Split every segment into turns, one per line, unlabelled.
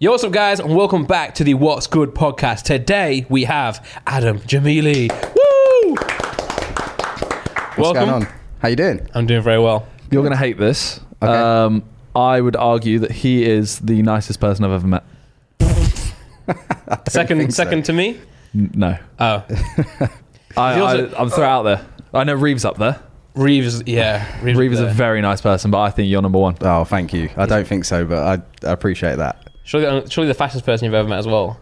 Yo, what's up, guys, and welcome back to the What's Good podcast. Today we have Adam Jamili. Woo!
What's going on? How you doing?
I'm doing very well.
You're going to hate this.
Okay.
Um, I would argue that he is the nicest person I've ever met.
think
Second,
so.
second to me.
N- No,
Oh,
I,
He
I,
also-
I'm throw it out there. I know Reeves up there.
Reeves. Yeah, Reeves,
Reeves is
there.
a very nice person, but I think you're number one.
Oh, thank you. I don't think so, but I, I appreciate that.
surely, uh, surely the fastest person you've ever met as well.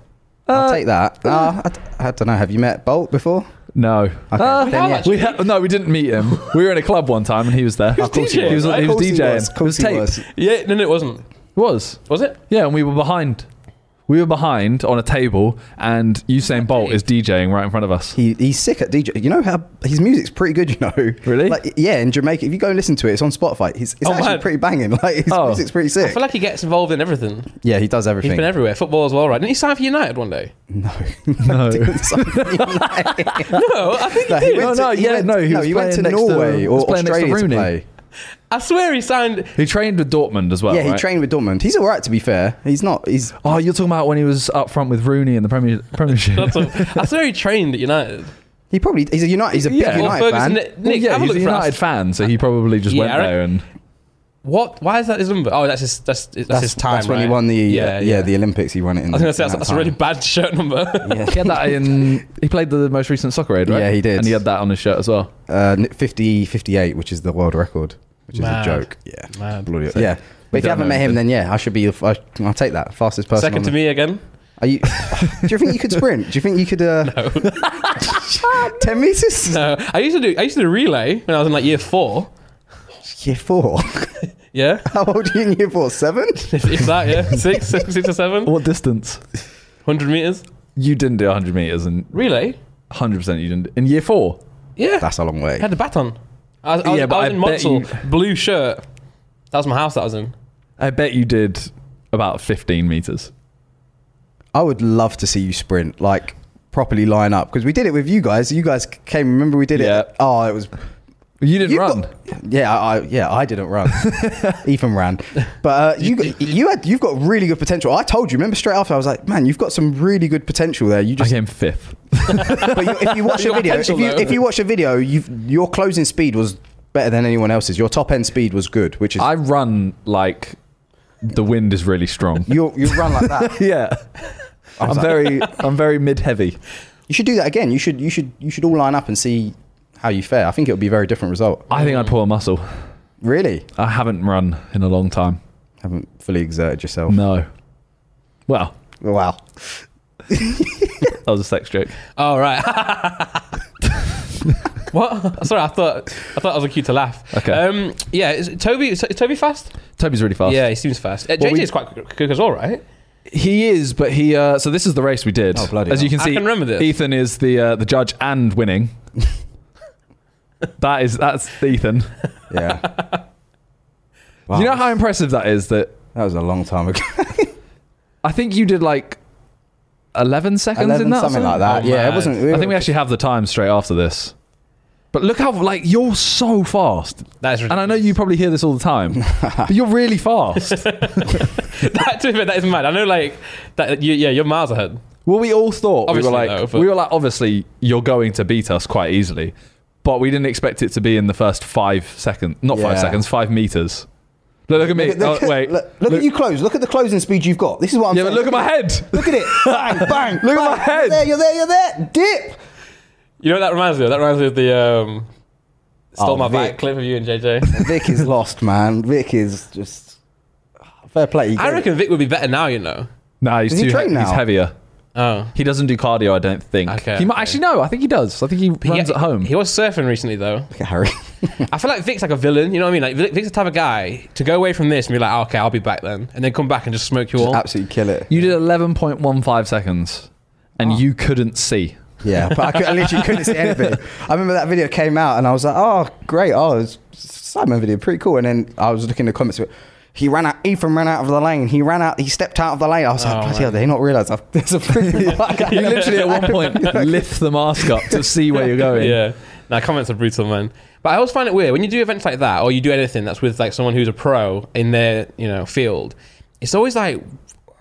I'll take that. Uh, I, d- I don't know. Have you met Bolt before?
No, Uh,
Then
have
we ha- no, we didn't meet him. We were in a club one time, and he was there.
Of course you
he was,
was,
he
of
was
course he
DJing.
was, of
It was
course he
taped.
was.
Yeah, no, no, it wasn't.
Was.
Was it?
yeah, and we were behind. We were behind on a table, and Usain Bolt is DJing right in front of us.
He, he's sick at DJ. You know how his music's pretty good. You know,
Really?
Like, yeah, in Jamaica, if you go and listen to it, it's on Spotify. He's, it's
Oh,
actually
man.
pretty banging. Like his
Oh.
music's pretty
I
sick.
feel like he gets involved in everything.
yeah, he does
He's
everything.
been everywhere. Football as well, right? Didn't he sign for United one day?
no, no.
No, I think he
No, he
did.
went
No, no,
to- he
yeah,
went-
no, he
no,
was
he went to
playing next to-
Norway
he
or
was playing next to
Australia to
Rooney.
play.
I swear he signed.
He trained with Dortmund as well.
yeah, he
Oh, right?
trained with Dortmund. He's all right, to be fair. He's not. He's
Oh, you're talking about when he was up front with Rooney in the Premier Premiership.
That's a, I swear he trained at United.
he probably he's a United. He's a big
Yeah. Well,
United fan.
Nick,
Well, yeah,
have a
he's
look
a
for us.
United fan, so he probably just
Yeah,
went
I reckon-
there and
What? Why is that his number? Oh, that's his. That's, that's, his time.
That's when
right?
he won the uh, yeah, the Olympics. He won it
I
in.
was
the-
gonna say
in
that's,
that
that's a really
time.
bad shirt number.
he had that in. He played the most recent soccer aid, right?
Yeah, he did.
and he had that on his shirt as well.
uh, n- 50 58, which is the world record, which
Mad.
is a joke. Yeah,
Mad.
Bloody- yeah. But if you
don't
haven't
know
met him, then yeah, I should be. I, I'll take that fastest person.
Second
on
to
the-
me again.
Are you, do you think you could sprint? Do you think you could? Uh, Ten meters.
No, I used to do. I used to do relay when I was in like year four.
Year four.
Yeah,
How old are you in year four? Seven.
if, if that. Yeah, six, six, six or seven.
What distance?
Hundred meters
You didn't do 100 meters, and
relay.
100 percent you didn't in year four.
Yeah,
That's a long
I
way.
had the baton. I was, I was,
Yeah,
I
but
was
I
in
bet
Monsal, blue shirt. That was my house. That I was in.
I bet you did about 15 meters.
I would love to see you sprint, like properly line up, because we did it with you guys. You guys came. Remember we did
Yeah.
it. Oh, it was
You didn't
You
run.
got- yeah, I, I yeah, I didn't run. Ethan ran, but uh, you got, you had you've got really good potential. I told you. Remember straight after, I was like, man, you've got some really good potential there. You
I
just
came fifth.
but you, if you watch
You
a
got
video, if
potential
you,
though.
if you watch a video, you your closing speed was better than anyone else's. Your top end speed was good, which is
I run like the wind is really strong.
you you run like that.
yeah,
I was
I'm
like-
very, I'm very mid heavy.
You should do that again. You should you should you should all line up and see how you fare. I think it'll be a very different result.
I think I'd pull a muscle.
Really,
I haven't run in a long time.
haven't fully exerted yourself.
No. Well,
Wow.
that was a sex joke.
Oh right. what? Sorry, I thought I thought I was a cue to laugh.
Okay.
Um, yeah, is it Toby is Toby fast?
Toby's really fast.
Yeah, he seems fast. Uh,
Well,
JJ
we-
is quite quick, quick as well, right?
he is, but he. Uh, so this is the race we did.
Oh, bloody
As you
hell.
can
I
see,
can remember this.
Ethan is the uh, the judge and winning. that is that's Ethan.
Yeah. Wow.
You know how impressive that is. That
that was a long time ago.
I think you did like eleven seconds
11,
in that
something
or
like that.
Oh,
yeah,
mad.
it wasn't.
I think we actually have the time straight after this. But look how like you're so fast,
That is.
and I know
ridiculous.
you probably hear this all the time, but you're really fast.
that, to be fair, that is mad. I know, like that. You, yeah, you're miles ahead.
Well, we all thought
Obviously,
we were like
though, but-
we were like obviously you're going to beat us quite easily, but we didn't expect it to be in the first five seconds, not five
Yeah.
seconds, five meters. Look, look at me.
Look, at- look
oh,
at-
wait.
Look, look at you close. Look at the closing speed you've got. This is what I'm
yeah, but
saying.
look at my head.
Look at it. Bang, bang.
Look
bang.
at my head.
You're there, you're there, you're there. Dip.
You know what that reminds me of? That reminds me of the um, stole
Oh,
my
Vic.
bike clip of you and JJ.
Vic is lost, man. Vic is just. Fair play. he
I
got it.
reckon Vic would be better now. You know.
Nah, he's
Does he
too.
train
He's
now?
heavier.
Oh.
He doesn't do cardio, I don't think.
Okay,
he might
okay.
actually no. I think he does. I think he runs
He-
at home.
He was surfing recently though.
Look at Harry.
I feel like Vic's like a villain. You know what I mean? Like Vic- Vic's the type of guy to go away from this and be like, oh, okay, I'll be back then, and then come back and just smoke you all.
Absolutely kill it.
you did eleven point one five seconds,
Ah.
and you couldn't see.
Yeah, but I, could, I literally couldn't see anything. I remember that video came out and I was like, oh, great. Oh, it's Simon video. Pretty cool. And then I was looking in the comments. He ran out. Ethan ran out of the lane. He ran out. He stepped out of the lane. I was like,
Oh,
bloody
man.
hell, they not realise I've- there's a freaking black guy.
You literally at one point lift the mask up to see where you're going.
Yeah. Now comments are brutal, man. But I always find it weird when you do events like that, or you do anything that's with like someone who's a pro in their you know field. It's always like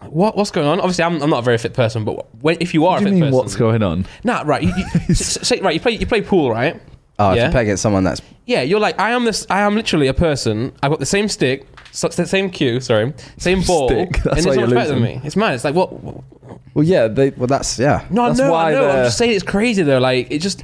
what what's going on? Obviously, I'm, I'm not a very fit person, but when, if you are
What do
a fit
you mean?
person,
What's going on?
Nah, right. You, you, say, right, you play you play pool, right?
Oh, if
Yeah.
you play against someone that's
Yeah, you're like I am this. I am literally a person. I've got the same stick, so it's the same cue. Sorry, same ball,
Stick, that's
and it's
why
so
you're
much better than me.
losing.
It's mad. It's like what?
Well, yeah, they.
well, that's yeah.
No,
That's
I know,
why
I know. I'm
they're-
just saying it's crazy though. Like it just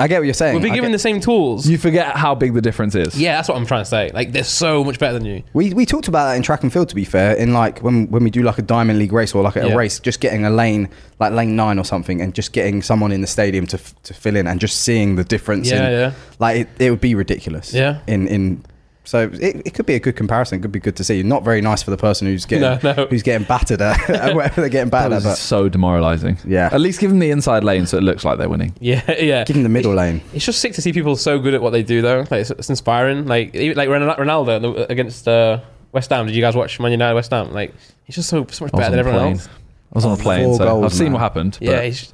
I get what you're saying.
we've been
I
given
get-
the same tools.
You forget how big the difference is.
yeah, that's what I'm trying to say. Like they're so much better than you.
We, we talked about that in track and field. To be fair, in like when when we do like a diamond league race or like a,
Yeah.
race, just getting a lane like lane nine or something, and just getting someone in the stadium to f- to fill in, and just seeing the difference.
Yeah,
in,
yeah.
Like it, it would be ridiculous.
Yeah.
In in so it, it could be a good comparison. It could be good to see. Not very nice for the person who's getting
No, no.
who's getting battered at, at whatever they're getting
That
battered
was
at. But
so demoralizing.
Yeah.
At least give them the inside lane so it looks like they're winning.
Yeah, yeah.
give them the middle lane.
It's just sick to see people so good at what they do, though. Like it's, it's inspiring. Like even- like Ron- Ronaldo in the- against uh, West Ham. Did you guys watch Man United West Ham? Like he's just so so much
I was
better than
on a
everyone
plane.
else.
I was on a plane,
Oh, Four
so
goals,
I've seen
man.
what happened. But,
Yeah, he's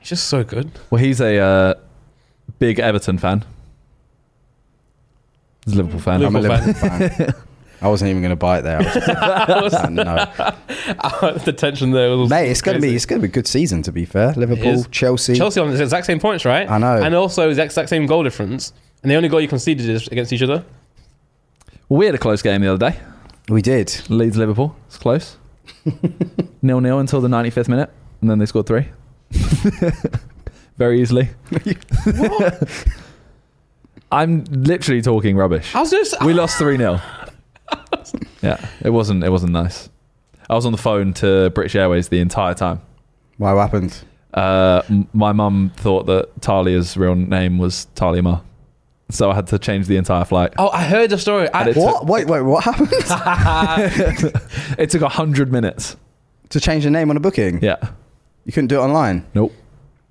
he's just so good.
Well, he's a uh, big Everton fan. He's a Liverpool fan.
Liverpool.
I'm a Liverpool fan. I wasn't even going to buy it there. I was just like, no.
the tension there. Was
Mate, it's gonna be
crazy.
it's gonna be a good season to be fair. Liverpool,
is.
Chelsea.
Chelsea on the exact same points, right?
I know.
And also the exact same goal difference. And the only goal you conceded is against each other.
Well, we had a close game the other day.
We did.
Leeds Liverpool. It's close. nil nil until the 95th minute, and then they scored three. Very easily. I'm literally talking rubbish.
I was just.
We lost three 0 Yeah, it wasn't. It wasn't nice. I was on the phone to British Airways the entire time.
Wow, what happened?
Uh, m- my mum thought that Talia's real name was Talia Ma, so I had to change the entire flight.
oh, I heard the story. I,
And It
What? wait, wait, what happened?
It took hundred minutes.
to change the name on a booking?
Yeah,
You couldn't do it online.
nope.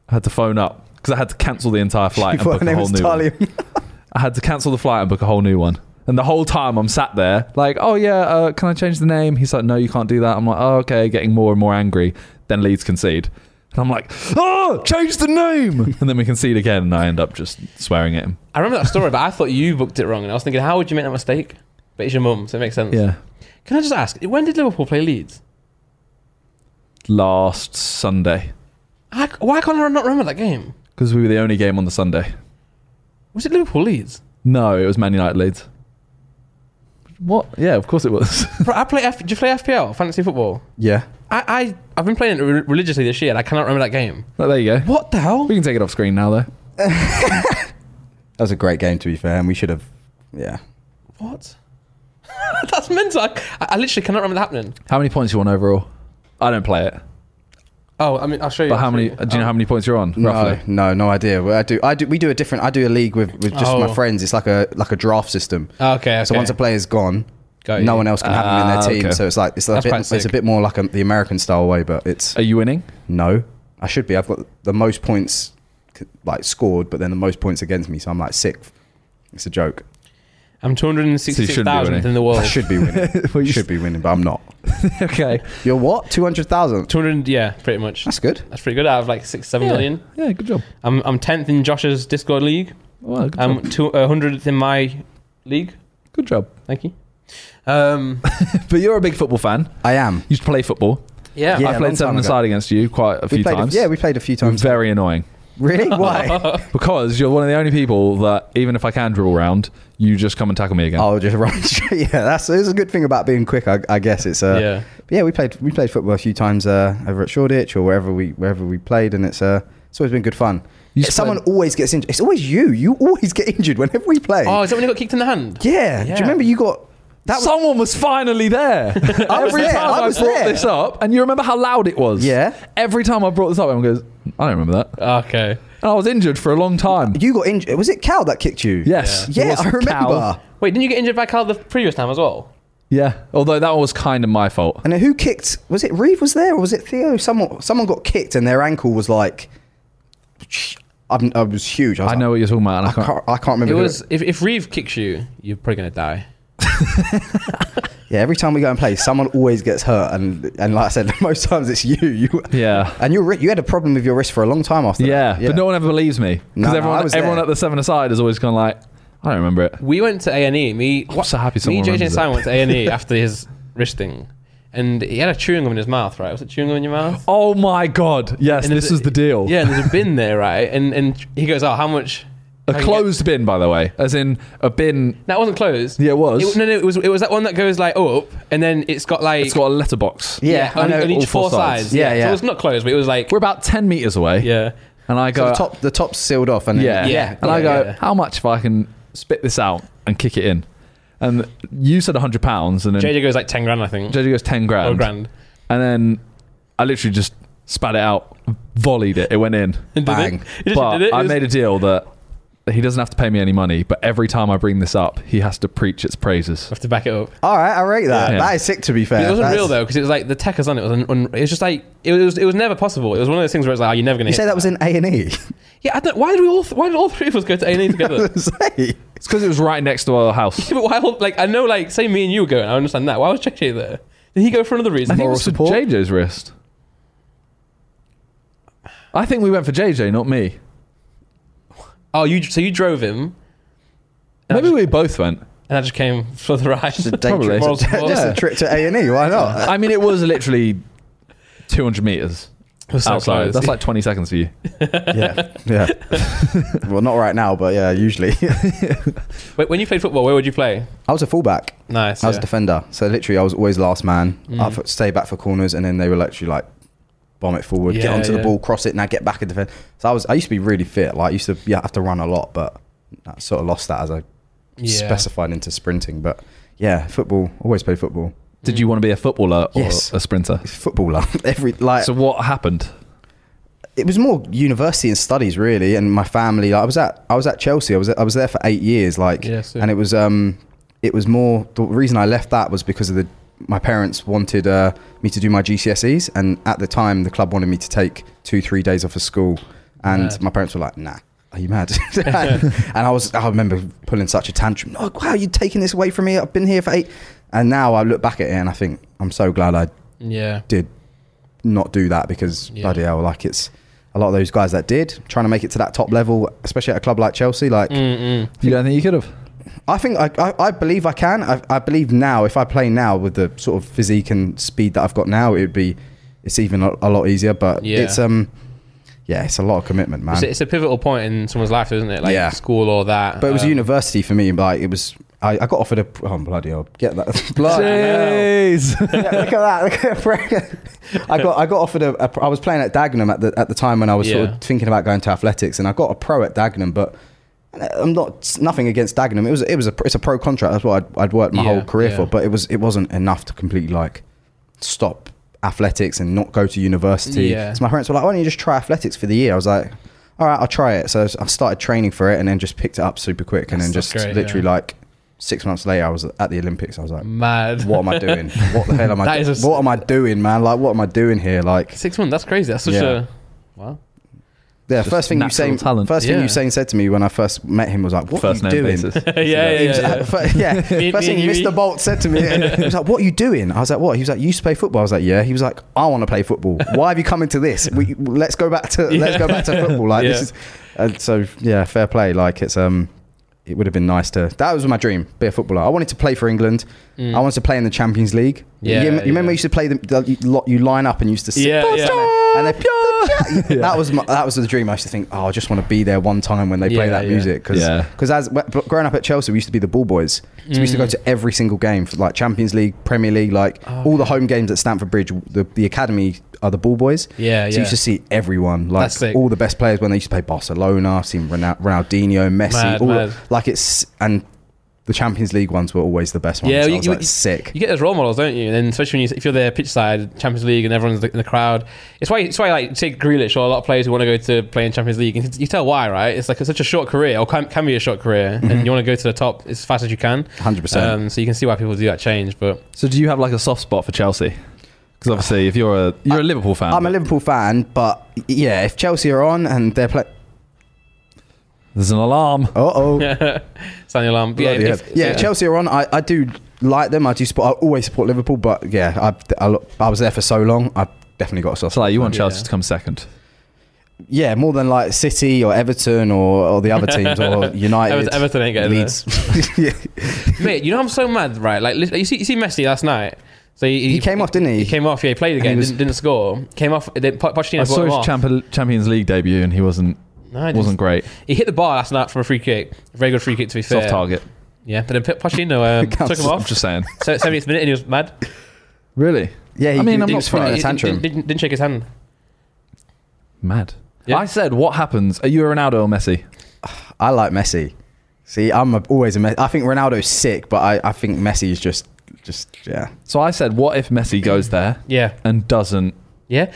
I had to phone up because I had to cancel the entire flight
You thought
and book
her
a
name was
whole new. One.
Talia.
I had to cancel the flight and book a whole new one. And the whole time I'm sat there, like, oh yeah, uh, can I change the name? He's like, no, you can't do that. I'm like, oh okay, getting more and more angry. Then Leeds concede, and I'm like, oh, change the name. and then we concede again, and I end up just swearing at him.
I remember that story, but I thought you booked it wrong, and I was thinking, how would you make that mistake? But it's your mum, so it makes sense.
Yeah.
Can I just ask, when did Liverpool play Leeds?
Last Sunday,
I, why can't I not remember that game?
because we were the only game on the Sunday.
Was it Liverpool Leeds?
No, it was Man United Leeds. What? Yeah, of course it was.
Bro, I play. F, do you play FPL, fantasy football?
yeah.
I, I I've been playing it re- religiously this year, and I cannot remember that game.
Well, there you go.
What the hell?
We can take it off screen now, though.
That was a great game to be fair, and we should have yeah.
What? That's mental. I, I literally cannot remember that happening.
How many points you want overall? I don't play it,
Oh, I mean, I'll show you.
but how many? Do you know how many points you're on? Roughly.
No, no, no idea. Well, I do, I do. We do a different. I do a league with, with just
Oh.
my friends. It's like a like a draft system.
Okay, okay.
So once a player's gone,
Got you.
no one else can have them in
Ah,
their team.
okay.
So it's like it's a
That's
bit
quite
it's a
sick.
bit more like a, the American style way, but it's
Are you winning?
no, I should be. I've got the most points c- like scored, but then the most points against me, so I'm like sixth. It's a joke.
I'm
So you shouldn't be
266,000th
winning.
in the world.
I should be winning.
Well, you
should be winning, but I'm not.
okay.
You're what? Two hundred thousand.
200, yeah, pretty much.
That's good.
That's pretty good. I have like six, seven
yeah.
million.
Yeah, good job.
I'm I'm tenth in Josh's Discord league.
Well, good,
I'm
job.
two uh, hundredth in my league.
good job.
Thank you. Um,
But you're a big football fan.
I am.
You used to play football.
yeah.
Yeah.
I
a long
played
time
seven
ago.
aside against you quite a
We
few
played.
times.
A, yeah, we played a few
You're
times.
very annoying
really? Why?
because you're one of the only people that even if I can dribble round, you just come and tackle me again.
I'll just run straight. Yeah, that's, that's a good thing about being quick. I, I guess it's. Uh,
Yeah.
but yeah, we played we played football a few times uh, over at Shoreditch or wherever we wherever we played, and it's uh, it's always been good fun.
You
If
just
Someone
played-
always gets injured. It's always you. You always get injured whenever we play.
Oh, is that when he got kicked in the hand?
yeah. Do
Yeah.
you remember you got that? Was,
Someone was finally there.
I was
Every
there,
time
I
I,
was
brought
there.
this up, and you remember how loud it was.
Yeah.
Every time I brought this up, everyone goes, "I don't remember that."
Okay.
And I was injured for a long time.
you got injured. Was it Cal that kicked you?
Yes. It
Yeah,
was
I remember.
Cal.
Wait, didn't you get injured by Carl the previous time as well?
Yeah. Although that was kind of my fault.
And then who kicked? Was it Reeve? Was there or was it Theo? Someone someone got kicked and their ankle was like, I'm, I was huge. I, was
I
like,
know what you're talking about. And I,
I
can't.
can't. I can't remember.
It
who
was if if Reeve kicks you, you're probably gonna die.
Yeah, every time we go and play, someone always gets hurt, and and like I said, most times it's you. you
Yeah.
And your wri- you had a problem with your wrist for a long time after.
Yeah,
that.
but no one ever believes me because
No, no,
everyone,
I was
everyone
there.
at the seven aside has always gone like, I don't remember it.
We went to A and E. Me,
so happy
Me,
someone
JJ, and
remembers
Simon
it.
went to A and E after his wrist thing, and he had a chewing gum in his mouth, right? Was it chewing gum in your mouth?
Oh my god! Yes,
And
this
there's
was
a-
the deal.
Yeah, and there's a bin there, right? And and he goes, "Oh, how much?"
a
How you
closed bin, by the way, as in a bin.
That wasn't closed.
Yeah, it was.
It, no, no, it was it was that one that goes like up, and then it's got like
it's got a letterbox.
Yeah, I
on,
know
on
all
each four
four sides.
sides.
Yeah, yeah.
So it was not closed, but it was like
We're about ten meters away.
yeah.
and I
So
go
the top, the top's sealed off, and then-
Yeah.
Yeah.
And I go,
yeah.
how much if I can spit this out and kick it in? And you said hundred pounds, and then JJ,
JJ goes like ten grand, I think,
goes ten grand,
or
Oh,
grand.
and then I literally just spat it out, volleyed it. It went in.
Did
Bang.
it? He just
but
did it.
I
It was-
made a deal that he doesn't have to pay me any money, but every time I bring this up, he has to preach its praises.
have to back it up.
All right, I rate that.
Yeah.
That is sick. To be fair,
But it wasn't
That's-
real though, because it was like the tech was on it was un, un, it was just like it was it was never possible. It was one of those things where it's like, oh, you're never gonna.
You
hit
say that was in A and E.
Yeah, I don't. Why did we all? Th- why did all three of us go to A and E together?
It's because it was right next to our house.
yeah, but why? all- Like I know, like say me and you were going. I understand that. Why was JJ there? Did he go for another
I
reason?
think it
Moral
was for
support?
JJ's wrist. I think we went for JJ, not me.
oh, you. So you drove him, And I
Maybe we both went.
and I just came for the ride.
Just a day
Probably.
trip.
Moral
Just
support.
a trip to A and E. Why not?
I mean, it was literally 200 meters
It was so
outside.
close.
That's like 20 seconds for you.
yeah, yeah. well, not right now, but yeah, usually.
Wait, when you played football, where would you play?
I was a fullback.
Nice.
I was
yeah. Mm.
a defender, so literally I was always last man. I'd f- stay back for corners, and then they were literally like bomb it forward, get
Yeah,
onto the
yeah.
ball, cross it, now get back and defend. So I was, I used to be really fit. Like I used to, yeah, have to run a lot, but I sort of lost that as I
Yeah.
specified into sprinting. But yeah, football. Always play football.
Did you want to be a footballer or
Yes.
a sprinter?
It's footballer. Every like
So what happened?
it was more university and studies really and my family like, i was at i was at chelsea i was i was there for eight years like
Yeah, so-
and it was um it was more the reason i left that was because of the my parents wanted uh, me to do my gcse's and at the time the club wanted me to take two three days off of school and
Mad.
my parents were like nah are you mad? and I was, I remember pulling such a tantrum. No, wow, you're taking this away from me. I've been here for eight. And now I look back at it and I think, I'm so glad I
Yeah.
did not do that because
Yeah.
bloody hell, like it's a lot of those guys that did trying to make it to that top level, especially at a club like Chelsea. Like
Mm. Mm-mm.
You don't think you could have?
I think I, I, I believe I can. I, I believe now if I play now with the sort of physique and speed that I've got now, it'd be it's even a, a lot easier. But
Yeah.
it's um yeah, it's a lot of commitment, man.
It's, a, it's a pivotal point in someone's life, isn't it? Like
Yeah.
school or that.
but it was
um,
university for me. Like it was. I, I got offered a oh bloody hell get that bloody hell.
Jeez.
Yeah, look at that! Look at Frank. I got I got offered a, a I was playing at Dagenham at the at the time when I was sort
Yeah.
of thinking about going to athletics, and I got a pro at Dagenham, but uh, I'm not nothing against Dagenham. It was it was a it's a pro contract. That's what I'd, I'd worked my
Yeah,
whole career
yeah.
for, but it was it wasn't enough to completely like stop athletics and not go to university.
Yeah.
So my parents were like, "Why don't you just try athletics for the year?" I was like. All right, I'll try it. So I started training for it, and then just picked it up super quick, and
That's-
then
that's
just
great,
literally
yeah.
like six months later, I was at the Olympics. I was like,
mad.
what am I doing? What the hell am I?
That
Do-
is a-
what am I doing, man? Like, what am I doing here? Like,
Six months. That's crazy. That's such
Yeah.
a wow.
yeah.
Just
First thing you
natural
saying,
talent.
first
Yeah.
thing Usain said to me when I first met him was like, "What
First
are
name
you doing?"
basis.
yeah, yeah,
He was-
yeah.
uh, fir- yeah.
Me-
First
me
thing
and you-
Mr. Bolt said to me, he was like, "What are you doing?" I was like, "What?" He was like, "You used to play football." I was like, "Yeah." He was like, "I want to play football. Why have you come into this? We, let's go back to let's go back to football." Like this is, and so yeah, fair play. Like it's um, it would have been nice to. That was my dream, be a footballer. I wanted to play for England.
Mm.
I wanted to play in the Champions League.
Yeah,
you, you remember
yeah.
you used to play the, the lot. You line up and you used to sit
Yeah,
down
yeah.
and they, that was my, that was the dream. I used to think, oh, I just want to be there one time when they play
Yeah,
that
yeah.
music because
Yeah.
because as but growing up at Chelsea, we used to be the ball boys. So we used
Mm.
to go to every single game for like Champions League, Premier League, like
Oh,
all the home games at Stamford Bridge. The, the academy are the ball boys.
Yeah,
so
Uh, yeah.
you used to see everyone, like
That's sick.
all the best players when they used to play Barcelona. I've seen Ronal- Ronaldinho, Messi,
Mad,
all
mad.
like it's and the Champions League ones were always the best ones.
Yeah,
Yeah,
you-
I was
you-
like sick.
You get those role models, don't you? And then especially when you, if you're there pitch side, Champions League, and everyone's in the crowd. It's why it's why like take Grealish or a lot of players who want to go to play in Champions League, and you tell why, right? It's like it's such a short career, or can, can be a short career, and
Mm-hmm.
you want to go to the top as fast as you can.
100%.
Um, so you can see why people do that change, but
so do you have like a soft spot for Chelsea? Because obviously, if you're a you're a Liverpool fan,
I'm a Liverpool fan, but yeah, if Chelsea are on and they're playing,
there's an alarm.
uh oh.
sound the alarm. But yeah,
Bloody
if-
hell. yeah, Chelsea are on. I, I do like them. I do support. I always support Liverpool, but yeah, I, I, lo- I was there for so long. I definitely got a soft.
So like, you want
Yeah.
Chelsea to come second.
Yeah, more than like City or Everton or, or the other teams or United.
Ever- Everton ain't getting
Leeds. yeah.
Mate, you know I'm so mad, right? Like, li- you see, you see Messi last night. So he,
He came off, didn't he?
He came off. Yeah, he played
he
again.
was-
didn't, didn't score. Came off. Then Po- Pochettino
I
brought
saw
him
his
off.
Champion, Champions League debut and he wasn't
No, he didn't.
wasn't great.
He hit the bar last night from a free kick. Very good free kick to be fair.
Soft target.
Yeah, but then P- Pochettino um, took him
I'm
off.
just saying.
Se- 70th minute, and he was mad.
Really?
Yeah, he,
I mean,
he
I'm not
was spinning
surprised.
a tantrum.
Didn't, didn't shake his hand.
Mad.
Yeah.
I said, what happens? Are you a Ronaldo or Messi?
I like Messi. See, I'm a, always a Messi. I think Ronaldo's sick, but I, I think Messi is just, just yeah.
So I said, what if Messi goes there
Yeah,
and doesn't
yeah.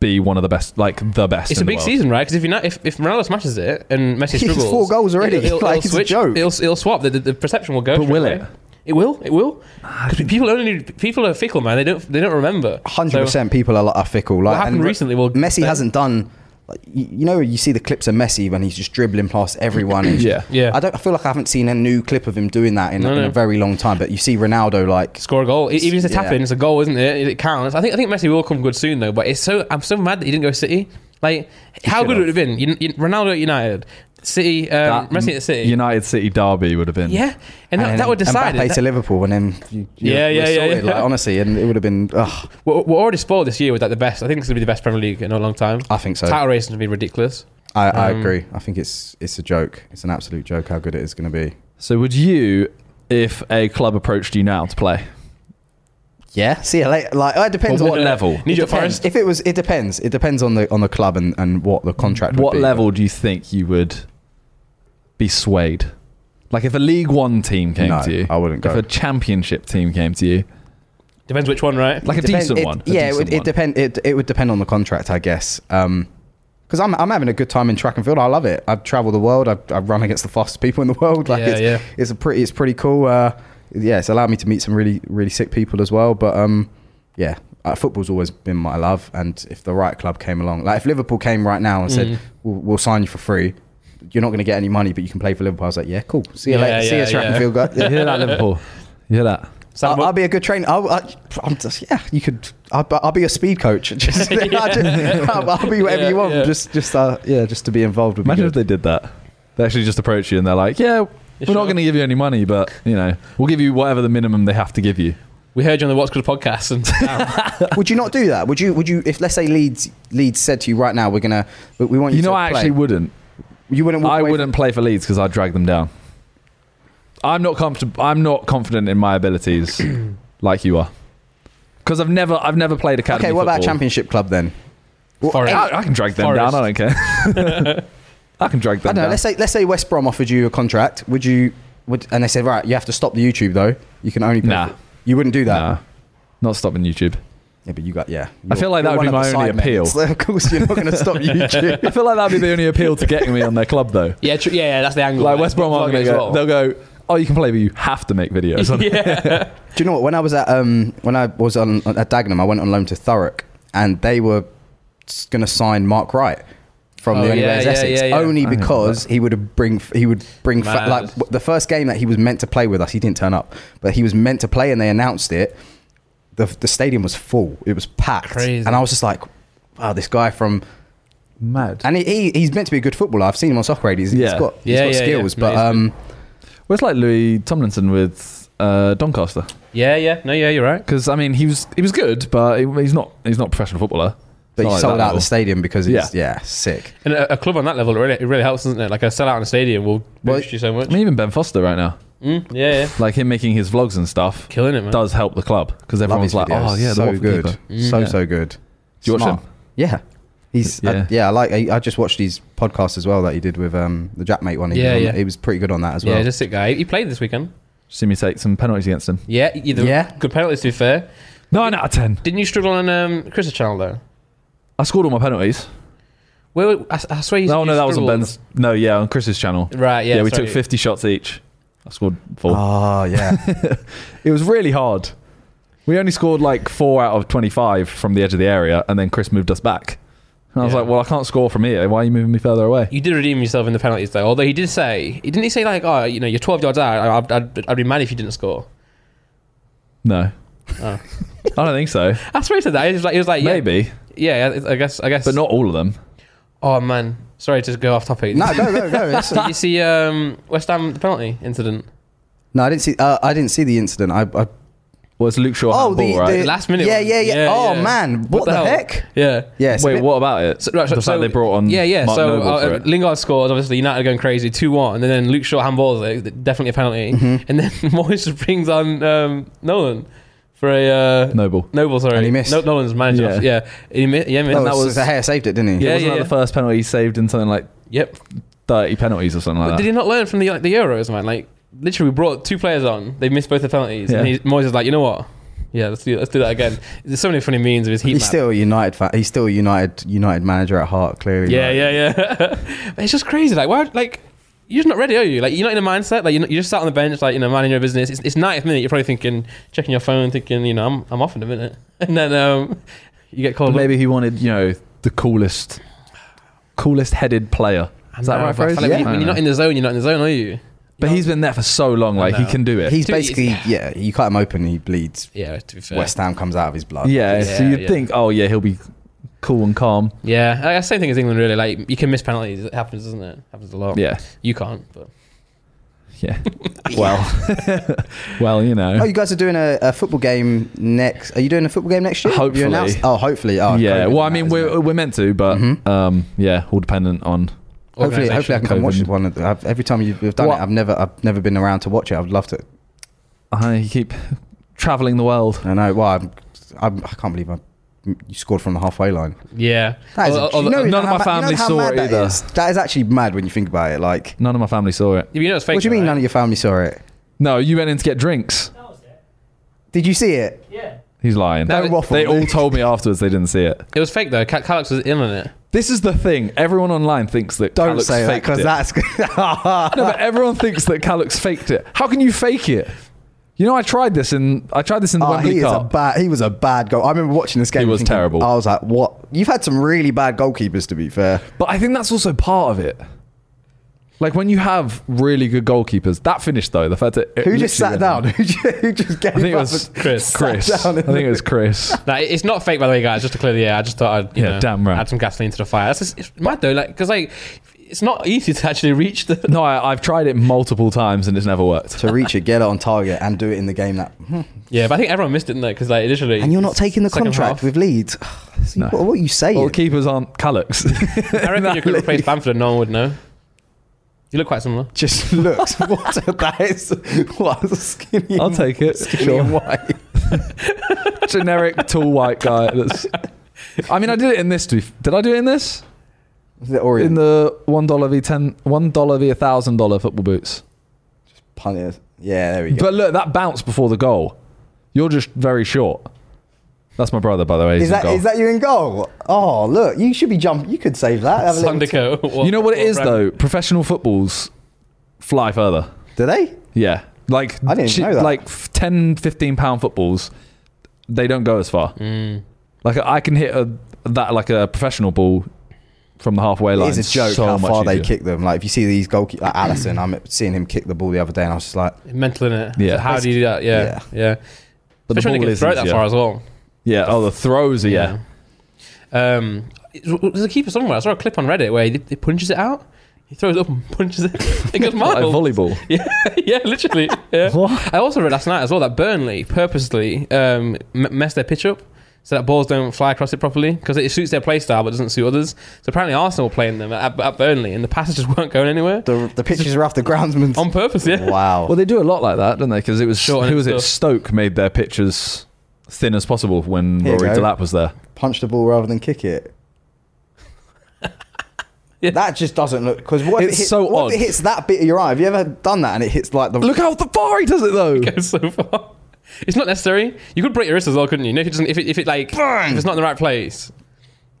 be one of the best, like the best?
It's
in
a
the
big
world?
season, right? Because if you not, if, if Ronaldo smashes it and Messi
He's
struggles,
four goals already. Like, it's a
switch.
joke.
It'll, it'll swap. The, the, the perception will go.
But
straight
will
away.
it? Ah,
It will. It will. 'Cause people only need, people are fickle, man. They don't they don't remember.
Hundred
So
percent. People are, are fickle. Like
What happened
and
recently? Well,
Messi hasn't done. Like, you, you know, you see the clips of Messi when he's just dribbling past everyone. and
Yeah.
Yeah.
I don't. I feel like I haven't seen a new clip of him doing that in,
No,
in
no.
a very long time. But you see Ronaldo like
score a goal. E- Even if it's a
Yeah.
tap in, it's a goal, isn't it? It counts. I think I think Messi will come good soon though. But it's so I'm so mad that he didn't go City. Like how
should
good would it have been?
have.
You, you, Ronaldo at United, City, um,
That
Messi at City.
United City derby would have been.
yeah, and, that,
and
that would
then
decide.
Mbappe
it.
to
That-
Liverpool, and then you, you
Yeah,
were
yeah, yeah,
sorted,
yeah.
Like, honestly, and it would have been. Ugh,
We're, we're already spoiled this year with like the best. I think it's gonna be the best Premier League in a long time.
I think so.
Title racing has been ridiculous.
I, I
Um,
agree. I think it's it's a joke. It's an absolute joke how good it is going to be.
So would you, if a club approached you now to play?
Yeah. See you later. Like it depends
But
on
what
what
level?
Need your
Depends.
Forest.
If it was, it depends. It depends on the on the club and, and what the contract. would
What
be.
level do you think you would be swayed? Like if a League One team came
No,
to you,
I wouldn't
If
go.
a Championship team came to you,
Depends which one, right?
like a
Depend-
decent
it-
one. a
Yeah, it
decent
would, it
one.
depend. It, it would depend on the contract, I guess. Um, because I'm, I'm having a good time in track and field. I love it. I travel the world. I, I run against the fastest people in the world. Like
Yeah,
it's,
yeah.
it's a pretty it's pretty cool. Uh, yeah, it's allowed me to meet some really really sick people as well. But um, yeah, uh, football's always been my love. And if the right club came along, like if Liverpool came right now and
Mm.
said we'll, we'll sign you for free, you're not going to get any money, but you can play for Liverpool. I was like, yeah, cool. See you
Yeah,
later. See
yeah,
you track
yeah.
and field guy.
You hear that, Liverpool? You hear that?
Sam,
I'll, I'll be a good trainer. I'll, I, I'm just, yeah, you could. I'll, I'll be a speed coach. Just, I just- I'll, I'll be whatever
Yeah,
you want.
yeah.
Just, just, uh, yeah, just to be involved with.
Imagine if they did that. They actually just approach you and they're like, "Yeah, we're
sure?
not going to give you any money, but you know, we'll give you whatever the minimum they have to give you."
we heard you on the What's Good podcast, and
would you not do that? Would you? Would you? If let's say Leeds, Leeds said to you right now, we're gonna, we we want you.
You know,
to
I
play.
actually wouldn't.
You wouldn't. Walk
I
away from-
wouldn't play for Leeds because I'd drag them down. I'm not comfortable. I'm not confident in my abilities like you are, because I've never, I've never played academy.
okay, what about
football.
Championship club then? Well,
Forest.
I, I can drag them
Forest.
down. I don't care. I can drag them
I don't know.
down.
Let's say, let's say West Brom offered you a contract. Would you? Would and they said, right, you have to stop the YouTube though. You can only. play
Nah.
for-" You wouldn't do that.
nah, not stopping YouTube.
Yeah, but you got yeah.
I feel like
You're
that would
one
be
of
my
the
only
side men.
appeal.
So of course, you're not going to stop YouTube.
I feel like that'd be the only appeal to getting me on their club, though.
yeah, tr- yeah, yeah, that's the angle.
Like West Brom aren't going
Vlogging
to
as
go.
well.
They'll go. Oh, you can play, but you have to make videos. on it."
yeah,
Do you know what? When I was at um, when I was on at Dagenham, I went on loan to Thurrock, and they were going to sign Mark Wright from
Oh,
the Only
yeah,
Ways
yeah,
Essex,
yeah, Uh-huh. yeah.
only
I remember
because he would bring he would bring fa-
Mad.
like w- the first game that he was meant to play with us, he didn't turn up, but he was meant to play, and they announced it. the The stadium was full; it was packed,
Crazy.
and I was just like, "Wow, this guy from."
Mad.
And he, he he's meant to be a good footballer. I've seen him on soccer aid. He's,
Yeah.
he's got, he's
Yeah,
got
yeah, yeah.
skills, but
Amazing.
um,
Well, it's like Louis Tomlinson with uh, Doncaster,
yeah, yeah. No, yeah, you're right.
because I mean, he was he was good, but he, he's not he's not a professional footballer.
but he
It's not like
sold
that
out the
level.
stadium because it's yeah sick.
And a, a club on that level, it really, it really helps, doesn't it? Like a sellout in a stadium will
Well,
boost you so much.
I mean, even Ben Foster right now,
Mm, yeah, yeah,
like him making his vlogs and stuff,
killing it, man.
does help the club because
Love
everyone's
his
like,
videos.
oh yeah, the
so
Watford
good,
keeper."
so
Yeah.
so good.
Do you watch him?
Yeah, he's yeah.
Yeah.
I, yeah. I like. I, I just watched his podcast as well that he did with um the Jackmate one. He
Yeah,
was on-
yeah.
He was pretty good on that as well.
Yeah, he's a sick guy. He played this weekend.
See me take some penalties against him.
Yeah, either
Yeah.
good penalties. To be fair,
Nine out of ten.
didn't you struggle on um, Chris's channel though?
I scored all my penalties.
Where I, I swear you.
No,
you
no, that was on
struggled.
Ben's. No, yeah, on Chris's channel.
Right, yeah,
we
sorry.
took fifty shots each. I scored four.
Oh yeah,
Ah. It was really hard. We only scored like four out of 25 from the edge of the area, and then Chris moved us back. And I was
Yeah.
like, well, I can't score from here. Why are you moving me further away?
You did redeem yourself in the penalties though. Although he did say, he didn't he say like, oh, you know, you're 12 yards out. I- I'd, I'd, I'd be mad if you didn't score.
No. Ah.
Oh.
I don't think so.
I swear he said that. He was like, he was like, yeah,
Maybe,
yeah. I- I guess, I guess.
but not all of them.
Oh man, sorry to go off topic.
no, go go go. It's-
Did you see um, West Ham the penalty incident?
no, I didn't see. Uh, I didn't see the incident. I, I
Well, it's Luke Shaw
Oh,
handball,
the,
right?
the-
Last minute
Yeah,
one.
yeah, yeah.
Yeah,
oh
yeah.
man, what,
What
the,
the hell?
heck?
Yeah.
Yeah. it's a
Wait,
bit-
what about it?
right,
the fact they brought on
yeah, yeah.
Mark
so
Noble
uh,
for it.
Lingard scores, obviously United going crazy, two one, and then Luke Shaw handballs it, definitely a penalty,
Mm-hmm.
and then Moyes just brings on um, Nolan for a uh,
Noble.
Noble, sorry,
And he missed.
No, Nolan's manager,
Yeah.
yeah, he mi- yeah, missed.
Oh,
that
that was
was-
Zaha saved it, didn't he?
Yeah,
Yeah, wasn't that
yeah.
the first penalty he saved in something like
yep.
30 penalties or something
But
like
did
that?
he not learn from the like, the Euros, man? Like literally, we brought two players on, they missed both the penalties, and
Yeah.
he, Moyes is like, you know what? Yeah, let's do let's do that again. There's so many funny memes of his heat
He's
map.
still a United fan. He's still a United United manager at heart, clearly.
Yeah,
right?
yeah, yeah. it's just crazy. Like, why? Like, you're just not ready, are you? Like, you're not in a mindset. Like, you're, not, you're just sat on the bench, like, you know, minding your business. It's, it's 90th minute. You're probably thinking, checking your phone, thinking, you know, I'm, I'm off in a minute. And then um, you get
But
called. up.
maybe he wanted, you know, the coolest, coolest headed player. Is that
I know,
right
but I
phrase?
feel like when
Yeah.
you- when you're not in the zone, you're not in the zone, are you?
But he's been there for so long, like he
know.
can do it.
He's
Dude,
basically yeah. You cut him open, he bleeds.
Yeah, to be fair.
West Ham comes out of his blood.
yeah, so
Yeah,
you'd
yeah.
think, oh yeah, he'll be cool and calm.
Yeah, like, same thing as England, really. Like, you can miss penalties. It happens, doesn't it? happens a
Oh.
lot.
Yeah,
You can't, but.
yeah. well, well, you know.
Oh, you guys are doing a, a football game next. Are you doing a football game next year? Have you
Hopefully.
announced- Oh, hopefully. Oh,
yeah.
COVID
Well, I
and
mean,
that, isn't
we're
it?
we're meant to, but
Mhm.
um, yeah, all dependent on.
hopefully, hopefully I can come
COVID.
watch one. Of the, I've, every time you've you've done
What?
it, I've never, I've never been around to watch it. I'd love to.
I keep traveling the world.
I know. Well, I'm, I'm, I can't believe I, you scored from the halfway line.
Yeah.
That is,
Although-
you
although-
know, you
none
know
of
how
my
ma- you know
family
how
saw
mad
it
that
either.
is? That is actually mad when you think about it. Like,
None of my family saw it.
you know it's fake.
what do you mean
eh?
though,
none of your family saw it?
No, you went in to get drinks.
Did you see it?
He's lying.
No,
Don't waffle.
They all
Luke.
told me afterwards they didn't see it.
right? It was fake, though. Cal- Calyx was in on it.
This is the thing. Everyone online thinks that
Don't
Calix
say that
faked
because
it.
that's.
no, but everyone thinks that Calix faked it. How can you fake it? You know, I tried this in I tried this in the
Oh,
Wembley
he is a
Cup.
bad. He was a bad goal. I remember watching this game.
Ah, He was
thinking-
terrible.
I was like, "What? You've had some really bad goalkeepers, to be fair."
but I think that's also part of it. Like when you have really good goalkeepers, that finish though, the fact that it
Who just sat
literally went
down?
in.
Who ju- who just gave
I think it
up
was
and
Chris.
sat
Chris.
down
I
in
think it was Chris.
Nah, it- it's not fake, by the way, guys. Just to clear the air, I just thought I'd you
Yeah,
know,
damn right.
add some gasoline to the fire. That's just, it's mad though, like because like it's not easy to actually reach the.
No, I, I've tried it multiple times and it's never worked.
to reach it, get it on target, and do it in the game that.
Yeah, but I think everyone missed it, didn't they? Because like literally,
And you're not taking the
second
contract
half.
with Leeds. See,
No.
what, what are you saying?
Well, keepers aren't Calix.
I reckon you could replace Bamford and no one would know. You look quite similar.
just looks. what a, that is. What a skinny.
I'll take it.
skinny
Sure.
and white.
Generic tall white guy. That's. I mean, I did it in this. to be f- Did I do it in this?
Was it Orient?
in the one dollar v ten one dollar v a thousand dollar football boots.
Punters. Yeah, there we go.
But look, that bounce before the goal. You're just very short. That's my brother, by the way. He's
is
in
that
goal.
is that you in goal? Oh, look, you should be jumping. You could save that. Have a little-
Sandico.
you know what it is though? Professional footballs fly further.
Do they?
Yeah, like
I didn't
chi-
know that.
like f- 10, 15 pound footballs, they don't go as far.
Mm.
Like I can hit a that like a professional ball from the halfway line.
It is a joke
so
how
much
far they
easier.
kick them. Like if you see these goalkeepers, like Allison, I'm seeing him kick the ball the other day, and I was just like,
Mental in it.
Yeah.
how do you do that? Yeah. Yeah.
But the
Especially when
ball
they can
is
throw it that
easier.
far as well.
Yeah. Oh, the throws. Are, yeah.
Yeah. Um, it- there's a keeper somewhere. I saw a clip on Reddit where he, he punches it out. He throws it up and punches it. It goes
Like
marble.
volleyball.
yeah, literally. Yeah. I also read last night as well that Burnley purposely um, m- messed their pitch up so that balls don't fly across it properly because it suits their play style but doesn't suit others. So apparently Arsenal were playing them at, at Burnley and the passes just weren't going anywhere
the the pitches are off the groundsman's.
on purpose. Yeah.
Wow.
Well, they do a lot like that, don't they? Because it was
Short and
who was it?
stuff.
Stoke made their pitches thin as possible when
Here you
Rory
go.
Delap was there.
Punch the ball rather than kick it.
Yeah.
That just doesn't look because what, if
It's
it hit-
so
what if
odd.
it hits that bit of your eye? Have you ever done that and it hits like the
Look how the far he does it though.
Goes so far. It's not necessary. You could break your wrist as well, couldn't you? You know, if it doesn't, if it, if it like, if it's not in the right place.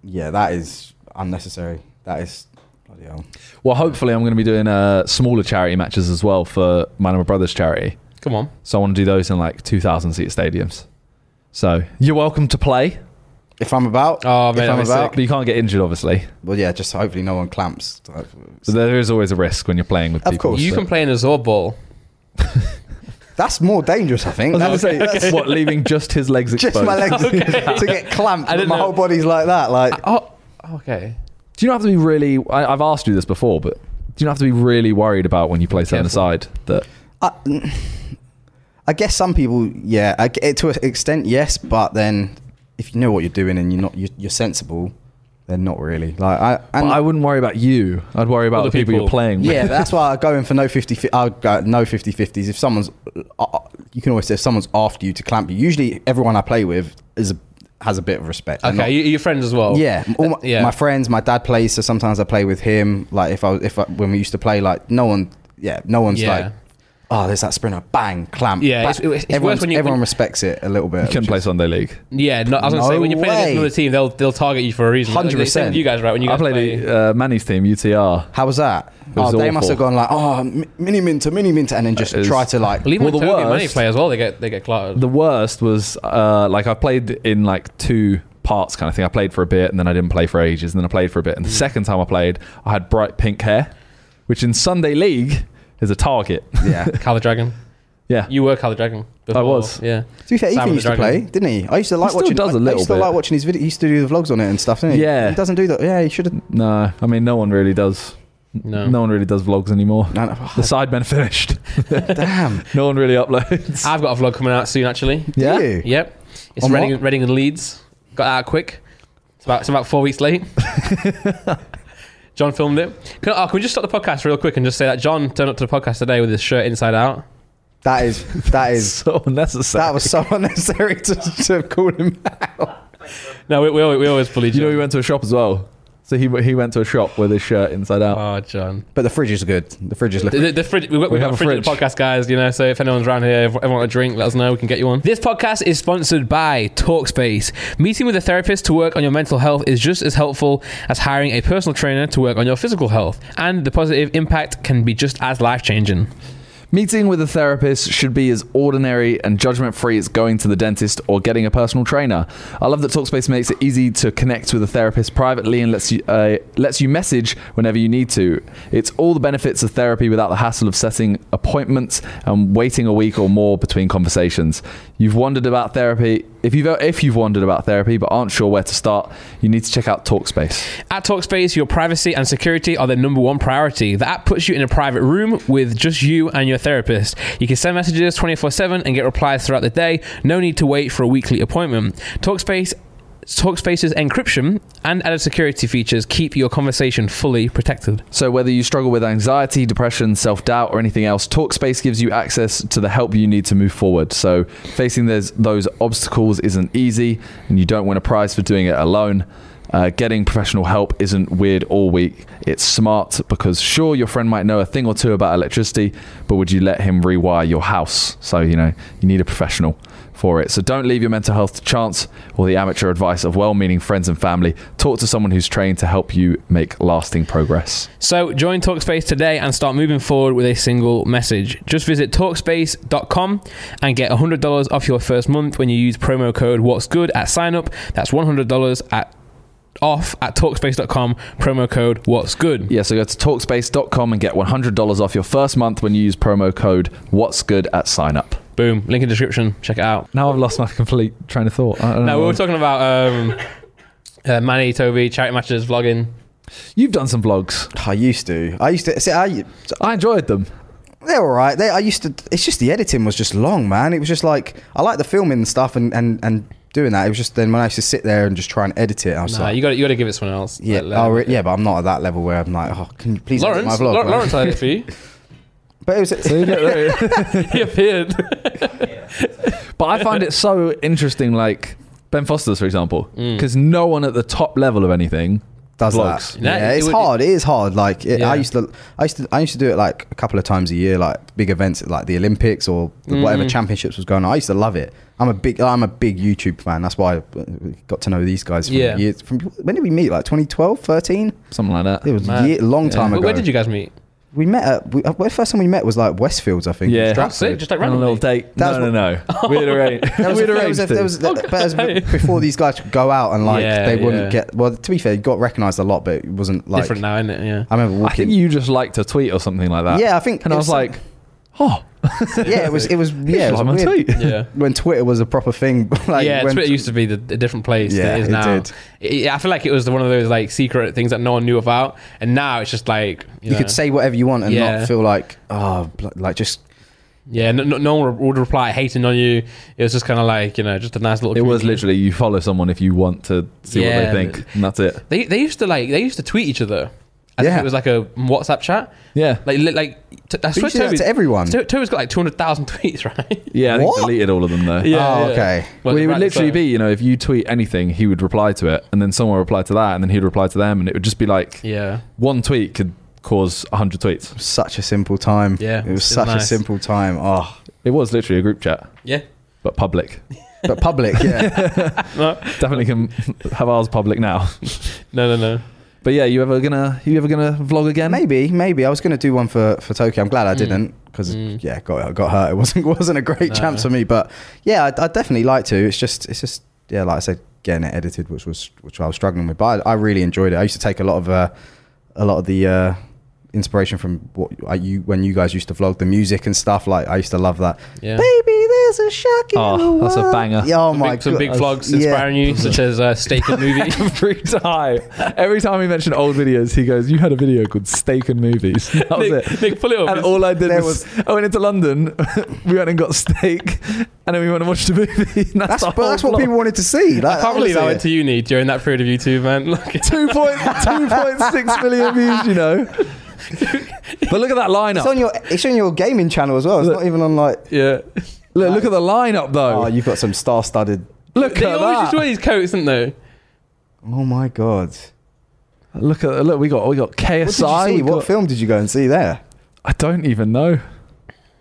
Yeah, that is unnecessary. That is bloody hell.
Well, hopefully, I'm going to be doing uh, smaller charity matches as well for Man and My Brothers charity.
Come on.
So I want to do those in like 2,000 seat stadiums. So you're welcome to play,
If I'm about,
Oh,
if
mate,
I'm
I'm
about,
but you can't get injured, obviously.
well, yeah, just hopefully no one clamps.
So there is always a risk when you're playing with
Of
people.
course.
You
so-
can play in a Zorb ball.
That's more dangerous, I think.
I was
That's-
gonna say, what, leaving just his legs exposed?
just my legs to get clamped.
I
but
didn't
my
know.
whole body's like that. Like
Oh, okay.
Do you not have to be really? I, I've asked you this before, but do you not have to be really worried about when you play seven
Careful.
aside that
I, I guess some people, yeah, I, g- to an extent, yes. But then, if you know what you're doing and you're not, you're, you're sensible, then not really. Like I,
But
and
I wouldn't worry about you. I'd worry about
Other
the people,
people.
you're playing with.
yeah, that's why I go in for no 50 fi- I'll go no 50 50s. If someone's, uh, uh, you can always say if someone's after you to clamp you. Usually, everyone I play with is a, has a bit of respect. They're
Okay,
not-
you, your friends as well.
yeah, all my,
Oh, uh, yeah.
my friends, my dad plays, so sometimes I play with him. Like if I if I, when we used to play, like no one, yeah, no one's
Yeah.
like, oh, there's that sprinter, bang, clamp.
Yeah,
bang."
it's- it's- it's worse
Everyone's-
when you-
everyone
when-
respects it a little bit.
You can
which
play
is-
Sunday League.
Yeah, no, I was gonna
No
say when you're playing
way.
against another team, they'll they'll target you for a reason. Like, they send
100%.
You guys, right? When you
I
guys
played
play,
uh, Manny's team, UTR.
How was that?
was
oh, they must
awful.
have gone like, oh, mi- mini minter, mini minter, and then just
It was-
try to like.
believe
well,
well,
the
the money
worst-
play as well. They get they get cluttered.
The worst was uh, like I played in like two parts kind of thing. I played for a bit and then I didn't play for ages and then I played for a bit. And the
Mm.
second time I played, I had bright pink hair, which in Sunday League is a target.
Yeah. to
Colour Dragon.
yeah.
You were Colour Dragon. Before.
was.
Yeah.
be fair,
Simon
Ethan
the
used to play,
Dragon.
didn't he? I used to like
still
watching.
does a
I
little
used to
bit.
like watching his video. He used to do the vlogs on it and stuff, didn't he?
Yeah.
he doesn't do that. Yeah, he should have.
No, I mean, no one really does.
No.
No one really does vlogs anymore.
No, no.
The sidemen finished.
Oh, Damn.
No one really uploads.
I've got a vlog coming out soon, actually.
Yeah?
Do you?
Yep. It's
On what?
Reading, Reading and Leeds. Got out quick. It's about, it's about four weeks late. John filmed it. Can, oh, can we just stop the podcast real quick and just say that John turned up to the podcast today with his shirt inside out?
That is that is
so unnecessary.
That was so unnecessary to, to call him.
No, we, we, always, we always bully John.
you know, he went to a shop as well. So he he went to a shop with his shirt inside out.
oh, John.
But the fridge is good. The fridge is
The,
looking.
the, the fridge, we've got,
We
we've got
have
a
a
fridge, at the
fridge.
podcast, guys. You know, so if anyone's around here, if everyone want a drink, let us know. We can get you one. This podcast is sponsored by Talkspace. Meeting with a therapist to work on your mental health is just as helpful as hiring a personal trainer to work on your physical health, and the positive impact can be just as life changing.
Meeting with a therapist should be as ordinary and judgment free as going to the dentist or getting a personal trainer. I love that Talkspace makes it easy to connect with a therapist privately and lets you uh, lets you message whenever you need to. It's all the benefits of therapy without the hassle of setting appointments and waiting a week or more between conversations. You've wondered about therapy. If you've if you've wondered about therapy but aren't sure where to start, you need to check out Talkspace.
At Talkspace, your privacy and security are the number one priority. The app puts you in a private room with just you and your therapist. You can send messages 24 7 and get replies throughout the day. No need to wait for a weekly appointment. Talkspace. Talkspace's encryption and added security features keep your conversation fully protected.
So, whether you struggle with anxiety, depression, self doubt, or anything else, Talkspace gives you access to the help you need to move forward. So, facing those, those obstacles isn't easy, and you don't win a prize for doing it alone. Uh, getting professional help isn't weird or weak. It's smart because, sure, your friend might know a thing or two about electricity, but would you let him rewire your house? So, you know, you need a professional for it. So don't leave your mental health to chance or the amateur advice of well meaning friends and family. Talk to someone who's trained to help you make lasting progress.
So join Talkspace today and start moving forward with a single message. Just visit Talkspace.com and get $100 off your first month when you use promo code What's Good at sign up. That's $100 at off at Talkspace.com, promo code What's Good.
Yeah, so go to talkspace.com and get $100 off your first month when you use promo code What's Good at sign up.
Boom. Link in description. Check it out.
Now I've lost my complete train of thought. I don't
Now, we
know.
were talking about um, uh, Manny, Toby, charity matches, vlogging.
You've done some vlogs.
I used to. I used to. See, I
I enjoyed them.
they're all right. They, I used to. It's just the editing was just long, man. It was just like I like the filming and stuff and and and doing that. It was just then when I used to sit there and just try and edit it, I was
Nah,
like,
you got you got to give it someone else.
yeah,
Let- let-
oh, re- yeah. But I'm not at that level where I'm like, oh, can you please edit
Lawrence,
my vlog?
Lau-
man?"
Lawrence, I did it for you.
But it was.
he appeared.
But I find it so interesting, like Ben Foster's, for example,
Mm.
because no one at the top level of anything
does
vlogs.
that.
No,
yeah,
it
it's
would-
hard. It is hard. Like it,
Yeah.
I used to, I used to, I used to do it like a couple of times a year, like big events, like the Olympics or the
Mm.
whatever championships was going on. I used to love it. I'm a big, I'm a big YouTube fan. That's why I got to know these guys. From
Yeah.
Years, from when did we meet? Like 2012, 13?
something like that.
It was
Mad.
a year, long time
Where
ago.
where did you guys meet?
We met. At, we, uh, the first time we met was like Westfields, I think. in
Yeah.
That's it.
Stratford.
Just like
On a
randomly.
little date.
That
no,
was-
no, no. We'd arranged.
There was,
We'd
there was,
arranged.
there was,
things.
there was- but it was before these guys could go out and like
Yeah,
they wouldn't
yeah.
get. Well, to be fair, you got recognised a lot, but it wasn't like.
different now, isn't it? Yeah.
I remember
I
walking.
think you just liked a tweet or something like that.
yeah, I think.
And
it
I was
some-
like, oh,
yeah, it was. It was. Yeah,
yeah,
it was
like my
weird.
tweet.
Yeah.
when Twitter was a proper thing. like
yeah,
when
Twitter used to be the, a different place
Yeah,
than it is
it
now.
did.
It- I feel like it was one of those like secret things that no one knew about, and now it's just like
you could say whatever you want and
Yeah.
not feel like oh, bl- like just
Yeah, no, no, no one would reply hating on you. It was just kind of like you know, just a nice little.
It was
community.
literally you follow someone if you want to see
Yeah,
what they think, and that's it.
They they used to like they used to tweet each other. I think
Yeah.
it was like a WhatsApp chat.
Yeah,
Like li- like t- I
You
swear
should do that
Toby,
to everyone.
To- Toby's got like two hundred thousand tweets, right?
yeah. I think
What?
deleted all of them though.
Yeah,
oh,
yeah.
okay.
Well,
well, it would
rightly
literally
so.
be, you know, if you tweet anything, he would reply to it, and then someone would reply to that, and then he'd reply to them, and it would just be like
Yeah,
one tweet could cause hundred tweets.
Such a simple time.
Yeah,
It
it
was
was
such a
nice.
simple time. Oh,
It was literally a group chat,
yeah.
but public.
but public, yeah.
No,
Definitely can have ours public now.
no, no, no.
But yeah, you ever gonna you ever gonna vlog again?
Uh, maybe, maybe I was gonna do one for for Tokyo. I'm glad I
Mm.
didn't because
Mm.
yeah, got I got hurt. It wasn't wasn't a great
No.
chance for me, but yeah, I'd, I'd definitely like to. It's just it's just yeah, like I said, getting it edited, which was which I was struggling with, but I, I really enjoyed it. I used to take a lot of uh, a lot of the. Uh, inspiration from what I, you when you guys used to vlog the music and stuff like I used to love that
Yeah.
baby there's a shark in
Oh,
the
that's a
world."
banger.
Yeah, oh
some
my
big, some
God.
big vlogs
Yeah.
inspiring you, such as uh, Steak and Movie.
Every time, every time we mention old videos, he goes, "You had a video called Steak and Movies." That was
Nick,
it.
Nick, pull it up.
And
It's-
all I did
There
was, I went into London, we went and got steak, and then we went and watched a movie. And that's
That's,
the
but
whole
that's what
vlog.
people wanted to see. Like,
I can't believe I
honestly.
went to uni during that period of YouTube, man. Look, it's
2.6 million views, you know. But look at that lineup.
It's on your it's on your gaming channel as well. It's
Look.
not even on like.
yeah.
look, look at the lineup,
Oh,
though.
you've got some star-studded.
look
they
at
always
that.
just wear these coats, didn't they?
Oh my god!
Look at look. We got we got
What did you
KSI.
see?
we
What
got-
film did you go and see there?
I don't even know.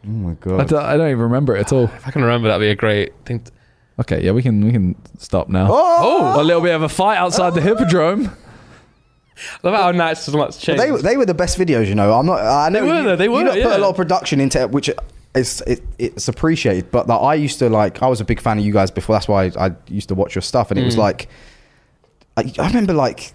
Oh my
I
god!
don't, I don't even remember it at all.
If I can remember, that'd be a great thing. To,
Okay, yeah, we can we can stop now.
Oh,
a little bit of a fight outside the hippodrome.
I love how nice so much
Well,
changed.
they were- they were the best videos. You know, I'm not. I know
They were,
you-
though, they
You
were,
lot put
yeah.
a lot of production into it, which is it, it's appreciated. But like, I used to like. I was a big fan of you guys before. That's why I, I used to watch your stuff, and it was
Mm.
like. I, I remember like.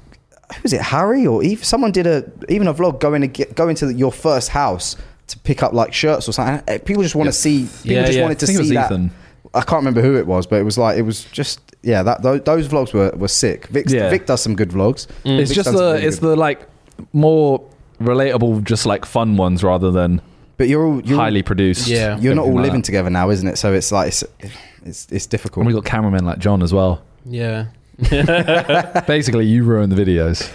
Who was it? Harry or Eve? Someone did a even a vlog going to get, going to your first house to pick up like shirts or something. And eh, People just want to see. People
Yeah,
just
yeah.
wanted to
I think it
see
was
that.
Ethan.
I can't remember who it was, but it was like it was just yeah. That those, those vlogs were, were sick. Vic,
Yeah.
Vic does some good vlogs.
Mm.
It's
Vic
just
does
the
really
it's
good-
the like more relatable, just like fun ones rather than
but you're all you're all-
highly produced.
Yeah.
you're not all
everything like
living
that.
together now, isn't it? So it's like it's it's, it's difficult.
And we got cameramen like John as well.
yeah.
Basically, you ruin the videos.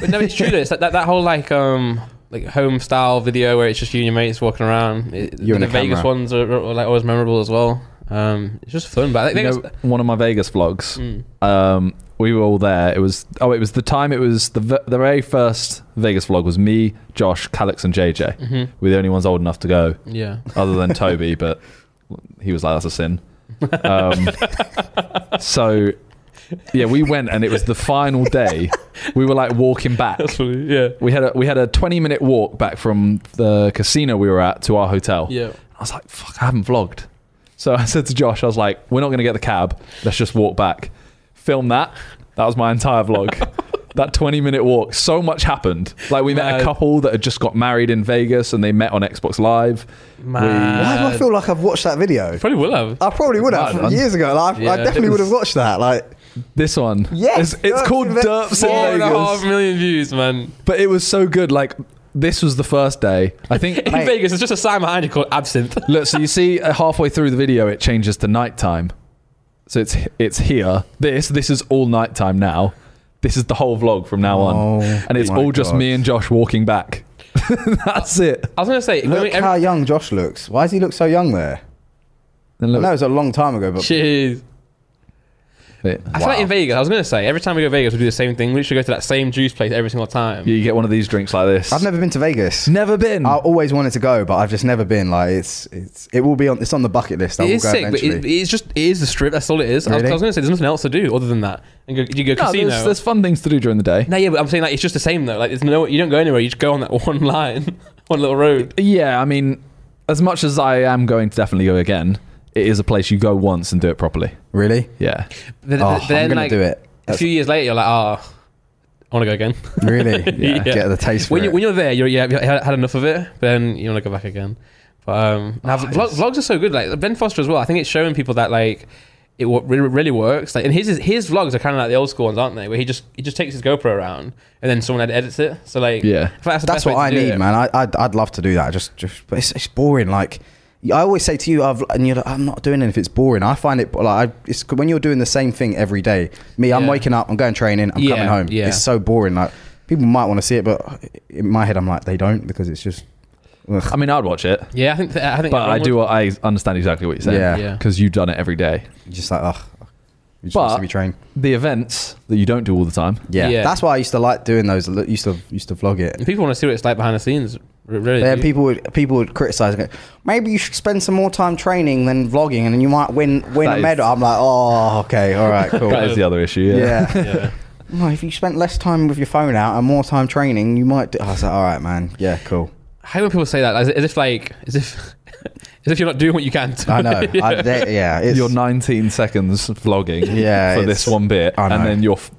But no, it's true. though. It's that, that that whole like um like home style video where it's just you and your mates walking around. It,
You and
the
the
Vegas
camera.
ones are, are like always memorable as well. Um, it's just fun. But I
You
think
know, one of my Vegas vlogs.
uh, Mm.
um, we were all there. It was oh, it was the time. It was the ve- the very first Vegas vlog was me, Josh, Calix, and JJ.
Mhm.
We're the only ones old enough to go,
Yeah.
other than Toby, but he was like, "That's a sin." Um, so yeah, we went, and it was the final day. We were like walking back.
Absolutely. Yeah.
We had a we had a twenty minute walk back from the casino we were at to our hotel.
Yeah.
I was like, fuck, I haven't vlogged. So I said to Josh, I was like, we're not going to get the cab. Let's just walk back. Film that. That was my entire vlog. that 20 minute walk. So much happened. Like, we met
Mad.
a couple that had just got married in Vegas and they met on Xbox Live.
Man.
Why do I feel like I've watched that video?
Probably will have.
I probably would have
Mad, man.
years ago. Like, I-
Yeah.
I definitely would have watched that. Like
This one.
Yes,
It's, it's
Derps
called
in Ve-
Derps
Four
in
and a half
Vegas.
million views, man.
But it was so good. Like, this was the first day. I think.
In Vegas, there's just a sign behind you called Absinthe.
Look, so you see uh, halfway through the video, it changes to nighttime. So it's it's here. This this is all nighttime now. This is the whole vlog from now on,
Oh
and it's
my
all just
God.
me and Josh walking back. That's it.
I was gonna say, when we-
look
every-
how young Josh looks. Why does he look so young there? I
And look,
know it's a long time ago, but
Jeez.
it-
I feel like in Vegas, I was gonna say every time we go to Vegas, we do the same thing. We should go to that same juice place every single time.
you get one of these drinks like this.
I've never Oh. been to Vegas.
never been.
I always wanted to go, but I've just never been. Like it's it's it will be on it's on the bucket list. I
It
will
is
go
sick, but
eventually.
it, it's just it is the strip. That's all it is. I was- I was,
Really?
gonna say there's nothing else to do other than that. And go, you go
No,
casino.
there's, there's fun things to do during the day.
no, yeah, but I'm saying like it's just the same though. Like there's no, you don't go anywhere. You just go on that one line, one little road.
Yeah, I mean, as much as I am going to definitely go again, it is a place you go once and do it properly.
really?
Yeah,
Then,
Oh,
then,
I'm gonna
like
do it.
a few years later, you're like, oh, I want to go again.
Really?
Yeah.
Get the taste for
when, you,
it.
when you're there, you're, you have had enough of it. Then you want to go back again. But um, now, vlog, vlogs are so good. Like Ben Foster as well. I think it's showing people that like it wo- re- really works. Like and his his vlogs are kind of like the old school ones, aren't they? Where he just he just takes his GoPro around and then someone edits it. So like
Yeah.
I feel like that's, the
That's
best way
what I
to do
need,
it.
man. I, I'd, I'd love to do that. Just, just, but it's, it's boring. Like I always say to you, I've, and you're like, I'm not doing anything. It's boring. I find it like I, it's when you're doing the same thing every day. Me, I'm
Yeah.
waking up, I'm going training, I'm
Yeah,
coming home.
yeah.
It's so boring. Like people might want to see it, but in my head, I'm like, they don't because it's just. ugh.
I mean, I'd watch it,
Yeah, I think. Th- I think.
but I
everyone
do.
would.
I understand exactly what you're saying.
Yeah.
Yeah.
because you've done it every day.
just like ugh. You just
But-
want to be trained.
The events that you don't do all the time.
Yeah.
Yeah.
that's why I used to like doing those. I Used to used to vlog it.
And people want to see what it's like behind the scenes. r- Really.
Then
do.
people would people would criticize. and go, Maybe you should spend some more time training than vlogging, and then you might win win
That
a
is-
medal. I'm like, oh, okay, all right, cool.
That is the other issue. Yeah.
yeah.
Yeah.
No, if you spent less time with your phone out and more time training, you might. Do- I was like, all right, man. Yeah, cool.
I hate when people say that. As, as if like, as if, as if you're not doing what you can. To
I know.
yeah.
I, they, yeah, it's
Your 19 seconds vlogging
Yeah,
for
it's-
this one bit,
I
and
know.
then your f-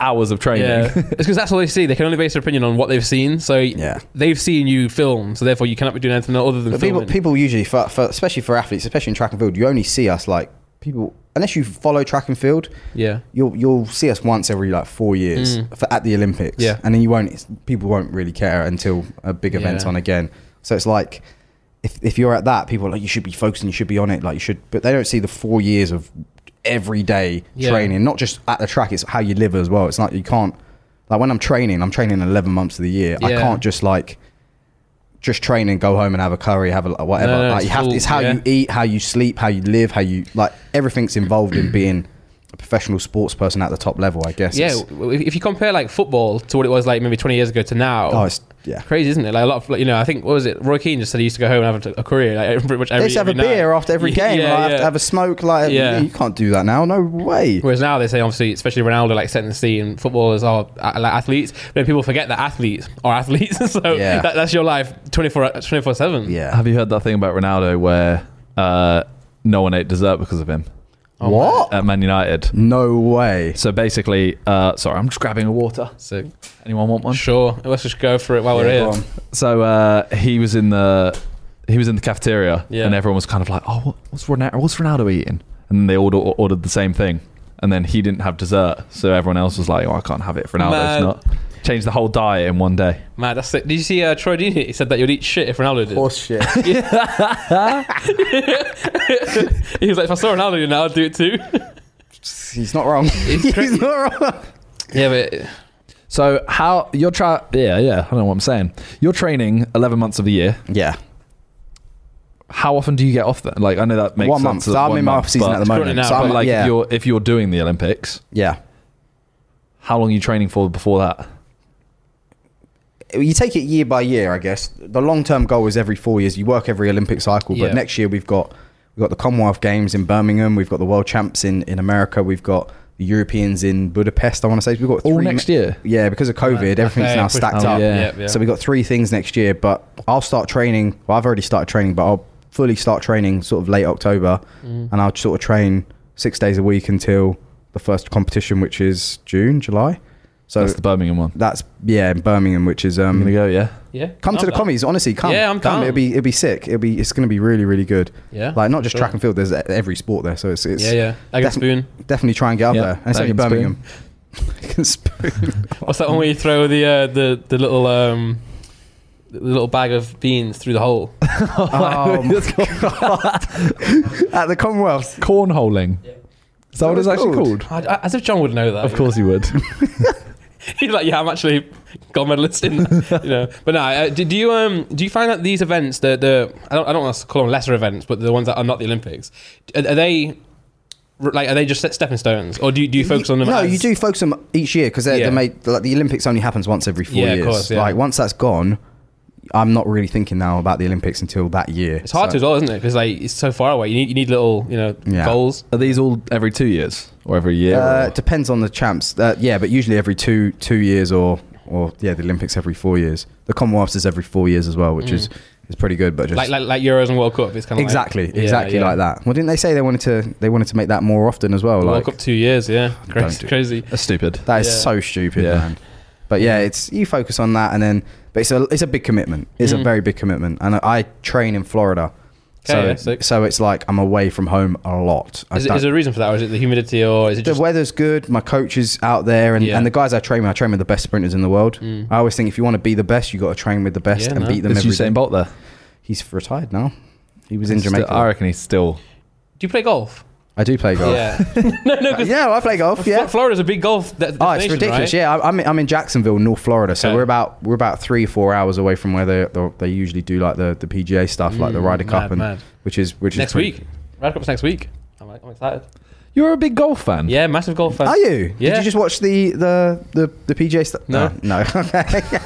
hours of training.
Yeah. it's because that's all they see. They can only base their opinion on what they've seen. So
Yeah.
they've seen you film. So therefore, you cannot be doing anything other than
But people,
filming.
people usually, for, for, especially for athletes, especially in track and field, you only see us like people unless you follow track and field.
yeah. Mm.
You'll you'll see us once every like four years for, at the Olympics.
Yeah.
and then you won't. People won't really care until a big event's
Yeah.
on again. So it's like. If, if you're at that, people are like you should be focusing, you should be on it, like you should. But they don't see the four years of everyday
Yeah.
training, not just at the track. It's how you live as well. It's like you can't like when I'm training, I'm training 11 months of the year. I
Yeah.
can't just like just train and go home and have a curry, have a whatever.
No, no,
like
it's
you have to,
full-
it's how
yeah.
you eat, how you sleep, how you live, how you like everything's involved in being a professional sports person at the top level. I guess.
Yeah.
It's-
w- If if you compare like football to what it was like maybe 20 years ago to now.
oh, it's yeah.
Crazy, isn't it? Like a lot of, like, you know, I think what was it? Roy Keane just said he used to go home and have a, a career, like pretty much
They
every.
used to have a
every night.
beer after every game.
Yeah,
like, have to
yeah.
have a smoke. Like
Yeah.
you can't do that now. No way.
Whereas now they say, obviously, especially Ronaldo, like setting the scene, footballers are uh, like athletes. Then people forget that athletes are athletes. so
Yeah.
that, that's your life 24 24 7.
Yeah.
Have you heard that thing about Ronaldo where uh, no one ate dessert because of him
oh
what?
at Man
Oh.
United?
No way.
So basically, uh, sorry, I'm just grabbing a water.
So
Anyone want one?
sure, let's just go for it while
Yeah,
we're
go
here.
on.
So uh, he was in the he was in the cafeteria,
Yeah.
and everyone was kind of like, "Oh, what, what's Ronaldo? What's Ronaldo eating?" And they all ordered, ordered the same thing, and then he didn't have dessert, so everyone else was like, "Oh, I can't have it. Ronaldo's
Mad.
not." Changed the whole diet in one day.
Man, that's it. Did you see uh, Troy Deeney? He said that you'd eat shit if Ronaldo did.
Horseshit.
he was like, if I saw Ronaldo doing that, I'd do it too.
He's not wrong. He's not wrong.
yeah, but
So how you're try? Yeah, yeah. I don't know what I'm saying. You're training 11 months of the year.
Yeah.
How often do you get off then? Like I know that makes
one
sense
month.
that
So I'm
one
in my
month,
off season
but-
at the
It's
moment.
currently now,
so
but
I'm
But like
like, yeah,
if you're if you're doing the Olympics,
yeah.
how long are you training for before that?
you take it year by year, I guess. The long term goal is every four years. You work every Olympic cycle,
Yeah.
but next year we've got we've got the Commonwealth Games in Birmingham, we've got the World Champs in, in America, we've got the Europeans in Budapest. I want to say we've got
All
three
next
ma-
year?
Yeah, because of COVID, everything's
Okay,
now
push-
stacked
oh,
up.
yeah.
Yeah, yeah.
So we got three things next year, but I'll start training. Well, I've already started training, but I'll fully start training sort of late October,
Mm.
and I'll sort of train six days a week until the first competition, which is June, July. So
That's the Birmingham one.
that's yeah, in Birmingham, which is
I'm
um,
gonna go. Yeah.
yeah.
Come
I'm
to the
down.
commies, honestly. Come,
Yeah, I'm
come.
down.
It'll be it'll be sick. It'll be it's gonna be really really good.
Yeah.
Like not just
sure.
track and field. There's e- every sport there, so it's, it's
Yeah, yeah. I get
Defin-
spoon.
definitely try and get up
Yeah,
there. And it's
I
only
can spoon.
Birmingham. I can spoon.
What's that one where you throw the uh, the the little um the little bag of beans through the hole?
Oh, my At the Commonwealth.
Cornholing. Is that what
Is
it's
that
actually
what it's
called?
I, I- as if John would know that.
Of course he would.
He's like, yeah, I'm actually gold medalist in that, you know. But no, uh, do, do you um do you find that these events, the the I don't I don't want to call them lesser events, but the ones that are not the Olympics, are, are they r- like are they just stepping stones, or do you, do you focus on them?
No,
as-
you do focus on them each year because they're,
Yeah.
they're made like the Olympics only happens once every four
Yeah, of
years.
course, yeah.
Like once that's gone, I'm not really thinking now about the Olympics until that year.
It's hard to as well, isn't it? Because like it's so far away. You need you need little you know
Yeah.
goals.
Are these all every two years or every year?
Uh,
or-
it depends on the champs. Uh, yeah, but usually every two two years or or yeah, the Olympics every four years. The Commonwealths is every four years as well, which is is pretty good. But just
Mm. Like, like like Euros and World Cup. It's kind of
exactly,
like,
exactly like that. Well, didn't they say they wanted to they wanted to make that more often as well?
World
Like
Cup two years, yeah,
Don't
crazy.
do-
crazy.
That's stupid.
that is
yeah.
so stupid,
Yeah.
man. But yeah, it's you focus on that and then. But it's a it's a big commitment. It's a very big commitment, and I, I train in Florida.
Mm. Okay, yeah,
so,
sick.
so it's like I'm away from home a lot. I
Is, it,
don't-
is there a reason for that, or is it the humidity, or is it
the
just
weather's good. My coach is out there, and,
Yeah. Mm.
and the guys I train with, I train with the best sprinters in the world. I always think if you want to be the best, you got to train with the best
Yeah,
and
no.
beat them
Is
every
Usain
day.
Bolt there?
He's retired now. He was in
Still-
Jamaica.
I reckon he's still.
Do you play golf?
I do play golf.
Yeah. no, no, because
yeah, I play golf. Yeah.
Florida's a big golf. De-
Oh, it's ridiculous. Yeah, I- I'm in, I'm in Jacksonville, North Florida, so
Okay.
we're about we're about three four hours away from where they they- they usually do like the, the PGA stuff, like the
Mm,
Ryder Cup,
mad,
and
mad.
which is which is
Next
pretty-
week. Ryder Cup's next week. I'm, like, I'm excited.
You're a big golf fan.
Yeah, massive golf fan.
Mm. Are you?
Yeah.
Did you just watch the the the, the PGA stuff?
No.
no. Okay.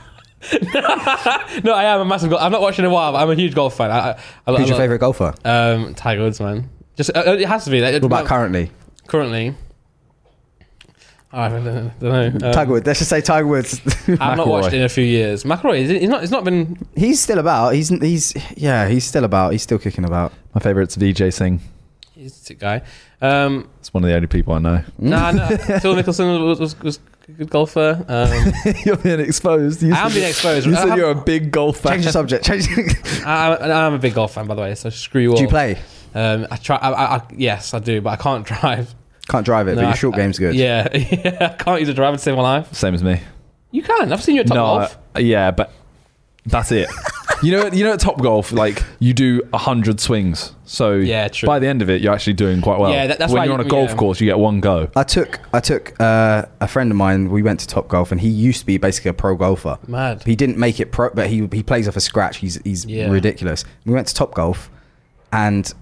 No, I am a massive golf. I've not watched in a while, but I'm a huge golf fan. I, I, I,
Who's
I,
your favorite golfer?
Um, Tiger Woods, man. Just uh, uh, it has to be. Like,
What about
uh,
currently?
currently? I don't know. don't know. Um,
Tiger Woods. Let's just say Tiger Woods.
I've not watched
McElroy.
it in a few years. McElroy, he's not. It's not been.
he's still about. He's he's yeah. He's still about. He's still kicking about.
My favorite's Vijay Singh.
He's a sick guy. Um,
It's one of the only people I know.
Hmm?
Nah, no. Phil Nicholson was, was, was a good golfer. Um,
you're being exposed. You
I am being exposed.
You
I
said
have-
you're a big golf fan.
Change the subject. Change.
I, I, I'm a big golf fan, by the way. So screw you all.
do you play?
Um, I try. I, I, I, yes, I do, but I can't drive.
Can't drive it,
No,
but
I-
your short
I-
game's good.
Yeah, yeah. I can't use a driver to save my life.
Same as me.
You can. I've seen you at top golf.
I- yeah, but that's it. you know, you know, at Top Golf, like you do hundred swings, so
Yeah, true.
by the end of it, you're actually doing quite well.
Yeah, that- that's
when
why
you're
you-
on a golf
yeah.
course, you get one go.
I took I took uh, a friend of mine. We went to Top Golf, and he used to be basically a pro golfer.
Mad.
He didn't make it pro, but he he plays off a scratch. He's he's
Yeah.
ridiculous. We went to Top Golf, and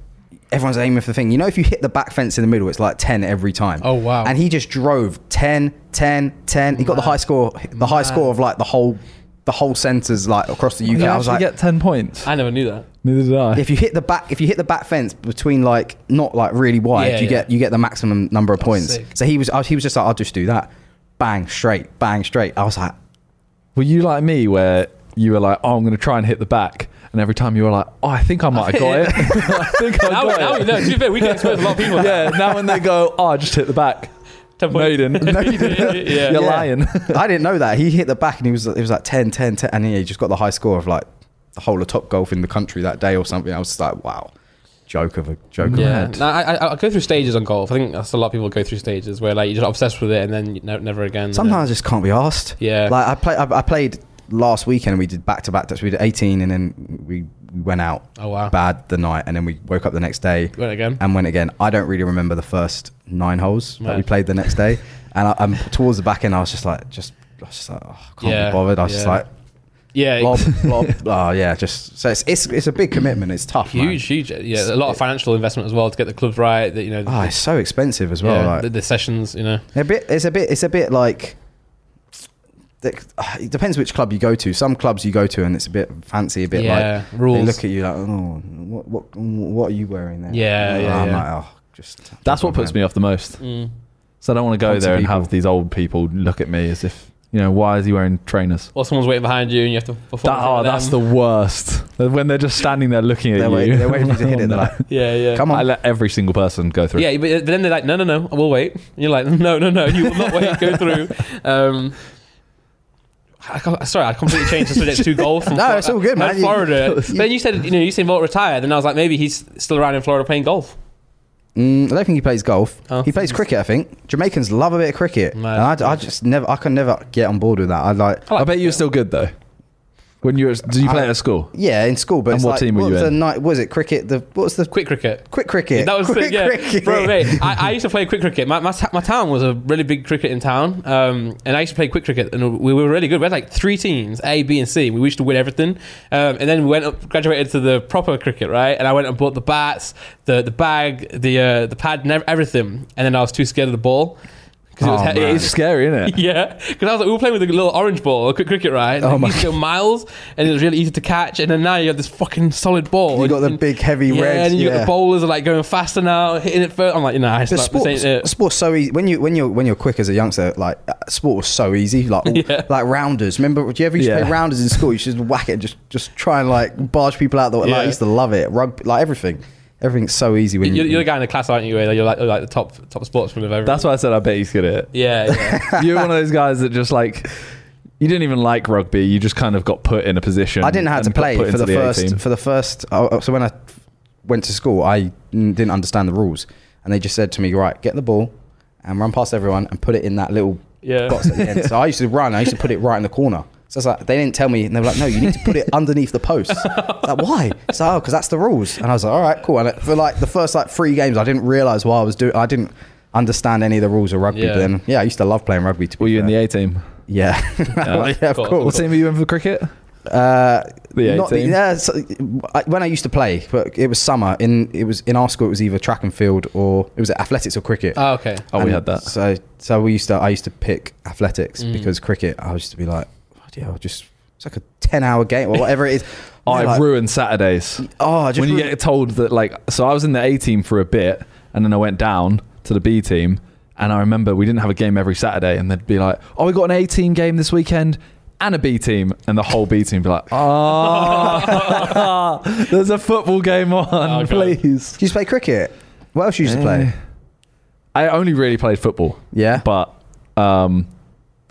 everyone's aiming for the thing. You know, if you hit the back fence in the middle, it's like ten every time.
Oh, wow.
And he just drove 10, 10, 10. He got the
Mad.
high score, the high
Mad.
score of like the whole the whole centers like across the UK.
You
I was like,
get ten points.
I never knew that.
Neither did I.
if you hit the back if you hit the back fence between like not like really wide
Yeah,
you
yeah.
get you get the maximum number of points
sick.
so he was I was- he was just like i'll just do that bang straight bang straight i was like
Were you like me, where you were like, "Oh, I'm going to try and hit the back," and every time you were like, "Oh, I think I might have got it." I think
Oh,
I
Now,
got
now
it.
we know. To be fair, we can expose a lot of people.
yeah. Now when they go, "Oh, I just hit the back,"
Ten
no, you
points.
didn't. No, you
didn't. Yeah.
You're
Yeah.
lying.
i didn't know that he hit the back and he was it was like 10 10 10 and he just got the high score of like the whole of top golf in the country that day or something i was just like wow joke of a joke of a
Yeah,
head.
no, I, I, I go through stages on golf. I think that's a lot of people go through stages where like you're just obsessed with it and then you ne- never again.
sometimes i just can't be asked
Yeah.
like i play i, I played last weekend and we did back to back we did 18 and then we we went out
Oh wow.
bad the night and then we woke up the next day
Went again.
and went again. I don't really remember the first nine holes that we
Right.
played the next day, and I, I'm towards the back end. I was just like, just, I was just like, oh, I can't
Yeah,
be bothered. I was just
yeah.
like,
Yeah.
blob, blob. oh yeah, just so it's it's, it's a big commitment. It's tough, man.
Huge, huge. Yeah, a lot of financial investment as well to get the clubs right. That you know,
Oh,
the,
it's so expensive as well.
yeah,
like
the, the sessions. You know,
a bit, it's a bit, it's a bit like. It depends which club you go to. Some clubs you go to and it's a bit fancy, a bit
yeah,
like they
rules.
look at you like, oh, what, what, what are you wearing there?
Yeah,
And
yeah,
I'm
yeah.
like, oh, just.
That's what puts me off the most.
Mm.
So I don't want to go
Lots of
there and
people.
have these old people look at me as if, you know, why is he wearing trainers?
Or someone's waiting behind you and you have to perform.
That,
in front
oh,
of
that's the
them.
worst. When they're just standing there looking at
They're,
you.
wait, they're waiting for you to hit
Oh,
it. They're
no.
like,
Yeah, yeah.
come on.
I let every single person go through.
Yeah, but but then they're like, no, no, no, we'll wait. And you're like, no, no, no, you will not wait. Go through. Um, I can't- sorry, I completely changed the subject to golf. From
No, it's all good,
and
man. You-
Florida. But then you said, you know, you said Walt retired, and I was like, maybe he's still around in Florida playing golf.
Mm, I don't think he plays golf.
Oh.
He plays cricket, I think. Jamaicans love a bit of cricket,
Mad.
and I, I just never, I can never get on board with that. I like,
I bet you're still good, though. When you were, did you play
I-
at school?
yeah, in school, but
And
it's
what
like,
team were you
was
in?
The night was it cricket? The what's the
Quick cricket.
quick cricket?
That was
quick
the, yeah,
cricket,
bro. Mate, I, I used to play quick cricket. My, my ta- my town was a really big cricket in town, um, and I used to play quick cricket, and we were really good. We had like three teams, A, B, and C. We used to win everything, um, and then we went up, graduated to the proper cricket, right? And I went and bought the bats, the the bag, the uh, the pad, and ev- everything. And then I was too scared of the ball because it was
Oh,
he-
man.
it
It's
is-
scary, isn't it?
yeah, because I was like, we were playing with a little orange ball, a quick cricket, right? And
Oh
like,
my
you used to go miles, and it was really easy to catch. And then now you have this fucking solid ball.
You got the
And-
big heavy
yeah,
red.
and you got
yeah.
the bowlers are like going faster now, hitting it first. I'm like, nah, it's
The
not,
sport,
this ain't it.
sport's so easy when you when you're when you're quick as a youngster. Like uh, sport was so easy, like all-
Yeah.
like rounders. Remember, do you ever used to
Yeah.
play rounders in school? You should just whack it, and just just try and like barge people out. The, way. Like, I
Yeah.
used to love it. Rugby, like everything, everything's so easy when
You're,
you
you're the guy in the class, aren't you? Where you're like, you're like the top top sportsman of everyone.
That's why I said I bet he's good at it.
yeah, yeah.
You're one of those guys that just like, you didn't even like rugby. You just kind of got put in a position.
I didn't know how to
and got
play
put
for
into
the, first
A-team.
for the first. oh, So when I went to school, I n- didn't understand the rules, and they just said to me, "Right, get the ball and run past everyone and put it in that little
yeah.
box at the end." So I used to run. I used to put it right in the corner. So it's like they didn't tell me, and they were like, "No, you need to put it underneath the post." It's like why? It's like, oh, because that's the rules. And I was like, "All right, cool." And it- for like the first like three games, I didn't realize what I was doing. I didn't understand any of the rules of rugby.
Yeah.
But then, yeah, I used to love playing rugby. To be
Were you in the
fair.
A team?
Yeah, yeah, of
Cool.
course.
What team were you in for cricket?
Uh,
The A
not
team?
yeah, so, I, when I used to play, but it was summer. In it was in our school, it was either track and field or it was athletics or cricket.
Oh, okay.
Oh, we
And
had that.
So so we used to I used to pick athletics
Mm.
because cricket. I used to be like, yeah, I'll just it's like a ten hour game or whatever it is.
Oh,
Yeah,
I've
like,
ruined Saturdays.
oh, I just
when you
ruined-
get told that, like, so I was in the A team for a bit, and then I went down to the B team, and I remember we didn't have a game every Saturday, and they'd be like, "Oh, we got an A team game this weekend." And a B team, and the whole B team would be like, "Oh, there's a football game on,
Oh, God.
please."
you used to play cricket. What else you used to play?
I only really played football,
Yeah.
but um,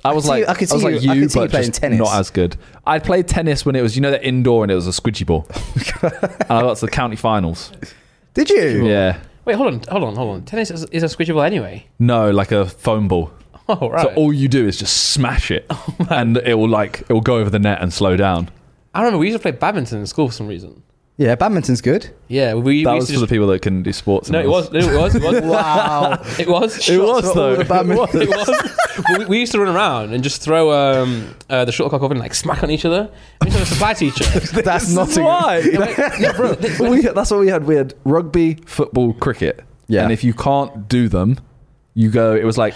I was
could see
like,
you- I could see
was like
you- I could see you
but
playing
just
tennis.
not as good. I played tennis when it was, you know, the indoor, and it was a squidgy ball, and I got to the county finals.
Did you?
Yeah.
Wait, hold on, hold on, hold on. Tennis is, is a squidgy ball anyway.
No, like a foam ball.
Oh, right.
So all you do is just smash it,
Oh
and it will like it will go over the net and slow down.
I remember we used to play badminton in school for some reason.
Yeah, badminton's good.
Yeah, we,
that
we used
was
to
for the
just,
people that couldn't do sports.
No,
and
it was. No, it was. It was.
Wow.
It was.
It
It
was
Shots for all
though.
the badmintons.
was. Well, we, we used to run around and just throw um, uh, the shuttlecock up and like smack on each other. We used to have a supply teacher.
That's not a good-
why.
yeah, bro, th-
we, that's what we had. We had rugby, football, cricket.
Yeah.
And if you can't do them, you go. It was like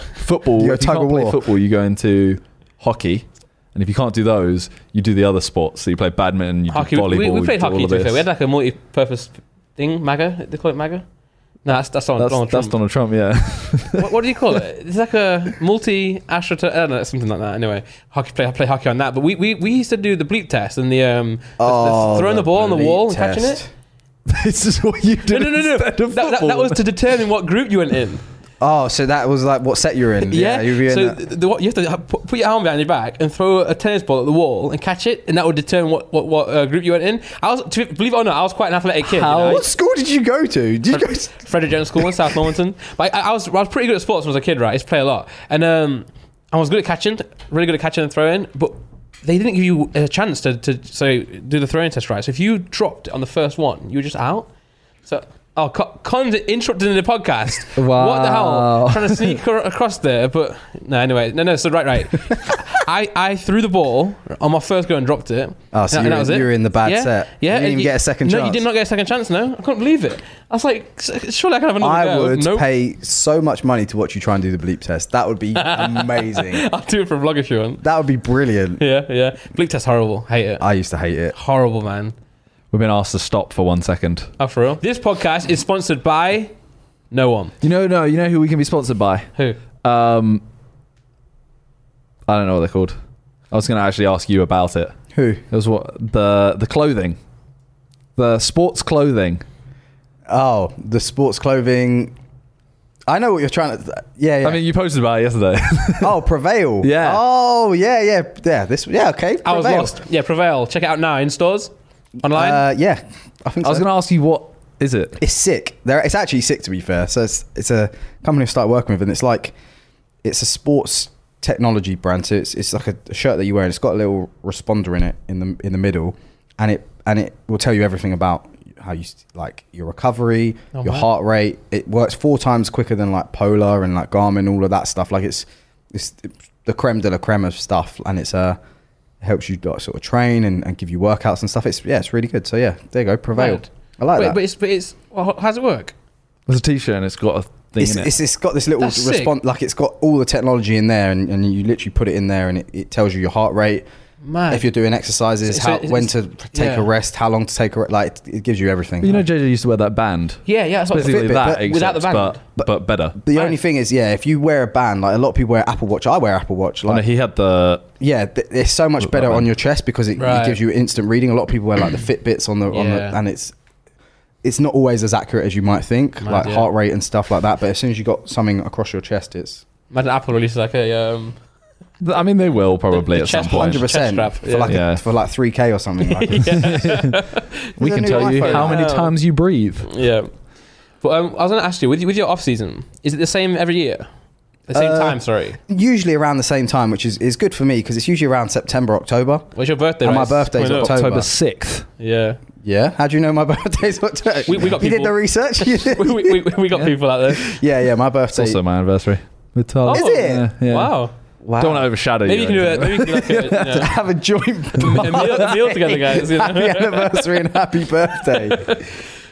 football.
You go
if you
tug
can't
of
play
war.
football, you go into hockey. And if you can't do those, you do the other sports. So you play badminton, you
hockey.
do
We,
volleyball.
we- we
you
played
do all
hockey.
of
To be
this.
fair. We had like a multi-purpose thing. MAGA. They call it MAGA. No, that's that's, on
that's,
Donald
that's
Trump.
Donald Trump. Yeah.
what, what do you call it? It's like a multi astro I don't know, something like that. Anyway, hockey play, I play hockey on that. But we, we, we used to do the bleep test and the um the- the
Oh,
throwing the, ball on the
bleep
wall and catching
Oh, test.
it.
this is what you
No,
did
no, no, no.
instead
That,
of
that,
football.
that was to determine what group you went in.
Oh, so that was like what set you're in.
Yeah.
you were in
so
that.
the, what, you have to ha- put, put your arm behind your back and throw a tennis ball at the wall and catch it, and that would determine what what, what uh, group you went in. I was to, believe it or not, I was quite an athletic kid. you
How-
know?
what school did you go to? Did you go to
Frederick Jones School in South Normanton. But I, I was I was pretty good at sports when I was a kid, right? I used to play a lot, and um, I was good at catching, really good at catching and throwing. But they didn't give you a chance to to so do the throwing test, right? So if you dropped on the first one, you were just out. So. Oh, Co- Colin's interrupting the podcast. What the hell?
Wow.
Trying to sneak ar- across there, but no. Anyway, no, no. So right, right. I, I threw the ball on my first go and dropped it.
Oh, so
and,
you
and
were- you were in the bad
yeah,
set.
Yeah,
You didn't
and
even get a second
No, you
chance.
did not get a second chance. No, I couldn't believe it. I was like, s- surely I can have another
I
go.
would
Nope.
pay so much money to watch you try and do the bleep test. That would be amazing.
I'll do it for a vlog if you want.
That would be brilliant.
Yeah, yeah. Bleep test horrible. Hate it.
I used to hate it.
horrible, man.
We've been asked to stop for one second.
Oh, for real. This podcast is sponsored by no one.
You know, no, you know who we can be sponsored by?
Who?
Um, I don't know what they're called. I was going to actually ask you about it.
Who?
It was what the the clothing, the sports clothing.
Oh, the sports clothing. I know what you're trying to. Yeah, yeah.
I mean, you posted about it yesterday.
oh, prevail.
Yeah.
Oh, yeah, yeah, yeah. This, yeah, okay.
I was
Prevail.
lost. Yeah, Prevail. Check it out now in stores, online.
Uh, yeah, I think
I was
so.
going to ask you what is it?
it's sick. They're, it's actually sick to be fair. So it's it's a company I started working with, and it's like it's a sports technology brand. So it's it's like a, a shirt that you wear, and it's got a little responder in it in the in the middle, and it and it will tell you everything about how you s- like your recovery,
Oh,
your
wow.
heart rate. It works four times quicker than like Polar and like Garmin, all of that stuff. Like it's it's the creme de la creme of stuff, and it's uh, helps you like, sort of train and, and give you workouts and stuff. It's yeah, it's really good. So yeah, there you go, prevailed.
Right.
I like
Wait,
that
but it's but it's. Well, how's it work?
It's a t-shirt and it's got a thing
it's,
in it.
it's, it's got this little
That's sick.
response, like it's got all the technology in there, and, and you literally put it in there, and it, it tells you your heart rate,
Man,
if you're doing exercises,
Ah. So- so
how,
it's-
when to take
yeah.
a rest, how long to take a rest. Like it, it gives you everything.
But you know, JJ used to wear that band.
yeah, yeah. That's what
Basically
Fitbit,
that,
but
except,
without the band.
But, but, better.
the
Right.
only thing is, yeah, if you wear a band, like a lot of people wear Apple Watch, I wear Apple Watch.
oh, no,
Like,
he had the.
yeah, th- it's so
Oh,
much better on your chest because it,
Right.
it gives you instant reading. A lot of people wear like the Fitbits on the on the,
Yeah.
and it's it's not always as accurate as you might think,
Mad,
like
yeah.
heart rate and stuff like that. But as soon as you got something across your chest, it's
Imagine Apple releases like a um.
I mean, they will probably
the
at some
chest
point.
plunge.
hundred percent
strap,
for
yeah.
like
Yeah.
A, for like three k or something. Like
We
There's
can
a new
tell you
iPhone
how many
out.
times you breathe.
Yeah. But um, I was going to ask you with, with your off season, is it the same every year? At the same
Uh,
time, sorry.
Usually around the same time, which is, is good for me because it's usually around September, October.
What's your birthday?
and
right?
oh, my
It's
birthday's
coming up.
October.
October 6th.
Yeah.
Yeah. How do you know my birthday's October?
We- we got
you did
people-
the research. You did-
we, we, we, we got
Yeah.
people out there.
yeah, yeah. My
It's
birthday.
also my anniversary. With
Oh.
Tyler.
Is it?
Yeah, yeah.
Wow.
Wow.
Don't want to overshadow
Maybe you can do
or
a, maybe you can do like a, you know,
have a joint
a meal, a meal together, guys. you know?
happy anniversary and happy birthday.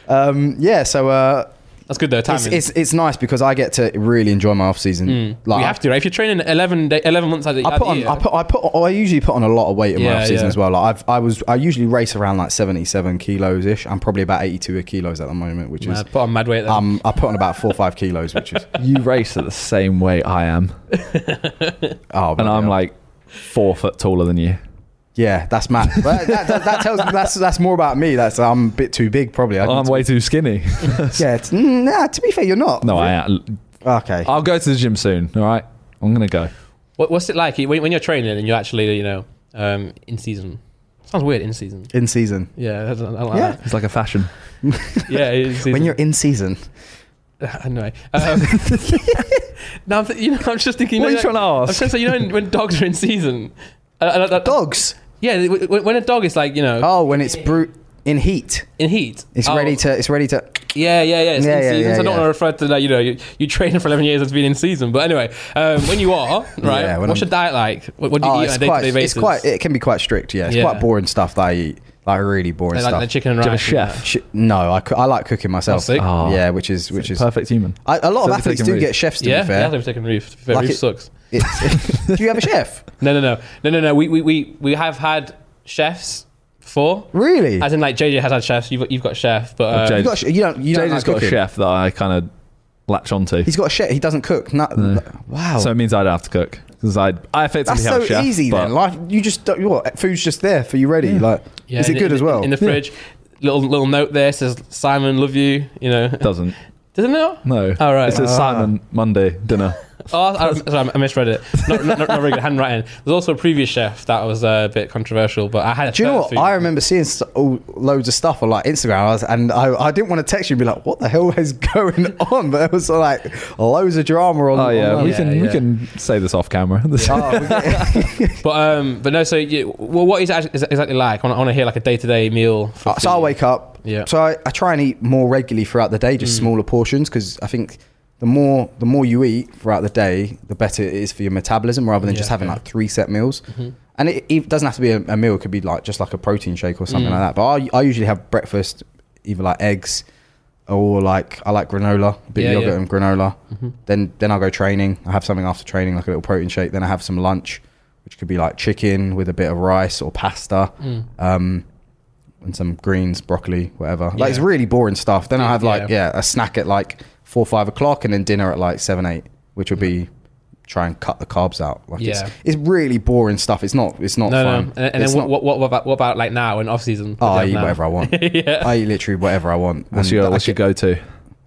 Um, yeah, so uh,
That's good though.
it's,
Timing.
it's it's nice because I get to really enjoy my off season.
Mm.
Like
you have to, right? If you're training 11, day, 11 months out of the
I put on,
year,
I put I put oh, I usually put on a lot of weight in
Yeah,
my off season
yeah.
as well. Like I've I was I usually race around like seventy seven kilos ish. I'm probably about eighty two kilos at the moment, which is
Mad. put on mad weight. Then.
um I put on about four or five kilos, which is
anything. You race at the same weight I am,
oh
and
bloody
I'm
hell.
like four foot taller than you.
yeah that's mad. But that, that, that tells that's that's more about me. That's I'm a bit too big probably. I
Oh, I'm
need to-
way too skinny.
yeah. It's, mm, nah, to be fair, you're not.
No, I am.
Okay.
I'll go to the gym soon. All right, I'm gonna go.
what, what's it like when, when you're training and you're actually, you know, um, in season? Sounds weird, in season.
in season.
Yeah, I don't, I don't like
Yeah.
that.
It's like a fashion.
yeah. In season.
When you're in season.
anyway. Um, now I'm th- you know, I'm just thinking.
what are
you
you
know,
trying to
I was
ask?
trying to say, you know, when- when dogs are in season. I- I- I-
Dogs.
Yeah, when when a dog is like, you know,
Oh, when it's brute in heat,
in heat.
it's
Oh,
ready to. It's ready to.
Yeah, yeah, yeah. It's
Yeah,
in
yeah,
season.
yeah,
so I don't
yeah.
want to refer to that. You know, you, you train for eleven years as being in season. But anyway, um, when you are right,
Yeah, when
what's
I'm-
your diet like? What, what do you eat
oh,
on
it's
a day-to-day
quite.
basis?
It's quite. It can be quite strict. Yeah, it's
Yeah.
quite boring stuff that I eat. Like really boring
like, like the
stuff.
chicken and
Do
rice.
you have a
and
chef?
Sh- no, I, coo- I like cooking myself.
sick.
Oh.
yeah, which is which is.
perfect human.
I, a lot
So
of
they've
athletes
taken
do
Ruth.
get chefs.
that.
To
Yeah,
be
yeah.
fair,
I've taken Ruth. To be fair,
Like
Ruth
it-
sucks.
It's- do you have a chef?
No, no, no, no, no, no. We we we, we have had chefs before.
Really?
As in, like JJ has had chefs. You've got, you've got chef, but uh,
Oh,
You, got, a sh- you don't. You don't like
James has got
cooking.
a chef that I kind of latch onto,
He's got a chef. He doesn't cook. No,
No.
Wow.
so it means I'd have to cook because I I
that's
effectively
so
have a chef.
easy
but
then. Life, you just don't, you what, food's just there for you ready. Like,
yeah,
is it
in-
good
in-
as well?
In the fridge, little little note there says Simon, love you. You know,
doesn't
doesn't it? not?
no.
All right.
It's a
Ah.
Simon Monday dinner.
Oh, I, was- sorry, I misread it. Not, not, not very good handwriting. There's also a previous chef that was uh, a bit controversial, but I had.
Do you know
her
what?
food.
I remember seeing st- all, loads of stuff on like Instagram, I was, and I, I didn't want to text you and be like, "What the hell is going on?" But there was like loads of drama on.
Oh yeah,
online.
we
yeah,
can we
yeah.
can say this off camera. This-
Oh, we get-
But um, but no. So you, well, what is it act- is it exactly like? I want to hear like a day to day meal. for-
Uh, so I wake up.
Yeah. Mm.
So I, I try and eat more regularly throughout the day, just smaller portions, because I think the more the more you eat throughout the day, the better it is for your metabolism, rather than
Yeah, Mm-hmm.
just having
okay.
like three set meals. And it, it doesn't have to be a, a meal; it could be like just like a protein shake or something
Mm.
like that. But I, I usually have breakfast, either like eggs, or like I like granola, a bit
Yeah,
of yogurt
yeah. Mm-hmm.
and granola. Then then I go training. I have something after training, like a little protein shake. Then I have some lunch, which could be like chicken with a bit of rice or pasta,
Mm.
um, and some greens, broccoli, whatever. Like it's
Yeah.
really boring stuff. Then I have like
Yeah.
yeah a snack at like four five o'clock, and then dinner at like seven eight, which would be try and cut the carbs out. Like
Yeah.
it's, it's really boring stuff. It's not it's not
No, no.
fun.
And, and
It's
then
not-
what, what, what, about, what about like now in off season?
Oh, I eat whatever I want.
yeah.
I eat literally whatever I want.
What's
And
your
I
what's your
get-
go to?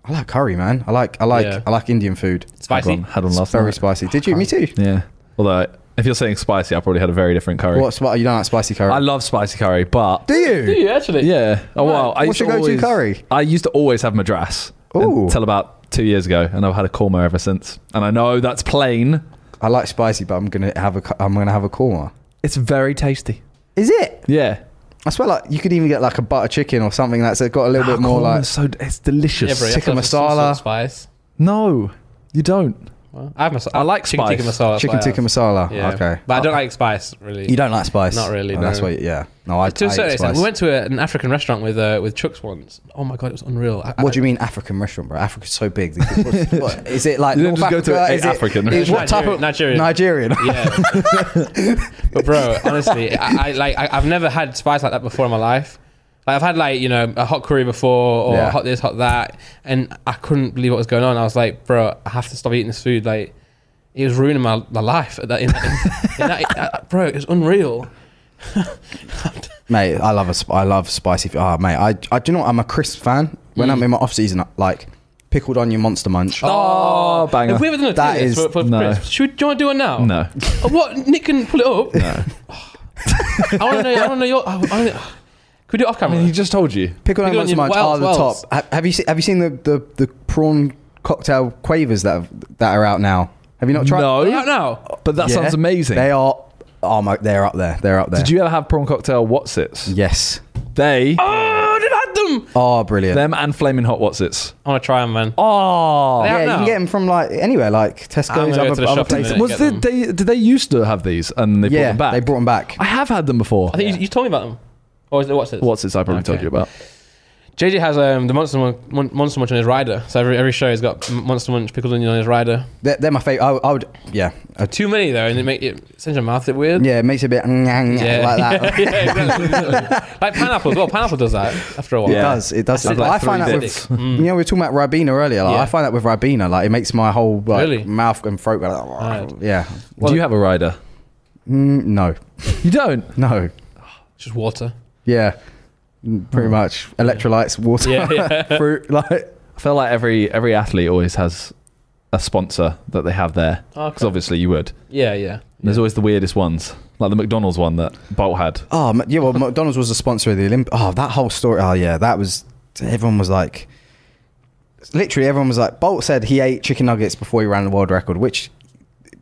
I like curry, man. I like I like
Yeah.
I like Indian food.
Had one,
Spicy.
had one
It's
last
very
night.
spicy. Did you? Me too.
Yeah. Although if you're saying spicy, I probably had a very different curry.
What's what? You don't like spicy curry?
I love spicy curry, but
Do you?
Do you actually?
yeah. Oh wow. I
What's
used
your
to
go-to
always-
curry?
I used to always have madras
Ooh.
until about two years ago, and I've had a korma ever since. And I know that's plain.
I like spicy, but I'm gonna have a cu- I'm gonna have a korma.
It's very tasty.
Is it?
Yeah.
I swear, like you could even get like a butter chicken or something that's got a little bit more like.
Ah, so it's delicious.
bro, you have
tikka
to have some sort
masala.
of spice.
No, you don't.
Well, I have masa-
I like
chicken tikka
spice.
masala. that's
Chicken
what I
tikka
have.
masala.
Yeah.
Okay. Oh.
But I don't like spice really.
You don't like spice?
Not really,
Oh, That's
no.
why. Yeah. No, I.
to
I
a
hate
certain extent,
spice.
we went to a, an African restaurant with uh, with Chucks once. Oh my god, it was unreal. I-
what
I-
do you mean African restaurant, bro? Africa's so big. What's- what- Is it like
You
North
didn't just
Africa?
go to a
Is it-
African
is- What type of
Nigerian?
Nigerian?
Yeah. but bro, honestly, I, I like I, I've never had spice like that before in my life. Like I've had like you know a hot curry before or
Yeah.
hot this, hot that, and I couldn't believe what was going on. I was like, bro, I have to stop eating this food. Like it was ruining my, my life. At that, in, in, in that, uh, bro, it was unreal.
Mate, I love a sp- I love spicy. Food. Oh, mate, I I do you know what? I'm a crisp fan. When
Mm.
I'm in my off season, like pickled onion monster munch.
Oh, banger.
Have we ever done a
That
that is,
is-
for, for
no.
Chris? Should we, do you want to do one now?
No.
Oh, what Nick can pull it up.
No.
I want to know. I want to know your. I wanna, could we do it off
I
camera?
mean, he just told you.
Pickled
Pickled
onions
onion,
and munch
what else,
are the
what
top.
else?
Ha- Have you seen Have you seen the, the, the prawn cocktail quavers that have, that are out now? Have Have you not tried?
No.
Are they out now?
But that
Yeah.
sounds amazing.
They are. Oh my! They're up there. They're up there.
Did you ever have prawn cocktail Watsits?
Yes.
They,
Oh, they've had them.
Oh, brilliant.
them, and flaming hot Watsits.
I want to try them, man.
Oh,
They
yeah,
out
you
now?
can get them from like anywhere, like
I'm
Tesco's,
gonna go to
other,
the
other
shop in a
places.
minute.
was
get
the,
them.
they? Did they used to have these and they brought
yeah,
them back?
they brought them back.
I have had them before.
I think you, you told me about them. Or is it what's it?
Watsits, I probably
Okay.
told you about.
JJ has um, the monster munch, Mon- monster munch on his rider. So every, every show he's got M- monster munch pickled onion on his rider.
They're, they're my favorite. I, I would. Yeah. I'd-
Too many though, and it make it sends your mouth it weird.
yeah, it makes it a bit like
yeah,
that.
exactly, exactly. like pineapple as well. Pineapple does that after a while.
It
Yeah.
does. It does.
It's
But I
like
find that
3D.
with
Mm.
you know we were talking about Ribena earlier. Like,
Yeah.
I find that with Ribena, like it makes my whole like,
Really?
mouth and throat go. Like,
Right.
Yeah.
Do you have a rider?
Mm, no.
You don't.
No.
Just water.
Yeah. Mm, Pretty much electrolytes, water,
Yeah, yeah.
fruit. Like
I feel like every every athlete always has a sponsor that they have there because
Okay.
obviously you would.
Yeah, yeah.
There's always the weirdest ones, like the McDonald's one that Bolt had.
oh m- yeah. Well, McDonald's was a sponsor of the Olymp. Oh, that whole story. Oh yeah, that was. Everyone was like. Literally, everyone was like. Bolt said he ate chicken nuggets before he ran the world record, which.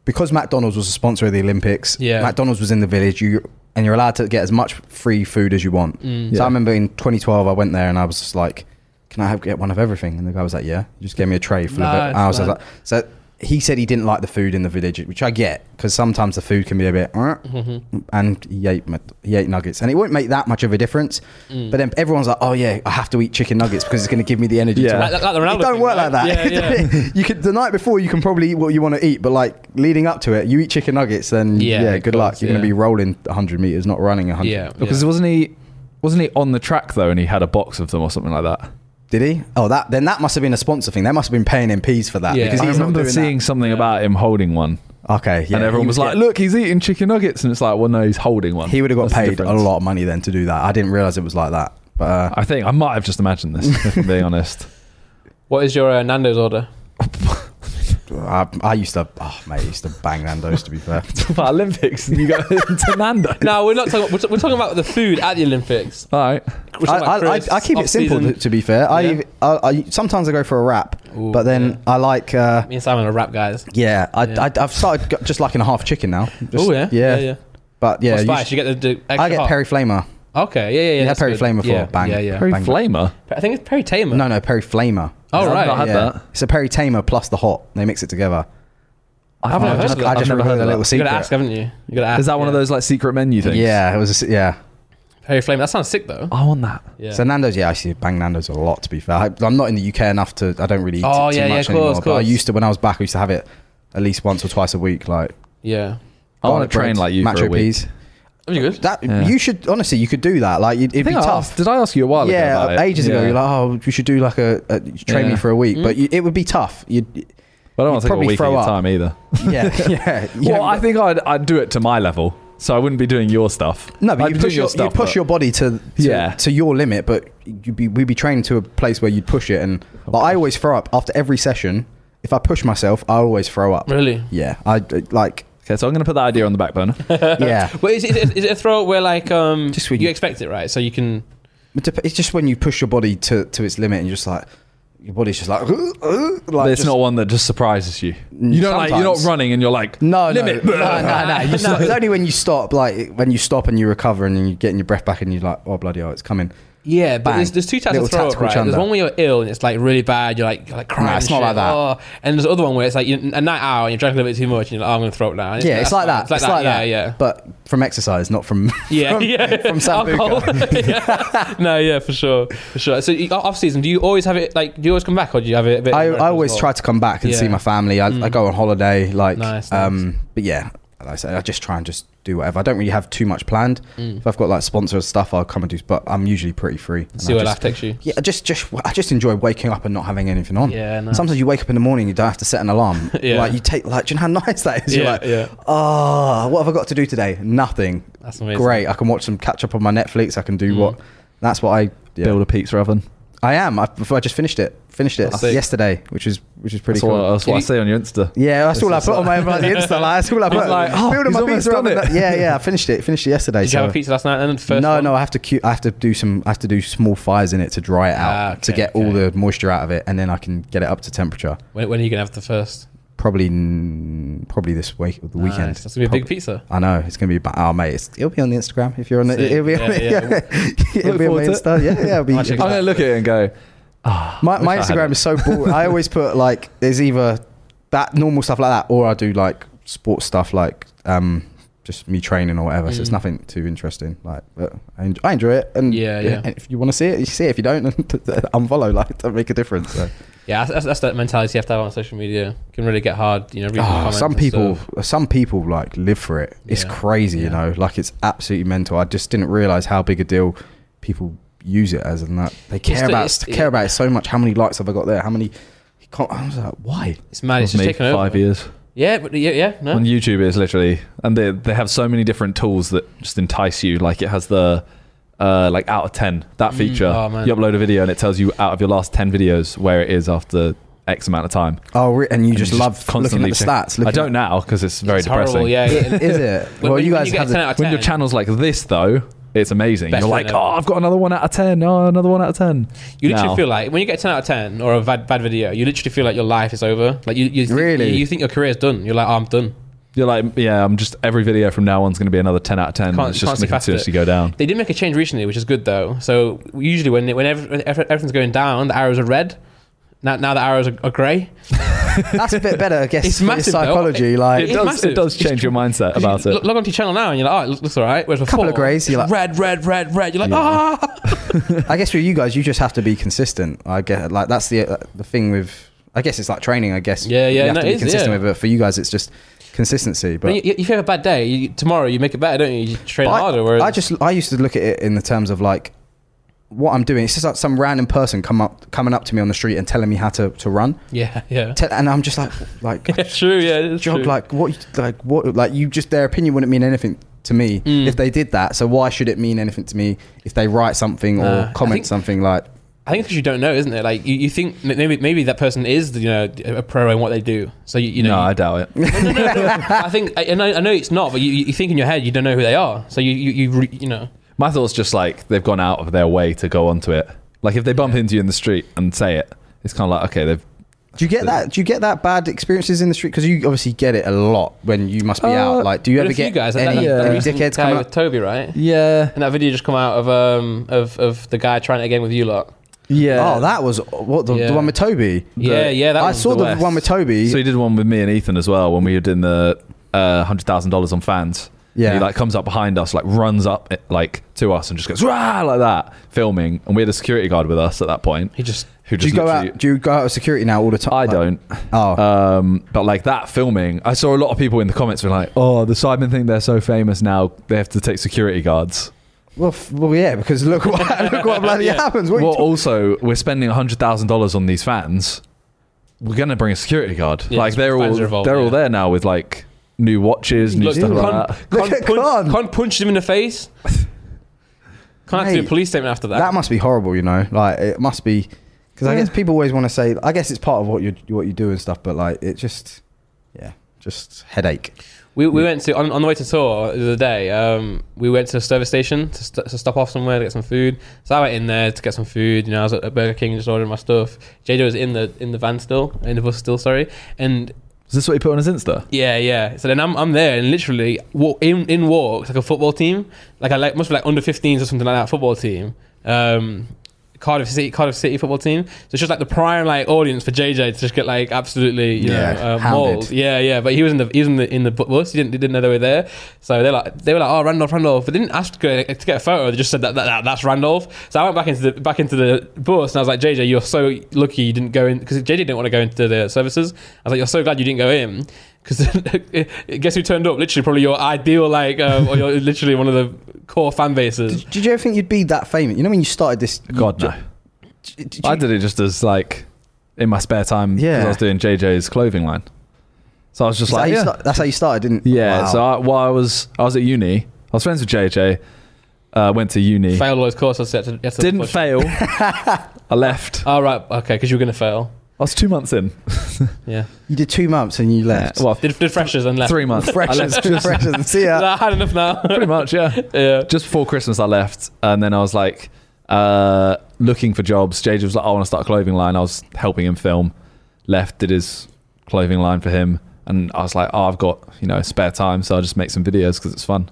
Because McDonald's was a sponsor of the Olympics,
Yeah.
McDonald's was in the village, you and you're allowed to get as much free food as you want.
Mm.
So
Yeah.
I remember in 2012, I went there and I was just like, "Can I have, get one of everything?" And the guy was like, "Yeah." He just gave me a tray full of it.
Nice,
And I was just
man.
like, so he said he didn't like the food in the village, which I get because sometimes the food can be a bit. "Uh,"
Mhm.
And he ate mc- he ate nuggets, and it won't make that much of a difference.
Mm.
But then everyone's like, "Oh yeah, I have to eat chicken nuggets because it's going to give me the energy."
Yeah.
To
Like, like the Ronaldo
it don't
thing,
work
right?
like that.
Yeah, yeah.
you could the night before you can probably eat what you want to eat, but like leading up to it, you eat chicken nuggets, then
Yeah,
yeah,
of
good
course,
luck. You're going
yeah.
to be rolling 100 meters, not running 100.
yeah,
Because
yeah.
wasn't he wasn't he on the track though, and he had a box of them or something like that?
Did he? Oh, that then that must have been a sponsor thing. They must have been paying MPs for that.
Yeah.
because
I
he's not
remember
doing
seeing something about him holding one,
That. Okay, yeah,
and everyone
he
was
would
like,
get-
"Look, he's eating chicken nuggets," and it's like, "Well, no, he's holding one."
he would have got
That's the
paid a
difference.
lot of money then to do that. I didn't realize it was like that. But uh,
I think I might have just imagined this, if I'm being honest.
What is your uh, Nando's order?
I, I used to, oh mate, I used to bang Nando's to be fair.
about Olympics, and you go to Nando.
No, we're not talking. We're, t- we're talking about the food at the Olympics.
All right.
We're
I,
talking about
I, I,
crisps,
I keep it simple to,
off-season.
to be fair. I,
Yeah.
I, I sometimes I go for a wrap,
Ooh,
but then I like. Uh,
yeah. me and Simon are rap guys.
yeah, I,
Yeah.
I, I've started go- just liking a half chicken now. Just-
Oh yeah,
yeah,
yeah.
But yeah,
What's
you
spice?
should-
You, get the, the extra
I get
hot.
Perry Flamer.
Okay, yeah, yeah, yeah.
Yeah,
that's
Perry
good.
Flame before,
Yeah,
bang.
Yeah, yeah.
Perry
bang.
Flamer.
I think it's Perry Tamer.
No, no, Perry Flamer.
Oh
I've
right.
not had
yeah.
that.
It's a Perry Tamer plus the hot. They mix it together.
I
haven't heard
just,
of that.
I
I've
just
never
revealed
heard
a little
of that.
You
secret.
gotta ask, haven't you? You gotta ask.
Is that one of
yeah.
those like secret menu things?
Yeah, it was. A, s- yeah.
Perry Flame? That sounds sick though.
I want that.
Yeah.
Oh, So Nando's, yeah, I used to bang Nando's a lot. To be fair, I, I'm not in the UK enough to. I don't really eat
Oh,
it too
yeah, yeah,
much
of course,
anymore.
of
But I
course.
used to when I was back. I used to have it at least once or twice a week. Like
yeah.
I
garlic
want to train
bread,
like you
macho
for a week.
peas.
That'd be good.
That
Yeah.
you should honestly, you could do that. Like it'd,
I
it'd be
think I
tough.
asked- did I ask you a while ago?
yeah,
about it?
ages ago,
Yeah.
you're like, oh, you should do like a, a train
Yeah.
me for a week,
Mm.
but you, it would be tough. You'd,
But I don't want
you'd
to take a
probably
week of
throw
your
up.
time either.
yeah, yeah. You haven't
well, I
got-
think I'd, I'd do it to my level, so I wouldn't be doing your stuff.
No, but
I'd
you
be
push
doing
your, you push
but-
your body to, to
Yeah.
to your limit, but you'd be we'd be trained to a place where you'd push it, and like, I always throw up after every session. If I push myself, I always throw up.
Really.
Yeah, I like
Okay, so I'm going to put that idea on the back burner.
yeah.
But is, is, is it a throw where like um
Just
you,
when you-
expect it right? So you can
It dep- It's just when you push your body to to its limit, and you're just like your body's just like, "Ugh, ugh," like
But it's
just-
not one that just surprises you. You don't like you're not
sometimes.
running and you're like
No, no,
limit.
no, no, no. You stop- It's only when you stop, like when you stop and you recover, and you're getting your breath back, and you're like, oh bloody hell, it's coming.
yeah. But
Bang.
there's, there's two types
Little
of throw up,
tactical
right?
chunder.
There's one where you're ill and it's like really bad. You're like you're like crying.
Nah, it's
and
not
shit.
like that.
Oh. And there's the other one where it's like you a night out and you're drinking a little bit too much and you're like oh, I'm gonna throw up now. And
Yeah, it's
that's
like
fine.
that. It's like that.
Yeah, yeah.
But from exercise, not from
Yeah,
from,
yeah.
from Sambuca.
Alcohol. Yeah. No, yeah, for sure, for sure. So you- off season, do you always have it? Like, do you always come back, or do you have it? A bit
I,
in America
I
as
always
well?
try to come back and see
Yeah. Mm.
my family. I, I go on holiday, like,
Nice, nice.
um, but yeah, like I say, I just try and just do whatever. I don't really have too much planned.
Mm.
If I've got like sponsors stuff, I'll come and do. But I'm usually pretty free. And
see
I
where life
just,
takes you.
yeah, I just just I just enjoy waking up and not having anything on.
Yeah, no.
Sometimes you wake up in the morning, you don't have to set an alarm.
Yeah.
Like you take like, do you know how nice that is? You're
Yeah,
like,
yeah.
oh, what have I got to do today? Nothing.
That's amazing.
Great. I can watch some catch up on my Netflix. I can do
Mm.
what. That's what I. Yeah.
Build a pizza oven.
I am. I, I just finished it. Finished it
That's sick.
yesterday, which is which is pretty
That's,
cool.
what, that's what I see on your Insta.
Yeah, that's
It's
all I
just
put on my like, Insta. Like, that's all I
He's
put.
like, "Oh,
Building
he's
my
almost
pizza
done
oven."
it.
Yeah, yeah. I finished it. Finished it yesterday.
Did you
so-
have a pizza last night? And then first
no,
one?
no. I have to. Cu- I have to do some. I have to do small fires in it to dry it out
Ah,
to
okay,
get all
okay.
the moisture out of it, and then I can get it up to temperature.
When, when are you gonna have the first?
Probably, n- probably this week, the weekend.
Nice. That's gonna be a big
Prob-
pizza.
I know it's gonna be. Ba- oh, mate, it's, it'll be on the Instagram if you're on
Sick.
the. It'll be. on
Yeah,
the-
yeah.
it'll be on
forward
my
to it.
Insta. Yeah, yeah. It'll be,
I'll check
I'm gonna look at it and go.
my my
Wish I had
Instagram
it.
is so boring. I always put like there's either that normal stuff like that, or I do like sports stuff like um just me training or whatever. So it's
Mm.
nothing too interesting. Like, but I enjoy, I enjoy it, and
Yeah, yeah.
and if you want to see it, you see it. If you don't, then unfollow. Like, don't make a difference. So.
Yeah, that's, that's that mentality you have to have on social media. It can really get hard, you know. reading
Ah,
comments
some
and
people,
stuff.
some people like live for it. It's
Yeah.
crazy,
Yeah.
you know. Like it's absolutely mental. I just didn't realize how big a deal people use it as, and that they care
the-
about
it's-
care about it so much. How many likes have I got there? How many? Can't, I was like, why?
It's mad. It's
Of
just
me,
taken over.
five years
Yeah, but yeah, yeah, no.
on YouTube. It's literally, and they they have so many different tools that just entice you. Like it has the. Uh, like out of 10 that
Mm.
feature
Oh, man.
you upload a video and it tells you out of your last 10 videos where it is after x amount of time
Oh, re- and you
And
just
you just
love looking at
constantly
the
check-
stats.
i
looking
don't now because it's very
it's
depressing
horrible. Yeah,
at-
yeah.
Is it?
When-
well,
when
you guys
get
have.
a 10
The,
out of
when
10,
your channel's like this though it's amazing
Best
you're
thing
like
ever.
oh i've got another one out of 10 oh another one out of 10
you literally
now.
feel like when you get a 10 out of 10 or a bad, bad video, you literally feel like your life is over. Like you, you think-
Really?
you, you think your career is done. You're like, oh, I'm done.
you're like yeah i'm just every video from now on's going to be another 10 out of 10
Can't- can't
it's just
see
going to
past it.
continuously go down
They did make a change recently, which is good though. So usually when when, every, when every- everything's going down, the arrows are red. Now, now the arrows are, are grey.
that's a bit better, I guess.
It's
for your
massive, though.
psychology.
It-
Like,
It's
it, does,
massive.
it does change your mindset
'Cause
about
you,
it
Look, log onto your channel now and you're like, oh, it looks- looks all right. Whereas before,
Couple of greys, you're
it's red, red, red, red. You're like,
Yeah.
ah.
I guess with you guys, you just have to be consistent. I get like that's the uh, the thing with. I guess it's like training. I guess
Yeah, yeah,
You have
no,
to
it
be
is,
consistent
yeah.
with it. For you guys, it's just consistency. But
But you, if you have a bad day, you, tomorrow you make it better, don't you? You train
But I-
harder.
I,
Whereas
just I used to look at it in the terms of like what I'm doing. It's just like some random person come up coming up to me on the street and telling me how to, to run,
yeah, yeah.
Te- and I'm just like like
It's true, yeah. It's
job
true.
like what you- like what like you just their opinion wouldn't mean anything to me
Mm.
if they did that. So why should it mean anything to me if they write something or
Nah, I
comment
think-
something like
I think because you don't know, isn't it? Like you, you think m- maybe maybe that person is you know a pro in what they do. So you, you know.
no
you-
i doubt it
No, no, no, no. I think, I- and I, I know it's not, but you, you think in your head you don't know who they are. So you you you, re, you know.
my thoughts just like they've gone out of their way to go onto it like if they bump into you in the street and say it it's kind of like okay they've
do you get that? Do you get that bad experiences in the street? Because you obviously get it a lot when you must be
Uh,
out. Like, do you
But
ever
if you
get
guys like
any,
that, that
any
recent
dickheads
guy
coming
with
up?
Toby, right?
yeah
And that video just come out of um of of the guy trying it again with you lot.
yeah
Oh, that was what the,
Yeah.
the one with Toby.
Yeah, yeah. That
I
was
saw the,
the worst.
one with Toby.
So he did one with me and Ethan as well when we were doing the uh, hundred thousand dollars on fans. And
Yeah.
he like comes up behind us, like runs up eh, like to us and just goes rah like that, filming. And we had a security guard with us at that point
He just
who
do
just
you go
literally-
out? Do you go out of security now all the time?
I don't.
Oh,
Um, but like that filming, I saw a lot of people in the comments were like, "Oh, the Simon thing, they're so famous now, they have to take security guards."
well, f- well, yeah, because look what look what bloody
Yeah.
happens. What are you
well,
talking-
also, we're spending hundred thousand dollars on these fans. We're gonna bring a security guard.
Yeah,
like they're
fans
all
are involved,
they're
yeah.
all there now with like new watches, new
look,
stuff like
Con-
that.
Look
Con
at
pun-
Con.
Con punched him in the face. Can't have to do a
Mate,
police statement after that.
that. must be horrible, you know. Like it must be because I
Yeah.
guess people always want to say. I guess it's part of what you what you do and stuff, but like it just, yeah, just headache.
We, we went to on, on the way to tour the other day. Um, we went to a service station to, st- to stop off somewhere to get some food. So I went in there to get some food. You know, I was at Burger King just ordering my stuff. JJ was in the in the van still, in the bus still. Sorry, and
Is this what he put on his Insta?
yeah, yeah. So then I'm, I'm there and literally walk, in in walks like a football team, like I like must be like under 15s or something like that football team. Um, Cardiff City Cardiff City football team. So it's just like the prime like audience for JJ to just get like absolutely you
Yeah,
know uh,
hounded.
mauled. Yeah, yeah. But he was in the he was in the in the bu- bus. He didn't he didn't know they were there. So they're like they were like oh Randolph Randolph, but they didn't ask to get, to get a photo. They just said that, that, that that's Randolph. So I went back into the back into the bus and I was like JJ, you're so lucky you didn't go in because JJ didn't want to go into the services. I was like you're so glad you didn't go in. Because guess who turned up? Literally, probably your ideal, like, um, or you're literally one of the core fan bases.
Did, did you ever think you'd be that famous? You know when you started this?
God
you-
no.
d- did
I
you-
did it just as like in my spare time. 'cause
Yeah.
I was doing JJ's clothing line, so I was
is
just
that how
like,
you
yeah.
start- that's how you started, didn't?
yeah.
Wow.
So I, while I was I was at uni, I was friends with JJ. Uh, went to uni,
Failed all those courses. so you had to- you had to
didn't
push.
fail. I left. I
Oh, right. Okay, because you were going to fail.
was two months in.
Yeah.
you did two months and you left.
Well,
Did, did freshers and left.
three months. I
freshers,
left just,
freshers. See ya.
I had enough now.
pretty much, yeah.
yeah.
Just before Christmas, I left, and then I was like uh, "Oh, looking for jobs. JJ was like, "I want to start a clothing line." I was helping him film. Left, did his clothing line for him. And I was like, oh, I've got you know spare time, so I'll just make some videos because it's fun.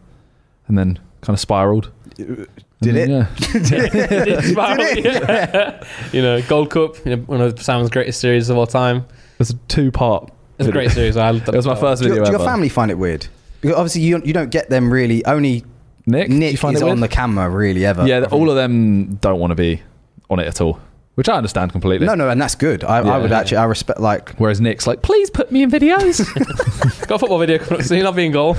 And then kind of spiraled.
Did it?
Yeah.
you know, Gold Cup, you know, one of Sam's greatest series of all time.
It's a two part.
It's a great series. I
It was my first
Do,
video
your- do your
ever.
family find it weird? Because obviously you you don't get them really. Only
Nick,
Nick,
do you find
is
it weird?
on the camera really ever.
yeah, all of them don't want to be on it at all, which I understand completely.
no, no, and that's good. I,
Yeah.
I would actually I respect like
Whereas Nick's like, please put me in videos.
Got a football video coming up soon. I'll be in goal.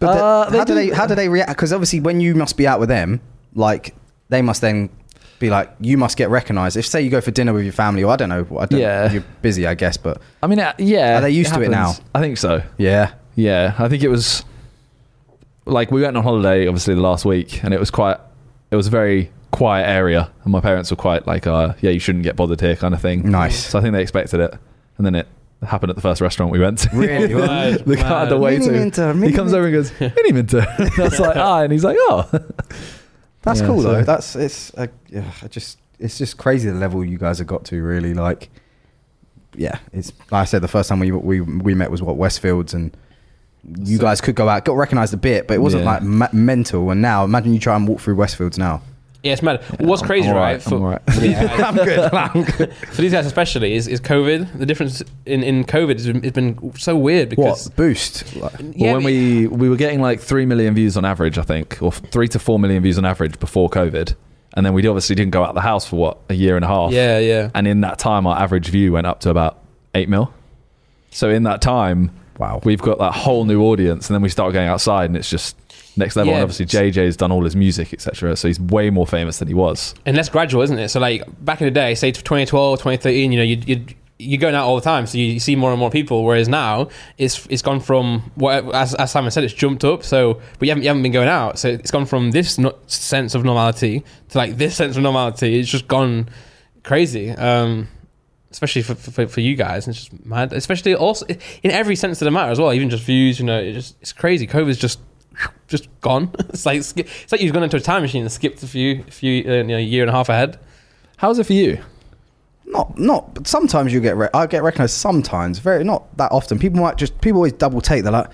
But the-
Uh, they
how do,
do-
they how do they react? Because obviously, when you must be out with them, like they must then be like you must get recognised. If say you go for dinner with your family, or I don't know, I don't,
Yeah.
you're busy, I guess. But
I mean, uh, yeah.
Are they used to it
happens. I think so.
yeah,
Yeah, I think it was like we went on holiday obviously the last week, and it was quite, it was a very quiet area, and my parents were quite like, uh, yeah, you shouldn't get bothered here, kind of thing.
nice.
So I think they expected it, and then it happened at the first restaurant we went to.
Really?
Right,
the guy at the
man.
waiter,
Mini Minter,
he
mini
comes over and goes, "Mini Minter." And I was like, "Ah," and he's like, "Oh."
That's
Yeah,
cool
so-
though. That's it's uh, yeah, I just it's just crazy the level you guys have got to. Really, like yeah, it's like I said, the first time we we we met was what Westfields and. You
So-
guys could go out, got recognised a bit, but it wasn't
Yeah.
like ma- mental. And now, imagine you try and walk through Westfields now.
Yeah, it's mad. What's
I'm-
crazy,
I'm all
right?
right, I'm all right.
for these guys-
I'm good.
for these guys especially is, is COVID. The difference in, in COVID has been, has been so weird because
what boost?
Yeah,
well, when
but-
we we were getting like three million views on average, I think, or three to four million views on average before COVID, and then we obviously didn't go out the house for what a year and a half.
yeah, yeah,
And in that time, our average view went up to about eight mil. So in that time,
Wow.
we've got that whole new audience, and then we start going outside, and it's just next level.
Yeah.
And obviously, JJ's done all his music, etc. So he's way more famous than he was.
and that's gradual, isn't it? So like back in the day, say 2012, 2013, you know, you you you're going out all the time, so you see more and more people. Whereas now, it's it's gone from what as, as Simon said, it's jumped up. So but you haven't you haven't been going out, so it's gone from this no, sense of normality to like this sense of normality. It's just gone crazy. Um, especially for, for, for you guys it's just mad especially also in every sense of the matter as well even just views you know it just it's crazy covid's just just gone it's like sk- it's like you've gone into a time machine and skipped a few a few uh, you know, year and a half ahead
How's it for you?
Not, not. But sometimes you get. Re- I get recognised sometimes. Very not that often. People might just. People always double take. They're like,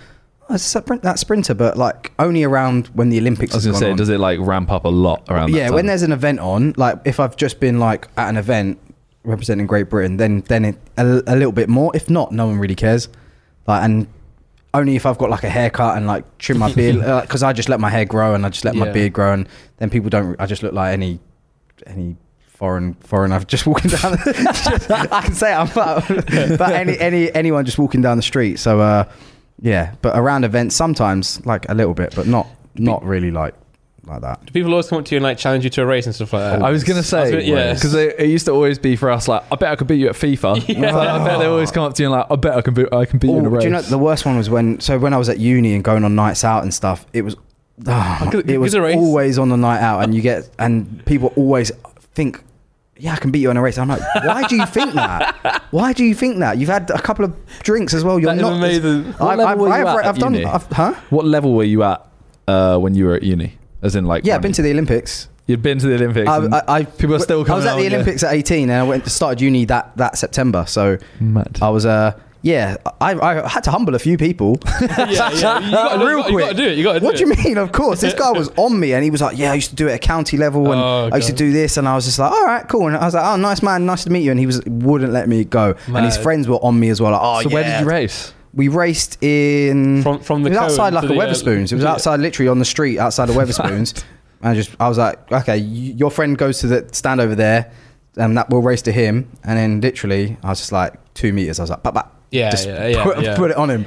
oh, it's that, sprint, that sprinter, but like only around when the Olympics.
I was
has
gonna
gone
say,
on.
does it like ramp up a lot around?
yeah,
that
when
time?
there's an event on, like if I've just been like at an event representing Great Britain, then then it, a, a little bit more. If not, no one really cares. Like and only if I've got like a haircut and like trim my beard because I just let my hair grow and I just let my
Yeah.
beard grow and then people don't. I just look like any any. Foreign, foreign. I've just walking down. just, I can say it, I'm, but, but any, any, anyone just walking down the street. So, uh, yeah. But around events, sometimes like a little bit, but not, not really like, like that.
do people always come up to you and like challenge you to a race and stuff like that
I was gonna
I was
say,
gonna- yeah.
because it, it used to always be for us like, I bet I could beat you at FIFA.
Yeah.
It's like, I bet they always come up to you and like, I bet I can beat, I can beat you in a
Oh,
race.
Do you know the worst one was when? So when I was at uni and going on nights out and stuff, it was ah,
Oh,
could-
it was
could race.
always on the night out,
Uh,
and you get and people always think, yeah, I can beat you in a race. I'm like, why do you think that? Why do you think that? You've had a couple of drinks as well. You're
That is
not
amazing.
I,
What level were you
have
at at
I've done.
uni?
I've, huh?
what level were you at uh, when you were at uni? As in, like,
Yeah, I've
when
been to the Olympics.
you'd been to the Olympics.
I,
and
I, I,
people are still
I
coming.
was at
out
the
on you.
Olympics at 18, and I went started uni that that September. So
Mad.
I was uh yeah, I, I had to humble a few people.
yeah, yeah. You gotta, do- you gotta,
Real
you
quick.
gotta do it you gotta do
What do
it
you mean? Of course, this guy was on me, and he was like, "Yeah, I used to do it at county level, and
Oh,
I used to
God.
do this," and I was just like, "All right, cool." And I was like, "Oh, nice man, nice to meet you." And he was wouldn't let me go, and his
Mad.
friends were on me as well. Like, oh,
so where
yeah."
did you race?
We raced in
From- from the
it was
cone
outside like
to
a
the, uh,
Weatherspoons. It was
yeah.
outside, literally on the street outside of Weatherspoons. and I just, I was like, "Okay, you, your friend goes to the stand over there, and that we'll race to him." And then literally, I was just like two meters. I was like, "Bah, bah."
yeah
just
yeah yeah,
put,
yeah.
put it on him.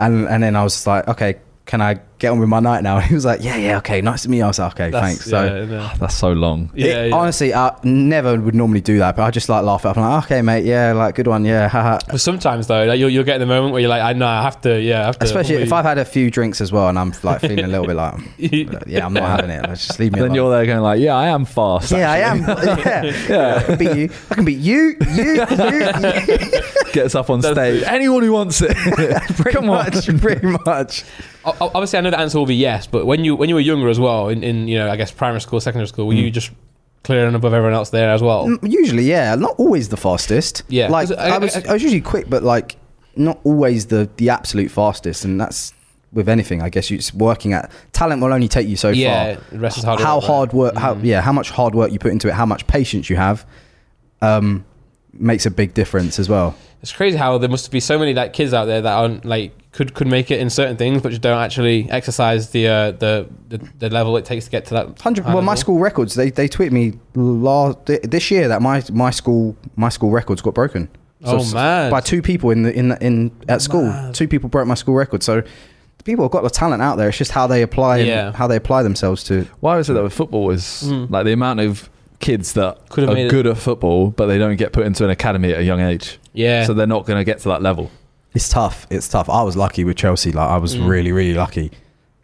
And and then I was just like, okay, can I get on with my night now? he was like, yeah, yeah, okay, nice to meet you. I was like, okay,
That's-
thanks. So
yeah, no.
Oh, That's so long.
yeah,
it-
yeah.
honestly, I never would normally do that, but I just like laugh it up. I'm like, okay, mate, yeah, like good one, yeah, haha.
But sometimes though like, you'll, you'll get the moment where you're like I know I have to yeah I have to
Especially if
probably-
I've had a few drinks as well, and I'm like feeling a little bit like, yeah, I'm not having it. Like, just leave me
Then
alone.
you're there going like, yeah, I am fast.
yeah, I am. Yeah. I can beat you. I can beat you. You. You. you.
Gets up on
That's
stage.
it.
Anyone who wants it.
pretty
Come on.
much. Pretty much.
O- o- Obviously, I know the answer will be yes, but when you when you were younger as well, in, in you know, I guess primary school, secondary school, were you just clear and above everyone else there as well.
Mm, Usually, yeah, not always the fastest.
Yeah.
like
I-
I, was,
I-
I, was usually quick, but like not always the the absolute fastest, and that's with anything. I guess you- it's working at talent will only take you so
yeah,
far.
the rest is hard.
how
work, right? Mm.
hard work? How yeah? How much hard work you put into it? How much patience you have? Um, makes a big difference as well.
It's crazy how there must be so many like kids out there that aren't like could could make it in certain things, but just don't actually exercise the uh, the, the the level it takes to get to that.
Hundred.
high
Well, my
level.
school records. They they tweeted me last this year that my my school my school records got broken.
Oh, man.
By two people in the in the, in at school.
Mad.
Two people broke my school record. So the people have got the talent out there. It's just how they apply
Yeah.
and how they apply themselves to.
Why is it that with football is
Mm.
like the amount of kids that
Could have made
are
it-
good at football, but they don't get put into an academy at a young age,
Yeah.
so they're not going to get to that level.
It's tough. It's tough. I was lucky with Chelsea. Like I was
Mm.
really really lucky.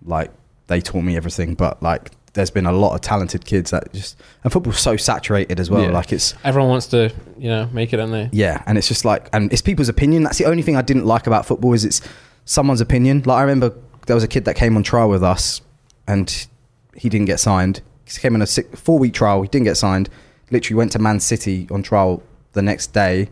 Like they taught me everything. But like there's been a lot of talented kids that just and football's so saturated as well.
Yeah.
Like it's
Everyone wants to you know make it, don't they?
Yeah, and it's just like, and it's people's opinion. That's the only thing I didn't like about football is it's someone's opinion. Like I remember there was a kid that came on trial with us, and he didn't get signed. He came on a six, four week trial. He didn't get signed. Literally went to Man City on trial the next day.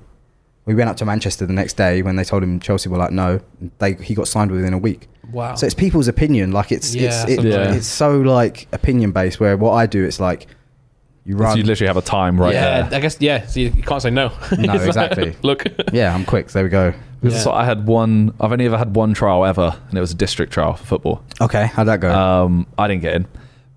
We went up to Manchester the next day when they told him Chelsea were like no. They he got signed within a week.
Wow.
So it's people's opinion. Like it's
Yeah,
it's it,
sometimes.
it's so like opinion based. Where what I do, it's like you
So
run.
you literally have a time right
yeah,
there.
I guess yeah. So you, you can't say no. It's like,
exactly.
look,
yeah, I'm quick. So there we go.
Because
Yeah.
it's like I had one. I've only ever had one trial ever, and it was a district trial for football.
Okay, how'd that go?
Um, I didn't get in,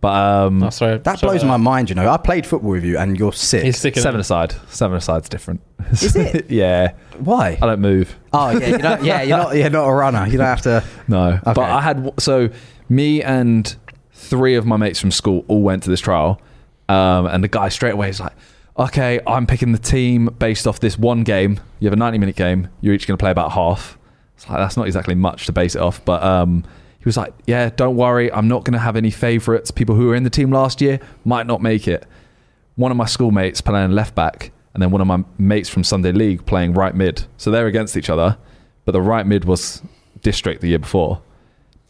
but um,
oh, sorry.
That
sorry
blows my
about
mind, you know. I played football with you and you're sick.
that. He's sick. Seven.
seven aside, seven aside's different.
Is it?
yeah,
Why?
I don't move.
Oh yeah, you don't, yeah, you're not you're not a runner. You don't have to
No, but
Okay.
I had so me and three of my mates from school all went to this trial, um, and the guy straight away is like, "Okay, I'm picking the team based off this one game. You have a 90 minute game. You're each going to play about half. It's like that's not exactly much to base it off, but um, he was like, "Yeah, don't worry. I'm not going to have any favourites. People who were in the team last year might not make it. One of my schoolmates playing left back, and then one of my mates from Sunday League playing right mid. So they're against each other, but the right mid was district the year before.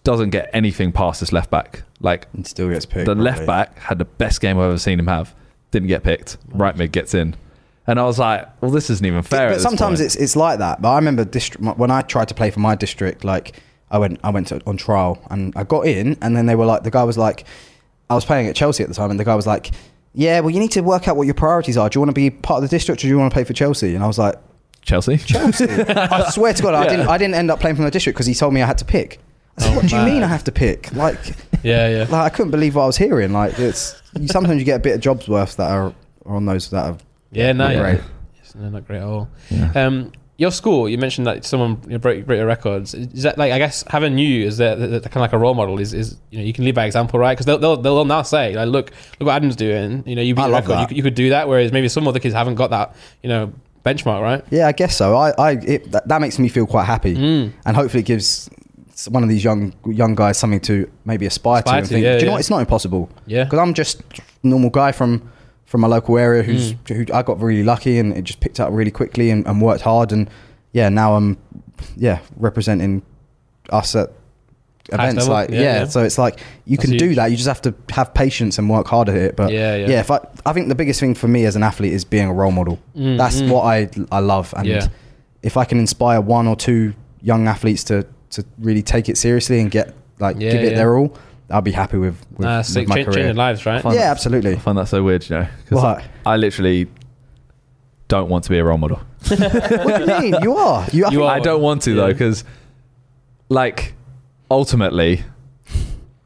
Doesn't get anything past this left back. Like
and still gets picked.
the left back had the best game I've ever seen him have. Didn't get picked. Right mid gets in, and I was like, "Well, this isn't even fair." at
But
this
sometimes
point.
it's it's like that. But I remember district my- when I tried to play for my district, like I went I went to, on trial and I got in and then they were like the guy was like I was playing at Chelsea at the time and the guy was like, Yeah, well you need to work out what your priorities are. Do you want to be part of the district or do you want to play for Chelsea? And I was like,
Chelsea.
Chelsea. I swear to God, I didn't I didn't end up playing for my district because he told me I had to pick. I said,
Oh,
What do you
man.
mean I have to pick? Like
Yeah, yeah.
like I couldn't believe what I was hearing. Like it's you, sometimes you get a bit of jobs worth that are, are on those that are
Yeah, no,
not
yeah.
great.
It's no, not great at all.
Yeah.
Um, your school, you mentioned that someone you know, broke, broke your records. Is that like I guess having you as that kind of like a role model is, is you know you can lead by example, right? Because they'll, they'll they'll now say like, look, look what Adam's doing. You know, you beat
I
the
love
record, you,
that.
could- you could do that. Whereas maybe some other kids haven't got that, you know, benchmark, right?
Yeah, I guess so. I, I it, that, that makes me feel quite happy,
Mm.
and hopefully it gives s- one of these young young guys something to maybe aspire,
Aspire
to. And
to,
think,
yeah,
Do you know
yeah.
what? It's not impossible.
Yeah.
because I'm just a normal guy from from a local area who's
Mm.
who I got really lucky and it just picked up really quickly and, and worked hard and yeah now I'm yeah representing us at
Highest
events
level.
like
Yeah,
yeah,
yeah.
so it's like you
That's
can do
huge.
that you just have to have patience and work hard at it but
Yeah, yeah.
yeah if I, I think the biggest thing for me as an athlete is being a role model
Mm,
that's
mm.
what I I love and
Yeah.
if I can inspire one or two young athletes to to really take it seriously and get like
Yeah,
give it
yeah.
their all, I'll be happy with, with,
Nah,
with
Uh, sick.
my
Ch-
career.
changing lives, right?
Fun.
Yeah, absolutely.
I find that so weird, you know. 'cause
What?
I literally don't want to be a role model.
what do you mean? You are. You, I
You
think-
are.
I don't want to though,
Yeah.
because like ultimately,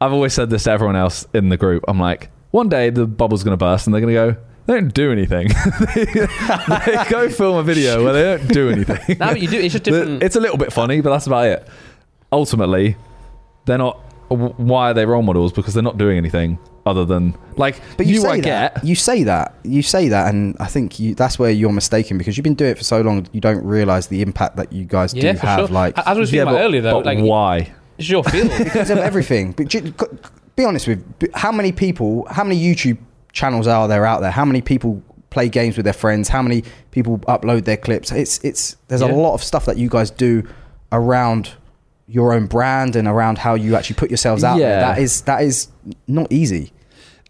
I've always said this to everyone else in the group. I'm like, one day the bubble's gonna burst, and they're gonna go. They don't do anything. they, they go film a video where they don't do anything.
No, but you do. It's just
The-
different.
It's a little bit funny, but that's about it. Ultimately, they're not. w- Why are they role models? Because they're not doing anything other than like.
But you, say
I
that.
get.
You say that. You say that, and I think you, that's where you're mistaken because you've been doing it for so long. You don't realize the impact that you guys
yeah,
do
for
have.
sure.
Like
as we were speaking
Yeah,
about
but-
earlier, though,
but
like
why?
it's your field.
because of everything. But ju- c- be honest with b- how many people, how many YouTube channels are there out there? How many people play games with their friends? How many people upload their clips? It's it's there's
Yeah.
a lot of stuff that you guys do around your own brand and around how you actually put yourselves out there.
Yeah.
That is that is not easy.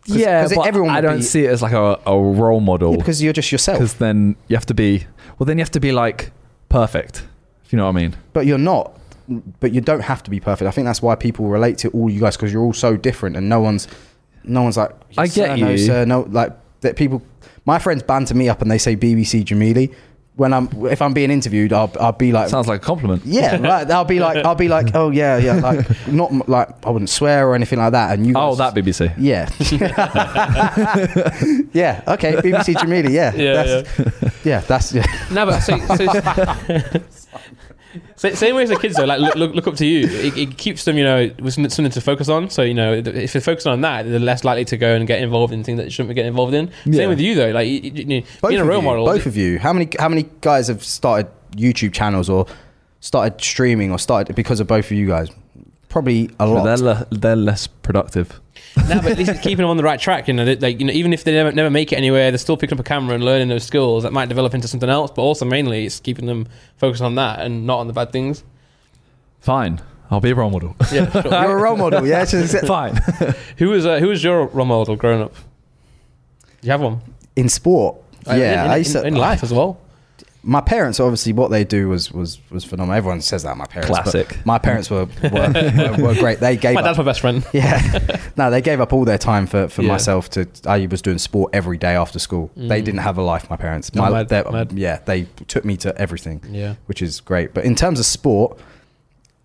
'Cause-
yeah,
'cause
but
everyone
I
would
don't
be-
see it as like a, a role model.
Yeah, because you're just yourself.
because then you have to be well then you have to be like perfect if you know what i mean
But you're not. But you don't have to be perfect. I think that's why people relate to all you guys because you're all so different, and no one's, no one's like.
I
"Yes,
get
sir, No,
you.
sir, no, like that. People, my friends banter me up and they say BBC Jamili. When I'm, if I'm being interviewed, I'll, I'll be like,
sounds like a compliment
yeah, like, I'll be like, I'll be like, oh yeah, yeah, like not m- like I wouldn't swear or anything like that. And you,
oh
guys-
that bbc
yeah, yeah, okay, BBC Jamili, yeah,
Yeah,
that's, yeah, that's yeah.
No, but so, so, so same way as the kids though, like look, look, look up to you. It, it keeps them, you know, with some- something to focus on. So you know, if they're focusing on that, they're less likely to go and get involved in things that they shouldn't be getting involved in.
Yeah.
Same with you though, like you, you, you,
both
being a
of
role
you,
model.
Both of you. How many how many guys have started YouTube channels or started streaming or started because of both of you guys? Probably a
But
lot.
they're, le- they're less productive
no, but at least it's keeping them on the right track. You know, They- like you know, even if they never, never make it anywhere, they're still picking up a camera and learning those skills that might develop into something else. But also mainly, it's keeping them focused on that and not on the bad things.
fine i'll be a role model
Yeah, sure.
You're a role model, yeah. Just
fine
who was uh, who was your role model growing up? Did you have one?
in sport.
Uh,
yeah,
in, in,
I used to,
in life as well.
my parents obviously what they do was was was phenomenal. Everyone says that my parents. but
Classic.
My parents were were, were, were great. They gave
My
up
dad's my best friend.
yeah. No, they gave up all their time for, for
Yeah. Mm.
myself to. I was doing sport every day after school. They didn't have a life, my parents.
No,
My,
mad,
they-
mad.
Yeah, they took me to everything.
Yeah.
Which is great. But in terms of sport,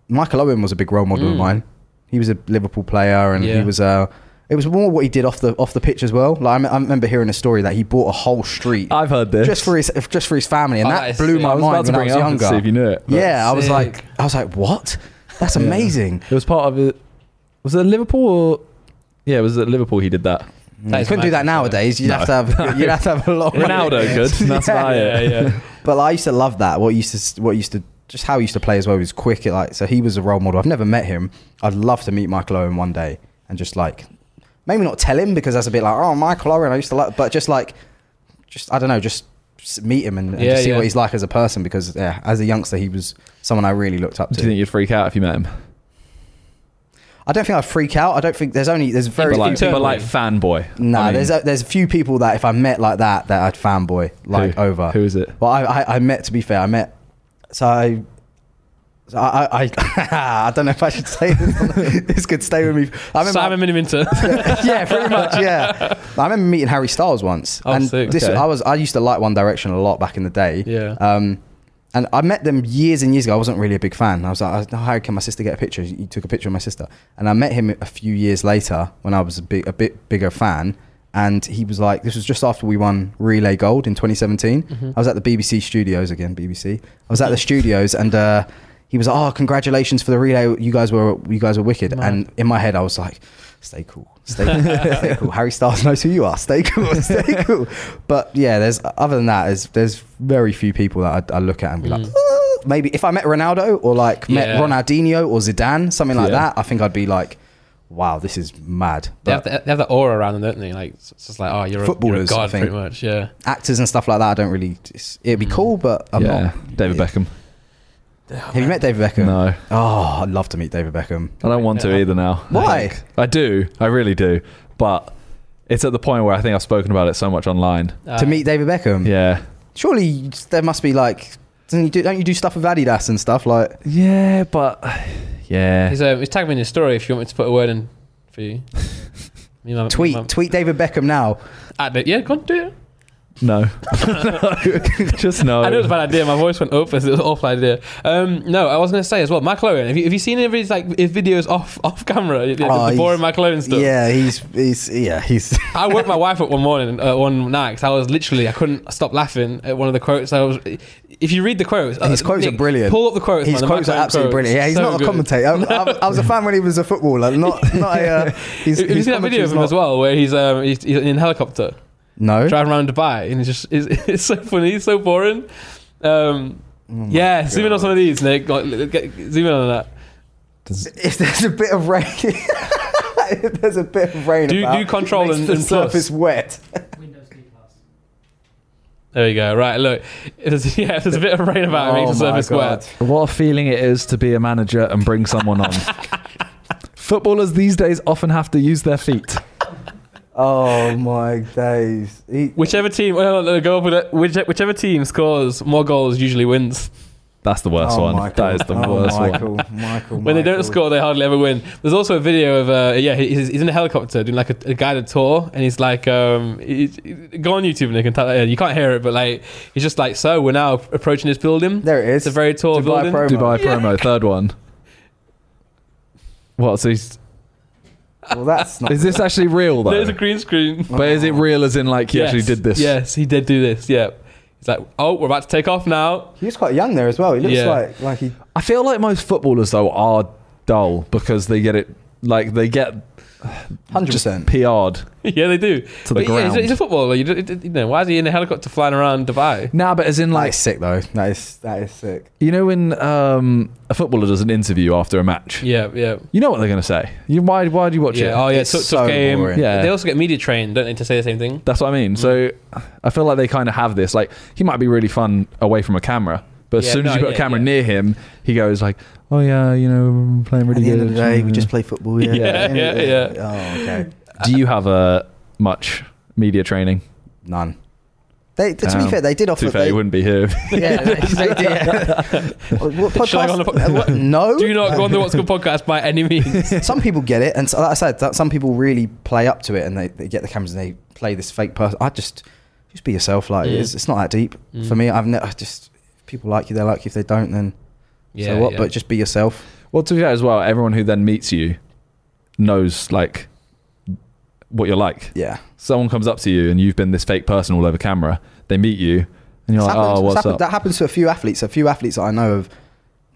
Michael Owen was a big role model of
Mm.
mine. He was a Liverpool player and
Yeah.
he was Uh, it was more what he did off the off the pitch as well. Like I, me- I remember hearing a story that he bought a whole street
i've heard this
just for his just for his family, and
Oh, that
that
is
blew
sick.
my
I
was about
mind
to
when I
bring
was
it up and
younger.
see if you knew it but-
yeah, I was
Sick.
like, I was like, what? That's
Yeah.
amazing.
it was part of it was it liverpool or yeah it was at liverpool he did that
That
You
is
couldn't do that
madness, yeah.
nowadays. You'd have to have you'd have to have a lot. of money.
ronaldo good that's
Yeah.
about
yeah,
it
yeah.
But like, I used to love that. What used to what used to just how he used to play as well. He was quick. At, like so, he was a role model. I've never met him. I'd love to meet Michael Owen one day and just like maybe not tell him because that's a bit like oh Michael Owen. I used to like, but just like just I don't know, just s- meet him and, and
Yeah,
just see
yeah.
what he's like as a person because yeah, as a youngster he was someone I really looked up
do you
to.
think you'd freak out if you met him
I don't think I'd freak out. I don't think there's only there's very
but
few
like,
internally.
but like fanboy
No,
I mean,
there's a, there's a few people that if I met like that, that I'd fanboy like
who?
over.
who is it
Well, I, I I met to be fair, I met so I. So I, I, I, I don't know if I should say this. this could stay with me. I remember,
Simon Miniminter.
yeah, pretty much, yeah. I remember meeting Harry Styles once,
Oh,
and
sick.
this
Okay.
I was I used to like One Direction a lot back in the day.
Yeah.
Um, and I met them years and years ago. I wasn't really a big fan. I was like, oh, "Harry, can my sister get a picture?" He took a picture of my sister, and I met him a few years later when I was a bit a bit bigger fan. And he was like, "This was just after we won Relay Gold in 2017."
Mm-hmm.
I was at the BBC studios again. BBC. I was at the studios, and uh, he was like, "Oh, congratulations for the relay! You guys were you guys were wicked."
Man.
And in my head, I was like, "Stay cool, stay cool, stay cool." Harry Styles knows who you are. Stay cool, stay cool. But yeah, there's other than that, there's there's very few people that I, I look at and be like,
Mm.
"Ooh." maybe if I met Ronaldo or like
Yeah.
met Ronaldinho or Zidane, something like
Yeah.
that, I think I'd be like, "Wow, this is mad."
they,
But
have the, they have that aura around them, don't they? Like it's just like oh, you're a, you're a
Footballers, I
god,
think.
pretty much. Yeah.
actors and stuff like that, I don't really. it's- It'd be cool, but I'm
yeah
not.
david
Yeah.
beckham
Have you met David Beckham?
no
Oh, I'd love to meet David Beckham.
I don't want to
Yeah.
either now.
Why?
Like, I do. I really do. But it's at the point where I think I've spoken about it so much online.
Uh,
to meet David Beckham.
Yeah.
Surely there must be like, don't you do, don't you do stuff with Adidas and stuff like?
Yeah, but yeah.
he's, uh, he's tagging me in his story. If you want me to put a word in for you, Me and my- me and
Tweet
my-
tweet David Beckham now.
at the- yeah, go on, do it.
No. no. Just no.
I know it's a bad idea. My voice went up. It's an awful idea. Um, no, I was going to say as well. Michael Owen. Have you, have you seen any of his like his videos off off camera? The, the-
Oh,
the
he's-
boring Michael Owen stuff.
Yeah, he's he's yeah he's.
I woke my wife up one morning, uh, one night, 'cause I was literally, I couldn't stop laughing at one of the quotes. I was, if you read the quotes, uh,
His quotes are brilliant.
Pull up the quotes.
His
man, the
quotes
Michael
are
Owen
absolutely
quotes.
brilliant. Yeah, he's
So
not
good.
a commentator. I, I, I was a fan when he was a footballer. Not not a. Uh, he's,
Have you seen that video of him as well, where he's um, he's, he's in a helicopter
No.
driving around Dubai, and it's just it's, it's so funny, it's so boring. Um,
Oh my
yeah, zoom in on
God.
some of these, Nick. Like, l- get, zoom in on that.
If there's a bit of rain, if there's a bit of rain.
Do- do
about,
control
it makes
and-
the
and plus.
surface wet.
Windows D plus.
There we go. Right, look. If there's, yeah, if there's a bit of rain about it,
Oh
makes the
my
surface
God.
wet.
what a feeling it is to be a manager and bring someone on. Footballers these days often have to use their feet.
Oh my days. He,
Whichever team, well, no, go up with it. Which, whichever team scores more goals usually wins.
That's the worst
oh,
one.
Michael.
That is the
oh,
worst one.
Michael, Michael,
When they don't
Michael.
score, they hardly ever win. There's also a video of, uh, yeah, he's, he's in a helicopter doing like a, a guided tour, and he's like, um, he- he- go on YouTube, Nick, and type that in. You can't hear it, but like, he's just like, so we're now approaching this building.
There it is.
It's a very tall
Dubai
building.
Pro-
Dubai
Yeah.
promo, third one. What? So he's,
well, that's not.
is this actually real though?
There's a green screen.
but is it real as in like he
Yes.
actually did this?
Yes, he did do this. Yeah. He's like, oh, we're about to take off now.
He was quite young there as well. He looks
Yeah.
like like he.
I feel like most footballers though are dull because they get it like they get
Hundred
just
percent.
PR'd
yeah, they do.
to the
But yeah,
ground.
he's, a- he's a footballer. You, d- you know, why is he in a helicopter flying around Dubai?
Nah, but as in
That
like
is sick though. That is that is sick.
you know when um, a footballer does an interview after a match,
Yeah, yeah.
you know what they're gonna say. You why why do you watch
yeah.
it?
Oh, yeah.
It's
Tough, tough
so
game.
boring.
Yeah.
They also get media trained, don't they, to say the same thing?
That's what I mean. So I feel like they kind of have this. Like he might be really fun away from a camera, but as
Yeah,
soon as
no,
you put a
yeah,
camera
yeah.
near him, he goes like, "Oh yeah, you know, we're playing really good."
play football.
yeah. Yeah, Yeah. yeah,
Oh, okay.
Do you have uh, much media training?
None. They, to
Um,
be fair, they did
To
offer.
be fair,
they,
you wouldn't be here.
yeah, they, they did. yeah. what podcast?
Should I go on the po-
uh, what? No.
Do not go on the What's Good podcast by any means.
some people get it, and so, like I said, that- some people really play up to it, and they, they get the cameras and they play this fake person. I just just be yourself. Like
Mm.
it's, it's not that deep
Mm.
for me. I've never I just if people like you, they like you. If they don't, then so what?
yeah.
But just be yourself.
well, to be fair as well, everyone who then meets you knows like what you're like.
Yeah.
Someone comes up to you and you've been this fake person all over camera. They meet you and you're
It's
like,
happened-
"Oh,
it's
what's
happened-
up?"
That happens to a few athletes. A few athletes that I know of,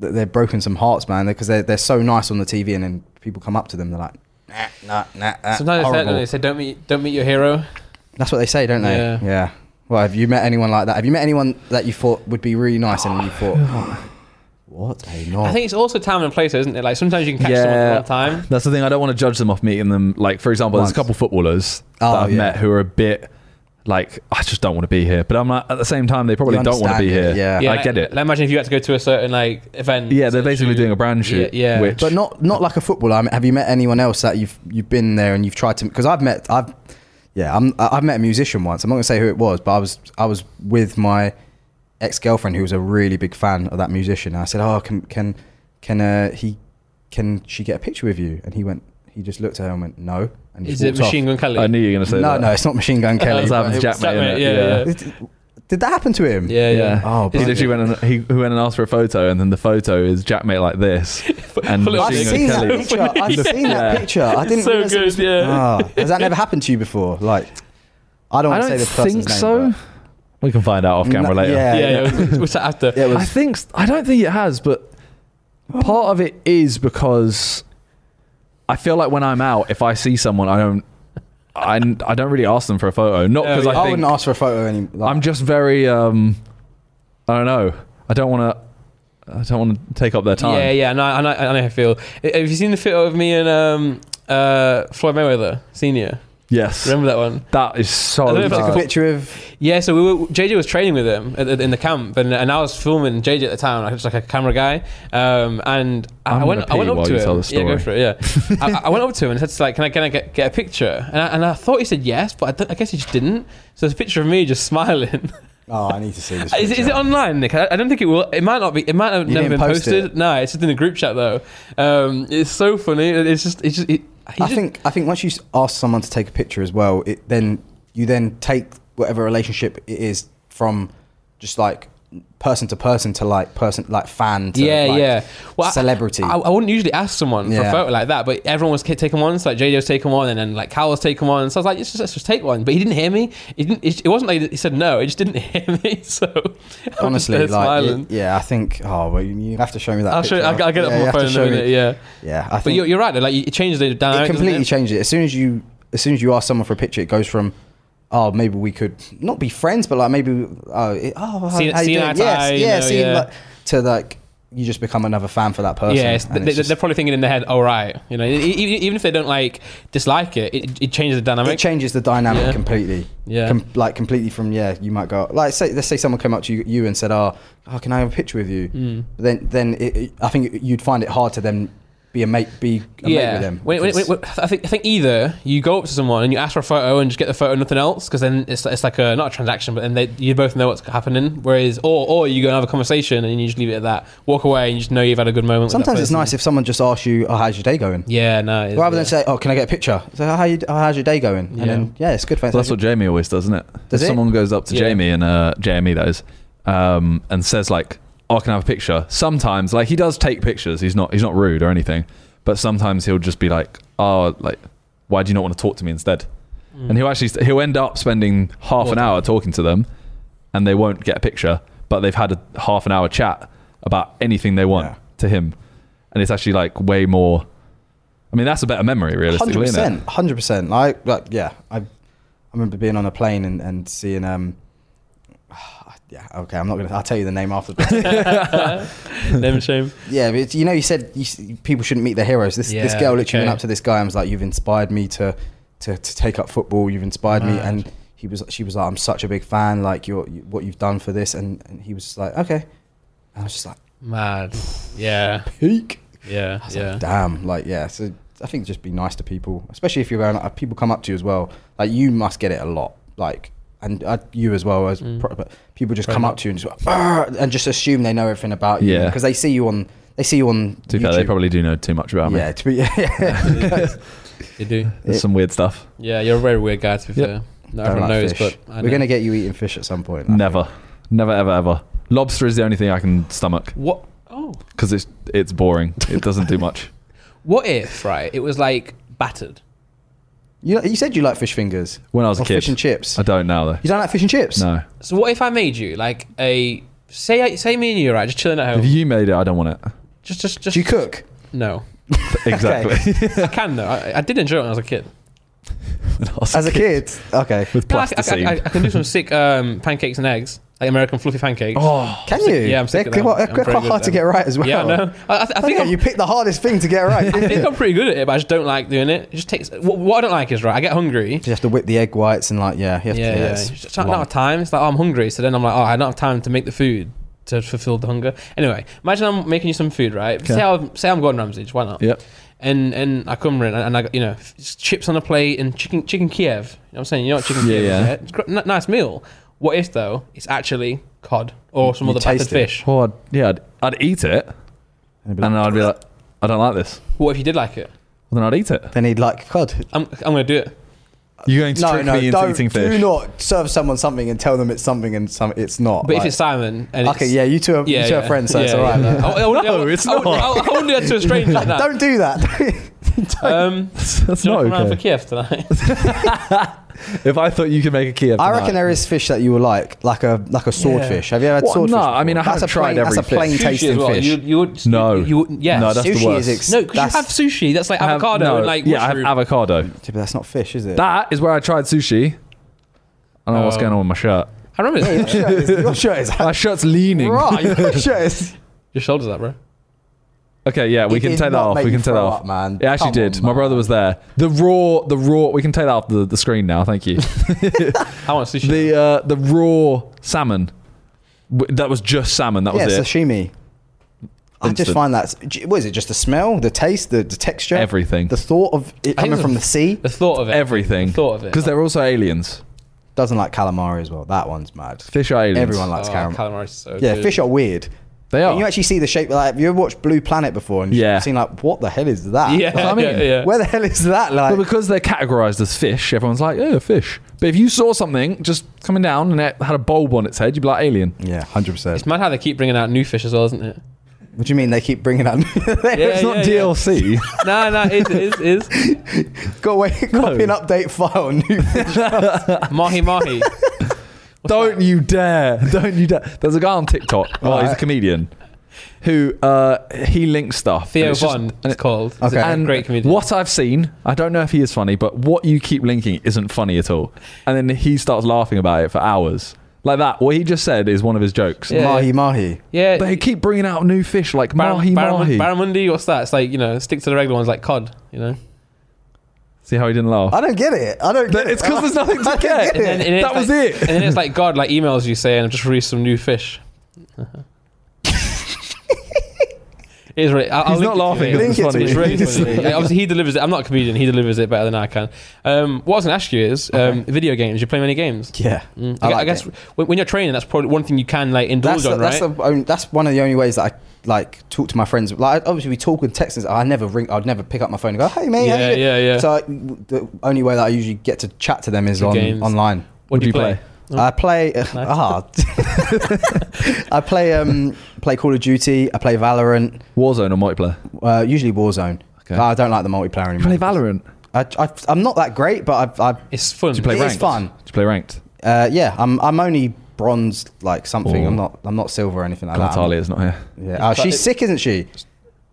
that they've broken some hearts, man, because they're, they're so nice on the TV, and then people come up to them, they're like, nah, nah, nah, nah
Sometimes they say,
horrible."
don't they say, don't meet, don't meet your hero.
That's what they say, don't they?
Yeah.
yeah. Well, have you met anyone like that? Have you met anyone that you thought would be really nice and you thought, "Oh, what a knob?
I think it's also time and place, though, isn't it? Like sometimes you can catch someone
Yeah.
at one time.
That's the thing. I don't want to judge them off meeting them. Like, for example, there's a
Once.
couple footballers
Oh,
that I've
yeah.
met who are a bit like, I just don't want to be here. But I'm like, at the same time, they probably
You
don't want to be here.
understand it, yeah.
Yeah,
I
like-
get it.
Like, imagine if you had to go to a certain like event.
yeah, they're
so
basically
you-
doing a brand shoot.
Yeah, yeah.
Which,
but not not like a footballer. I mean, have you met anyone else that you've you've been there and you've tried to? Because I've met I've yeah I'm I- I've met a musician once. I'm not gonna say who it was, but I was I was with my ex girlfriend who was a really big fan of that musician. And I said, oh, can can can uh, he can she get a picture with you? And he went. He just looked at her and went no. And he
Is it
walked off.
Machine Gun Kelly?
I knew you were going to say
No,
that.
no, it's not Machine Gun Kelly.
That's
but
happened
it
to
was
Jack, mate.
Jackmate,
innit?
yeah, yeah.
was- Did, did that happen to him?
Yeah, yeah.
Oh,
he literally went and he went and asked for a photo, and then the photo is Jackmate like this, and
Full of
I've
Machine
Machine
seen that
Gun Kelly.
picture. I've seen
Yeah.
that picture. I didn't.
so
realise it
good,
was-
yeah.
Ah, has that never happened to you before? Like, I don't
I
want to say
don't
the person's
think
name,
so.
but-
We can find out off camera
No,
later.
yeah.
yeah, yeah. What's that after?
Yeah, it was-
I think I don't think it has, but part of it is because I feel like when I'm out, if I see someone, I don't, I, I don't really ask them for a photo. Not
Oh,
because
yeah.
I
I think
wouldn't ask for a photo any. Like,
I'm just very, um, I don't know. I don't want to, I don't want to take up their time.
Yeah, yeah. No, I, I, know- I know how I feel. Have you seen the photo of me and um, uh, Floyd Mayweather Senior?
Yes,
Remember that one?
that is so.
I don't know if
It's
that's
a
cool.
picture of.
Yeah, so we were, JJ was training with him at, at, in the camp, and, and I was filming JJ at the time. I was just like a camera guy, um, and I,
I'm
I went.
gonna
I went
pee
up
while
to
you
him.
tell the
Yeah, go
story.
for it. Yeah, I, I went up to him and said, "Like, can I can I get, get a picture?" And I, and I thought he said yes, but I, don't- I guess he just didn't. So there's a picture of me just smiling.
Oh, I need to see
is,
this.
it- is
picture.
it online, Nick? I, I don't think it will. It might not be. It might have
You
never
didn't
been
post
posted.
it?
No, it's just in the group chat though. Um, it's so funny. It's just. It's just. It, he
I
just-
think I think once you s- ask someone to take a picture as well, it then you then take whatever relationship it is from just like person to person to like person like fan to
yeah,
like,
yeah. I-
celebrity.
I, I wouldn't usually ask someone for a
Yeah.
photo like that, but everyone was ca- taking one. So like JJ was taking one, and then like Cal was taking one. So I was like, let's just, let's just take one. But he didn't hear me. He didn't. It, it wasn't like he said no. It just didn't hear me. So I'm just
Honestly,
there
like
smiling.
y- yeah, I think. Oh, well, you, you have to show me that.
I'll show.
picture.
You, I'll, I'll get it
Yeah,
on
you
my
have to
phone in a
show me-
minute. Yeah.
Yeah, I
But
think
you're, you're right. though, Like it changes the dynamic.
it
doesn't
completely
it?
changes it. As soon as you as soon as you ask someone for a picture, it goes from oh maybe we could not be friends, but like maybe oh it, oh
See-
how you
seeing
doing?
eye to
yes,
eye, you
yeah,
know,
seeing,
yeah.
like- to like you just become another fan for that person.
Yeah, it's,
and
they,
it's just-
they're probably thinking in their head, "All right, you know." e- e- Even if they don't like dislike it, it, it changes the
it
dynamic.
changes the dynamic
Yeah.
completely.
Yeah.
Com- like completely from yeah, you might go like say let's say someone came up to you, you
Hmm.
and said, "Oh, oh, can I have a picture with you?" Then then it, it- I think you'd find it hard to then be a mate, be a mate
yeah.
with him.
When- when-
because-
when- I think I think either you go up to someone and you ask for a photo and just get the photo, nothing else, because then it's it's like a not a transaction, but then they, you both know what's happening. Whereas, or or you go and have a conversation and you just leave it at that, walk away and you just know you've had a good moment. with that
sometimes it's
person.
nice if someone just asks you, "Oh, how's your day going?"
Yeah, no. it's-
Rather
yeah.
than say, "Oh, can I get a picture?" So how you, oh, how's your day going? And
Yeah.
then yeah, it's good. Thanks.
Well, that's what Jamie always does, isn't it?
Does
if
it?
someone goes up to
Yeah.
Jamie and uh, Jamie that is, um, and says like, "Oh, can I have a picture?" Sometimes, like he does take pictures. He's not he's not rude or anything, but sometimes he'll just be like, "Oh, like, why do you not want to talk to me instead?"
Mm.
And he'll actually he'll end up spending half an hour talking to them, and they won't get a picture, but they've had a half an hour chat about anything they want
Yeah.
to him, and it's actually like way more. I mean, that's a better memory,
Hundred
realistically, isn't it?
percent, hundred percent. I like, yeah. I, I remember being on a plane and, and seeing um, yeah. Okay, I'm not gonna. I'll tell you the name after.
Name and shame.
yeah, but it's- you know, you said you, s- people shouldn't meet their heroes. This this
Yeah,
girl literally
okay.
went up to this guy and was like, "You've inspired me to to, to take up football. You've inspired me."
Mad.
And he was she was like, "I'm such a big fan. Like your you, what you've done for this." And, and he was just like, "Okay." And I was just like,
Mad. Yeah.
"Peak."
Yeah.
I was
Yeah.
like, damn, like yeah. So I think just be nice to people, especially if you're around. Like, people come up to you as well. Like you must get it a lot, like and uh, you as well as pro- but people just
Mm. Very
come up
much.
to you and just "Ah," and just assume they know everything about you
Yeah.
because they see you on they see you on
To be fair, they probably do know too much about me.
yeah, to be, yeah.
You do.
There's some weird stuff.
Yeah, you're a very weird guy to be
Yep.
fair. Not
Don't
everyone
like
knows,
fish.
but I
we're
know.
gonna get you eating fish at some point. I think.
Never, never, ever, ever. Lobster is the only thing I can stomach
What? Oh.
because it's it's boring. It doesn't do much.
What if right? It was like battered.
You, you said you like fish fingers
When I was
or
a kid,
fish and chips.
I don't now though.
You don't like fish and chips?
No,
So what if I made you like a say say me and you right, just chilling at
if
home,
you made it, I don't want it.
just just just
Do you cook?
No,
Exactly.
I can though. I, I did enjoy it when I was a kid.
When I was
As a kid, okay.
with
No, I, I,
plasticine.
I, I can do some sick um, pancakes and eggs, like American fluffy pancakes.
oh,
Can
sick-
you?
yeah, I'm sick
They're
of them.
quite,
I'm
they're
pretty
quite
good
hard
at
to
them.
get right as well.
yeah, I know. I, I, th- I
I
think
think
I'm,
you picked the hardest thing to get right.
I
didn't
think
you?
I'm pretty good at it, but I just don't like doing it. It just takes. What, what I don't like is right. I get hungry.
You have to whip the egg whites and like yeah, you
Yeah,
have
yeah.
to,
yeah.
it's
Just not
long.
enough time. It's like oh, I'm hungry, so then I'm like, oh, I don't have time to make the food to fulfill the hunger. Anyway, imagine I'm making you some food, right? Say I'm say I'm Gordon Ramsay, just why not?
yep.
and and I come in and- and I got you know f- just chips on a plate and chicken chicken Kiev. You know what I'm saying? You know what chicken
Yeah,
Kiev
yeah.
is? Yeah? It's gr- n- nice meal. What if though? It's actually cod or some
You
other battered
taste it.
fish.
Oh, I'd, yeah, I'd, I'd eat it,
And they'd be
and
like,
I'd be like, I don't like this.
What if you did like it?
Well, then I'd eat it.
they need like cod.
I'm I'm gonna do it.
You're going to
No,
trick
no,
me into
don't,
eating fish.
do not serve someone something and tell them it's something and some it's not.
But if it's Simon and
okay,
it's,
yeah, you two are you two are friends, so it's
yeah,
alright.
yeah. I- I wouldn't- I
No,
wouldn't-
it's
I wouldn't-
not.
I wouldn't- I wouldn't do that to a stranger like that.
Don't do that.
um,
That's
do you
not
wanna come round for
okay.
Kiev tonight?
If I thought you could make a Kiev,
I
tonight-
reckon there is fish that you will like, like a like a swordfish. Have you ever had
What?
swordfish?
No,
before?
I mean, I
that's
haven't
a plain,
tried every
That's a plain
fish.
Sushi as
tasting
well.
fish.
You, you would
No.
You, would yes.
No, that's
Sushi
the
is
worst.
ex-
no, because you
that's-
have sushi. That's like
I have-
avocado
no,
and like
yeah, I have
mushroom.
avocado.
Yeah, but that's not fish, is it?
That is where I tried sushi. I don't know what's
Oh.
going on with my shirt.
I remember
your
this.
shirt is, your shirt is
My shirt's leaning.
Uh, right. Your shirt is.
Your shoulders up, bro.
Okay, yeah, we
It
can
did
take that
not
off.
make
We
you
can take that
throw
off,
up, man.
It actually
Come on,
did. My
man.
brother was there. The raw, the raw. We can take that off the, the screen now. Thank you.
I want sushi.
the uh, the raw salmon. W- That was just salmon. That was
Yeah,
it.
sashimi. I just
Instant.
find that. What is it? Just the smell, the taste, the, the texture,
Everything.
the thought of it
I think
coming from the
it's
sea.
The thought of it.
Everything.
The thought of it.
Because they're also aliens.
Doesn't like calamari as well. That one's mad.
Fish are aliens.
Everyone likes
Oh,
calamari.
calamari. is So
yeah,
good.
fish are weird.
They are.
When you actually see the shape, like have you ever watched Blue Planet before and
Yeah.
you've seen like what the hell is that?
Yeah,
what I mean.
yeah, yeah.
Where the hell is that?
but
Like
because they're categorized as fish, everyone's like, oh, fish. But if you saw something just coming down and it had a bulb on its head, you'd be like, alien.
yeah, hundred percent.
It's mad how they keep bringing out new fish as well, isn't it?
What do you mean they keep bringing up?
Yeah,
it's not
yeah, yeah.
DLC.
No, no, it is, it is, it is.
Go away, copy an update file. New
Mahi Mahi.
Don't you dare! Don't you dare! There's a guy on TikTok. oh, he's a
Alright.
comedian who uh, he links stuff.
Theo
and it's just-
Von,
and
it's
it-
called. He's
Okay.
a
and
great comedian.
What I've seen, I don't know if he is funny, but what you keep linking isn't funny at all. And then he starts laughing about it for hours, like that. What he just said is one of his jokes.
Yeah.
mahi mahi.
Yeah.
They keep bringing out new fish like
Bar-
mahi
Barramundi-
mahi.
Barramundi, what's that? It's like, you know, stick to the regular ones like cod, you know?
See how he didn't
Uh,
laugh.
I don't get it. I don't. Get
It's
it.
because there's nothing
I
to
don't
get.
get it.
it's
That
like-
was it.
And then it's like God, like emails you saying, I've just released some new fish. It is really. I'll,
He's
I'll link
not
it to
laughing
you.
because it's
Link it to
funny.
me.
It's really funny. Yeah, Obviously, he delivers it. I'm not a comedian. He delivers it better than I can. Um, what I was going to ask you is um,
Okay.
video games. You play many games.
Yeah,
Mm. I,
I
gu- I
like
guess when, when you're training, that's probably one thing you can like indulge
that's the,
on, right?
that's, the, only- that's one of the only ways that I like talk to my friends. Like obviously we talk and text. And I never ring. I'd never pick up my phone and go, "Hey mate." how
yeah,
you doing?"
yeah, yeah.
So I, the only way that I usually get to chat to them is
Through
on
games.
online.
what do you
Would
play? Oh.
I play ah, I play um play Call of Duty. I play Valorant.
Warzone or multiplayer?
Uh, usually Warzone.
Okay.
But I don't like the multiplayer
Do you
anymore.
play Valorant? Do
I, I, I'm not that great, but I, I
It's fun.
you play
It is
ranked?
fun.
Do you play ranked?
uh, yeah, I'm I'm only bronze like something.
Oh.
I'm not I'm not silver or anything like
God,
that. I'm-
Talia's not here.
Yeah, oh, she's sick, isn't she?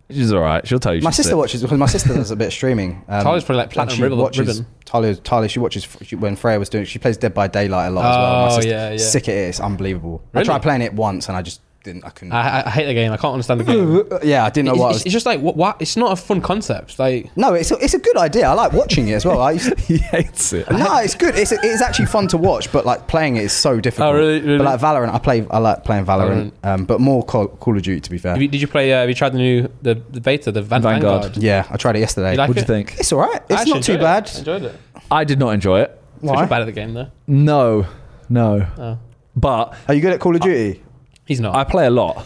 She's all right. She'll tell you.
My
she's
sister
sick.
watches because my sister does a bit of streaming. Um,
Tyler's probably like
and
platinum
she
ribbon-
watches
ribbon.
Tyler, Tyler, she watches she, when Freya was doing. She plays Dead by Daylight a lot as well. My
Oh,
sister-
yeah, yeah.
sick it is, unbelievable. I
Really? Ah.
tried playing it once and I just didn't. I couldn't. Uh,
I, I- I hate the game. I can't understand the game.
yeah, I didn't know
it's,
what. I
it's-
was,
it's just like what, what? It's not a fun concept. Like
no, it's a, it's a good idea. I like watching it as well. I used to-
he hates it.
no, it's good. It's it's actually fun to watch, but like playing it is so difficult.
Oh, really? Really?
But like Valorant, I play. I like playing Valorant, Um, but more Call, Call of Duty to be fair.
Have you, did you play? Uh, have you tried the new the, the beta, the Van-
Vanguard.
Vanguard?
yeah, I tried it yesterday.
You like
What do you
it?
think?
it's all right.
I
It's
actually
not too
enjoyed
bad.
It. I enjoyed it.
I did not enjoy it.
Why?
Why?
bad at the game though.
No, no.
Oh.
But
Are you good at Call of Duty?
He's not.
I play a lot.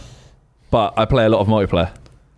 But I play a lot of multiplayer.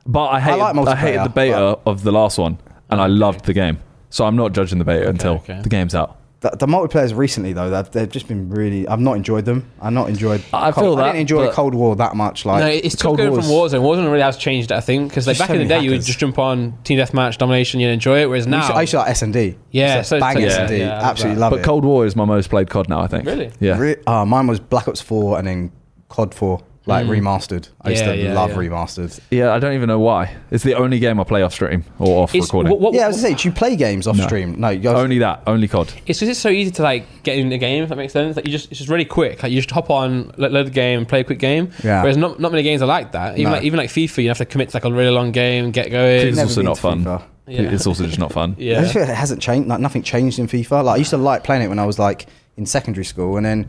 But I hated, I
like multiplayer,
hated the beta of the last one, and I loved the game. So I'm not judging the beta until
okay.
the game's out.
The, the multiplayers recently though, they've, they've just been really. I've not enjoyed them. I've not enjoyed.
I
Cold,
feel
I
that,
didn't enjoy
but-
Cold War that much. Like
no, it's tough
Cold
going from Warzone. Warzone really has changed, I think, because like
Just
back
so
in the day,
many
you would
hackers.
just jump on Team Deathmatch, Domination, you'd enjoy it. Whereas
I used
now,
to- I used to like S and D.
Yeah, so it's
bang
like-
S and D.
yeah, yeah, I love
Absolutely
that.
love
but
it.
Cold War is my most played COD now, I think.
Really?
Yeah.
Re- oh, mine was Black Ops Four and then COD Four, like remastered. I used
Yeah,
to
Mm. yeah,
love
yeah.
remastered.
Yeah, I don't even know why. It's the only game I play off stream or off
it's
recording.
what, what,
Yeah, I was gonna say, do you play games off stream? No, you
only that, only COD.
it's because it's so easy to like get in the game. If that makes sense, like you just it's just really quick. Like you just hop on, lo- load the game, play a quick game.
Yeah.
Whereas not not many games are like that. Even
No.
like even like FIFA, you have to commit to like a really long game, get going.
It's
never
also
been
not
to
fun.
FIFA.
Yeah.
It's also just not fun.
I
Yeah.
just feel like it hasn't changed. Like nothing changed in FIFA. Like I used to like playing it when I was like in secondary school, and then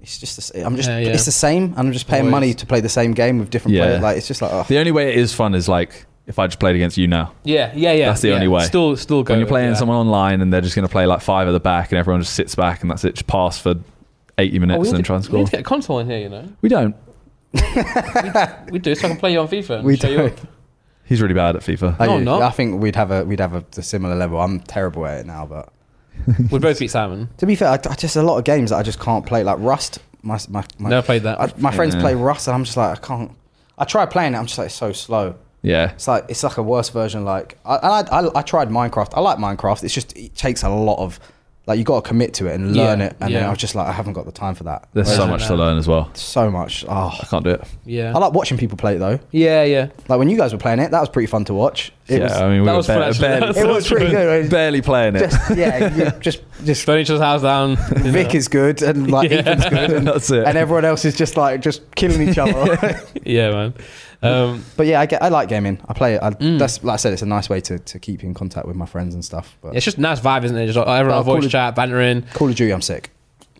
it's just the s- I'm just
Yeah, yeah.
it's the same. and I'm just paying
Always.
money to play the same game with different
Yeah.
players. Like it's just like oh.
The only way it is fun is like if I just played against you now.
Yeah, yeah, yeah.
That's the
yeah.
only way.
Still, still go.
when you're playing
yeah.
someone online and they're just going to play like five at the back and everyone just sits back and that's it. Just pass for 80
Oh,
minutes
we, need
and
to,
then try and
we
score.
need to get a console in here, you know.
We don't.
We do, so I can play you on FIFA. And
We
show
don't.
You up.
He's really bad at FIFA.
Are
No,
you?
not.
I think we'd have a we'd have a, a similar level. I'm terrible at it now, but
We'd both beat Simon.
to be fair, I, I just a lot of games that I just can't play. Like Rust, my my my,
Never played that.
I, my friends
Yeah.
play Rust, and I'm just like I can't. I try playing it. I'm just like it's so slow.
yeah.
It's like it's like a worse version. Like I and I, I, I tried Minecraft. I like Minecraft. It's just it takes a lot of like you got to commit to it and learn
Yeah,
it. And then
yeah.
I was just like I haven't got the time for that.
There's
Whereas
so
I
much to
know.
learn as well.
So much. Oh,
I can't do it.
Yeah.
I like watching people play it though.
yeah, yeah.
Like when you guys were playing it, that was pretty fun to watch. It
yeah, I mean, we
that
were
was fun,
barely,
actually.
barely,
That
was, it was pretty good.
barely, playing it.
Just, yeah, you just just
Throwing each other's house down. you
Vic
know.
is good and like Ethan's good and,
that's it.
and everyone else is just like just killing each other.
Yeah, man. Um,
but yeah, I get I like gaming. I play it. I,
Mm.
That's like I said, it's a nice way to, to keep in contact with my friends and stuff. But
it's just a nice vibe, isn't it? Just like, everyone
But
on
Call
voice
of-
chat, bantering.
Call of Duty, I'm sick.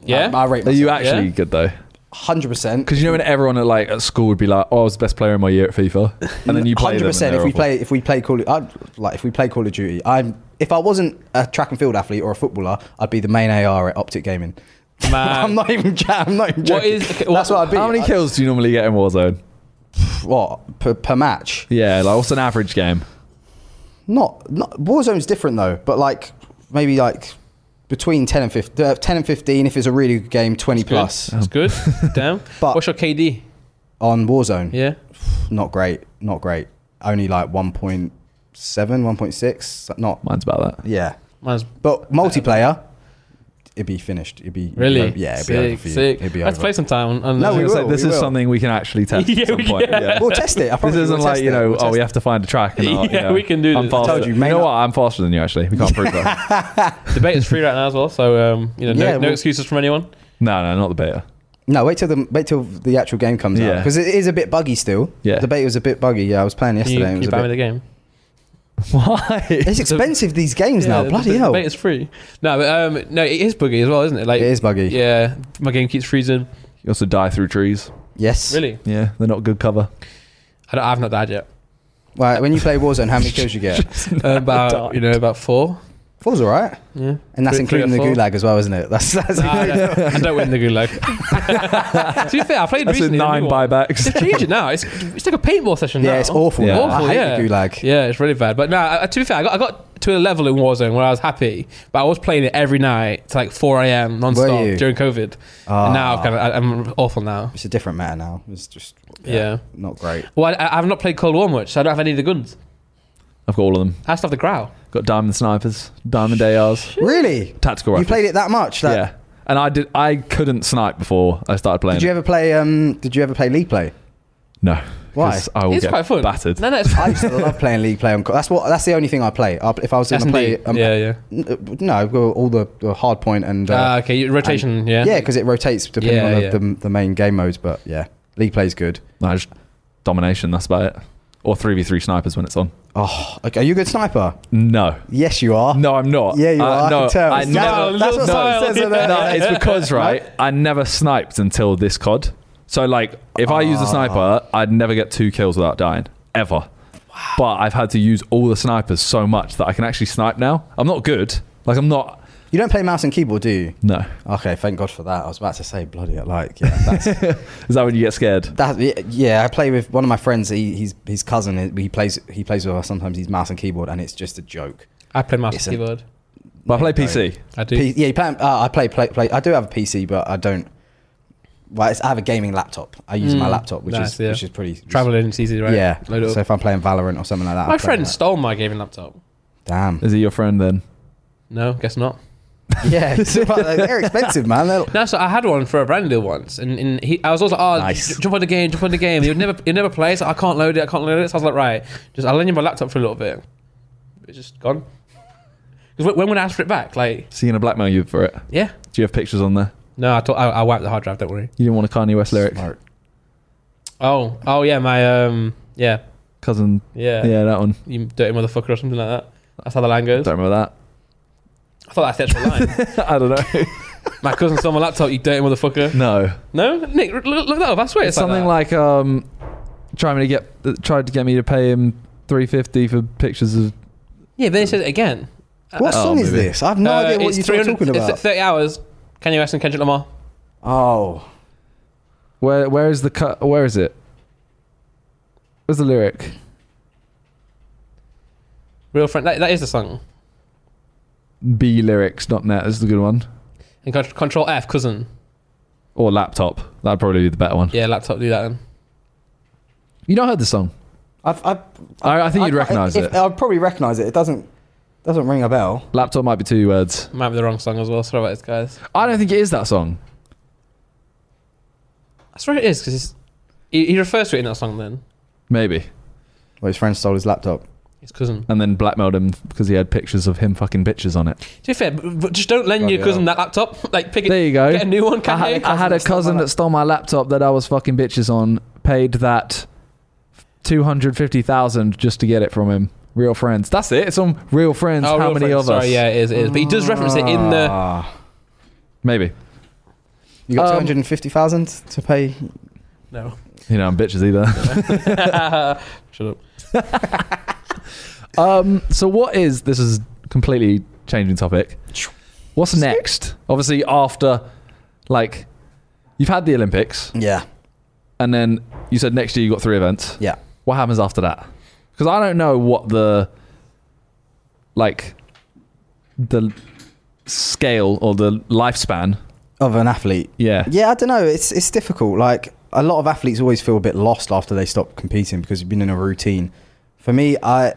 Yeah?
I, I rate
Are you
myself
actually
Yeah.
good though?
100%.
Because you know when everyone at like at school would be like, "Oh, I was the best player in my year at FIFA," and then you play them. and they're
If we
awful.
play, if we play Call, of, I'd, like if we play Call of Duty, I'm. If I wasn't a track and field athlete or a footballer, I'd be the main AR at Optic Gaming.
Man.
I'm not even. j I'm not even
What
joking.
is- okay, what-
That's what I'd be.
How many
I-
kills do you normally get in Warzone?
What per, per match?
Yeah, like what's an average game?
Not. Not Warzone's different though, but like maybe like between 10 and 15, uh, 10 and 15 if it's a really good game, 20
Good.
plus
That's good. Damn.
But-
What's your KD?
on Warzone.
Yeah.
Not great. Not great. Only like 1.7, 1.6. Not.
Mine's about that.
Yeah.
Mine's
But multiplayer, it'd be finished. It'd be it'd be
really.
over- yeah, it'd
sick,
be over for you.
sick.
It'd be
Let's
over.
play sometime. And
No,
uh,
we
It's
will,
like, this
we
is
will.
something we can actually test
Yeah,
at some
we-
point.
yeah.
Yeah.
We'll test it. I
This
promise
isn't
we'll
like
test
you
it.
know.
We'll
oh,
test
we
it.
have to find a track. And
Yeah,
I'll, you know,
we can do
I'm
this. I
faster.
told you,
you
may
know
not-
what? I'm faster than you. Actually, we can't prove that.
Debate is free right now as well, so um, you know, no,
Yeah,
no
well-
excuses from anyone.
No, no, not the beta.
No, wait till the wait till the actual game comes out
Yeah.
because it is a bit buggy still.
Yeah.
the beta was a bit buggy. Yeah, I was playing
Can you,
yesterday.
can
and it
you
was
buy me
a
the
bit,
game?
Why?
it's expensive these games
Yeah,
now.
the-
Bloody
the
hell,
Debate's free. No, but, um, no, it is buggy as well, isn't it? Like,
it is buggy.
Yeah, my game keeps freezing.
You also die through trees.
Yes,
Really?
Yeah, they're not good cover.
I don't, I've not died yet. Uh,
Right, when you play Warzone, how many kills you get?
about you know about four.
Four's all right,
Yeah,
and that's
Three- three or
including the
four.
gulag as well, isn't it? That's that's.
Nah, I, don't, I Ah, don't win the gulag. to be fair, I played
That's with
recently. the
nine
new one.
buybacks.
They've changed it now. It's, it's like a paintball session
yeah,
now.
it's awful.
Yeah.
man.
Awful,
I hate
yeah.
the gulag.
Yeah, it's really bad. But no, I- to be fair, I got, I got to a level in Warzone where I was happy, but I was playing it every night to like 4 a.m.
Were you?
nonstop during COVID.
Ah.
And now I've kind of, I, I'm awful now.
It's a different matter now. It's just
Yeah.
not great.
Well, I, I've not played Cold War much, so I don't have any of the guns.
I've got all of them.
I still have the growl.
Got diamond snipers, diamond ARs,
Really,
tactical
you
rifles.
played it that much? That,
yeah. And I did. I couldn't snipe before I started playing.
Did you ever play? Um, did you ever play League Play?
No.
Why?
'cause I will
It's
Oh, get
quite fun.
Battered.
No, no, it's
I used to love playing League Play. On, co- that's what. That's the only thing I play. I, if I was going to
S&D.
play, um,
yeah, yeah.
n- no, well, all the, the hard point and uh,
Ah, okay, you- rotation, yeah.
yeah, because it rotates depending
Yeah,
on the,
yeah.
the, the main game modes. But yeah, League Play's good.
No, just domination. That's about it. Or three v three snipers when it's on.
Oh, okay, are you a good sniper?
No.
Yes, you are.
No, I'm not.
Yeah, you
Uh,
are. I
No,
can tell.
I
It's-
never.
no,
that's
no,
what someone
no.
says in there.
no, it's because right, I never sniped until this COD. So like, if
Ah.
I use a sniper, I'd never get two kills without dying ever. But I've had to use all the snipers so much that I can actually snipe now. I'm not good. Like I'm not.
You don't play mouse and keyboard, do you?
No.
Okay, thank God for that. I was about to say bloody like yeah. That's,
Is that when you get scared?
that yeah, yeah, I play with one of my friends. He, he's his cousin. He plays he plays with us sometimes. He's mouse and keyboard, and it's just a joke.
I play mouse and
It's a-
keyboard.
But I play
No.
PC.
I do.
P- yeah, you play, uh, I play, play play. I do have a PC, but I don't. Well, it's, I have a gaming laptop. I use my
Mm,
laptop, which
nice,
is
yeah.
which is pretty
Traveling, it's easy, right?
Yeah.
Load it
So
up.
if I'm playing Valorant or something like that,
My
I play
friend
that.
stole my gaming laptop.
Damn.
Is he your friend then?
No, guess not.
yeah, it's about- they're expensive, man. They're-
No, so I had one for a brand new once, and, and he, I was also, oh,
Nice.
j- jump on the game, jump on the game. You never, you never play. So I can't load it. I can't load it. So I was like, right, just I'll lend you my laptop for a little bit. It's just gone. 'Cause when, when would I ask for it back? Like,
Is he gonna blackmail you for it?
yeah,
Do you have pictures on there?
no, I, thought I, I wiped the hard drive. Don't worry.
You didn't want a Kanye West lyric.
Smart.
Oh, oh yeah, my um, yeah,
Cousin.
yeah,
Yeah, that one.
you dirty motherfucker or something like that. That's how the line goes.
Don't remember
I thought that's the actual line.
that. I don't know.
my cousin stole my laptop. You dirty motherfucker.
no.
No, Nick, look, look that up. I swear it's,
it's something
like,
like, um, trying to get uh, tried to get me to pay him three fifty for pictures of.
that. yeah. Then he says it again.
What
Oh,
song is
maybe.
this? I have no
Uh,
idea what
it's
you're
300
talking
it's
about.
Thirty hours. Kanye West and Kendrick Lamar.
Oh,
Where where is the cut? Where is it? Where's the lyric?
Real friend. That, that is the song.
B lyrics.net is the good one.
And con- Control F, cousin.
Or laptop. That'd probably be the better one.
Yeah, laptop. Do that. Then.
You not heard the song?
I've, I've,
I, I think you'd
I-
recognise
if-
it.
I'd probably recognise it. It doesn't doesn't ring a bell.
Laptop might be two words.
Might be the wrong song as well. Sorry about this, guys.
I don't think it is that song.
I swear it is because he, he refers to it in that song. Then
Maybe.
Well, his friend stole his laptop.
his cousin.
And then blackmailed him because he had pictures of him fucking bitches on it.
To be fair, but, but just don't lend
Bloody
your cousin
hell.
that laptop. like pick it.
There you go.
Get a new one,
I
Kanye. Oh,
had, I had a cousin that stole my laptop that I was fucking bitches on, paid that 250,000 just to get it from him. Real friends. That's it. It's on Real Friends.
Oh, Real
How many
Friends,
of us?
Sorry, yeah, it is. It is. But he does reference it in the.
Ah.
Maybe.
You got
Um,
two hundred and fifty thousand to pay.
No.
You know, I'm bitches either.
Shut up.
Um, so what is this is completely changing topic. What's next? Obviously after like you've had the Olympics
Yeah,
and then you said next year you got three events.
yeah.
What happens after that? Because I don't know what the like the scale or the lifespan.
Of an athlete.
Yeah.
Yeah, I don't know. It's it's difficult. Like a lot of athletes always feel a bit lost after they stop competing because you've been in a routine. For me, I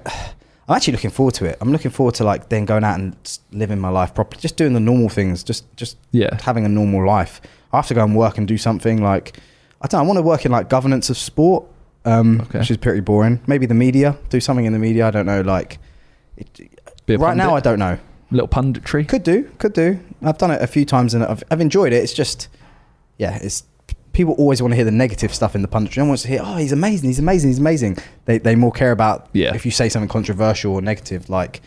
I'm actually looking forward to it. I'm looking forward to like then going out and s- living my life properly, just doing the normal things, just just
Yeah.
having a normal life. I have to go and work and do something like I don't. know, I want to work in like governance of sport, um,
Okay.
which is pretty boring. Maybe the media, do something in the media. I don't know. Like it,
Be a
right now, I
pundit,
don't know.
little punditry.
Could do, could do. I've done it a few times and I've, I've enjoyed it. It's just, yeah, it's people always want to hear the negative stuff in the punditry. No one wants to hear, oh, he's amazing, he's amazing, he's amazing. They they more care about
Yeah.
if you say something controversial or negative, like,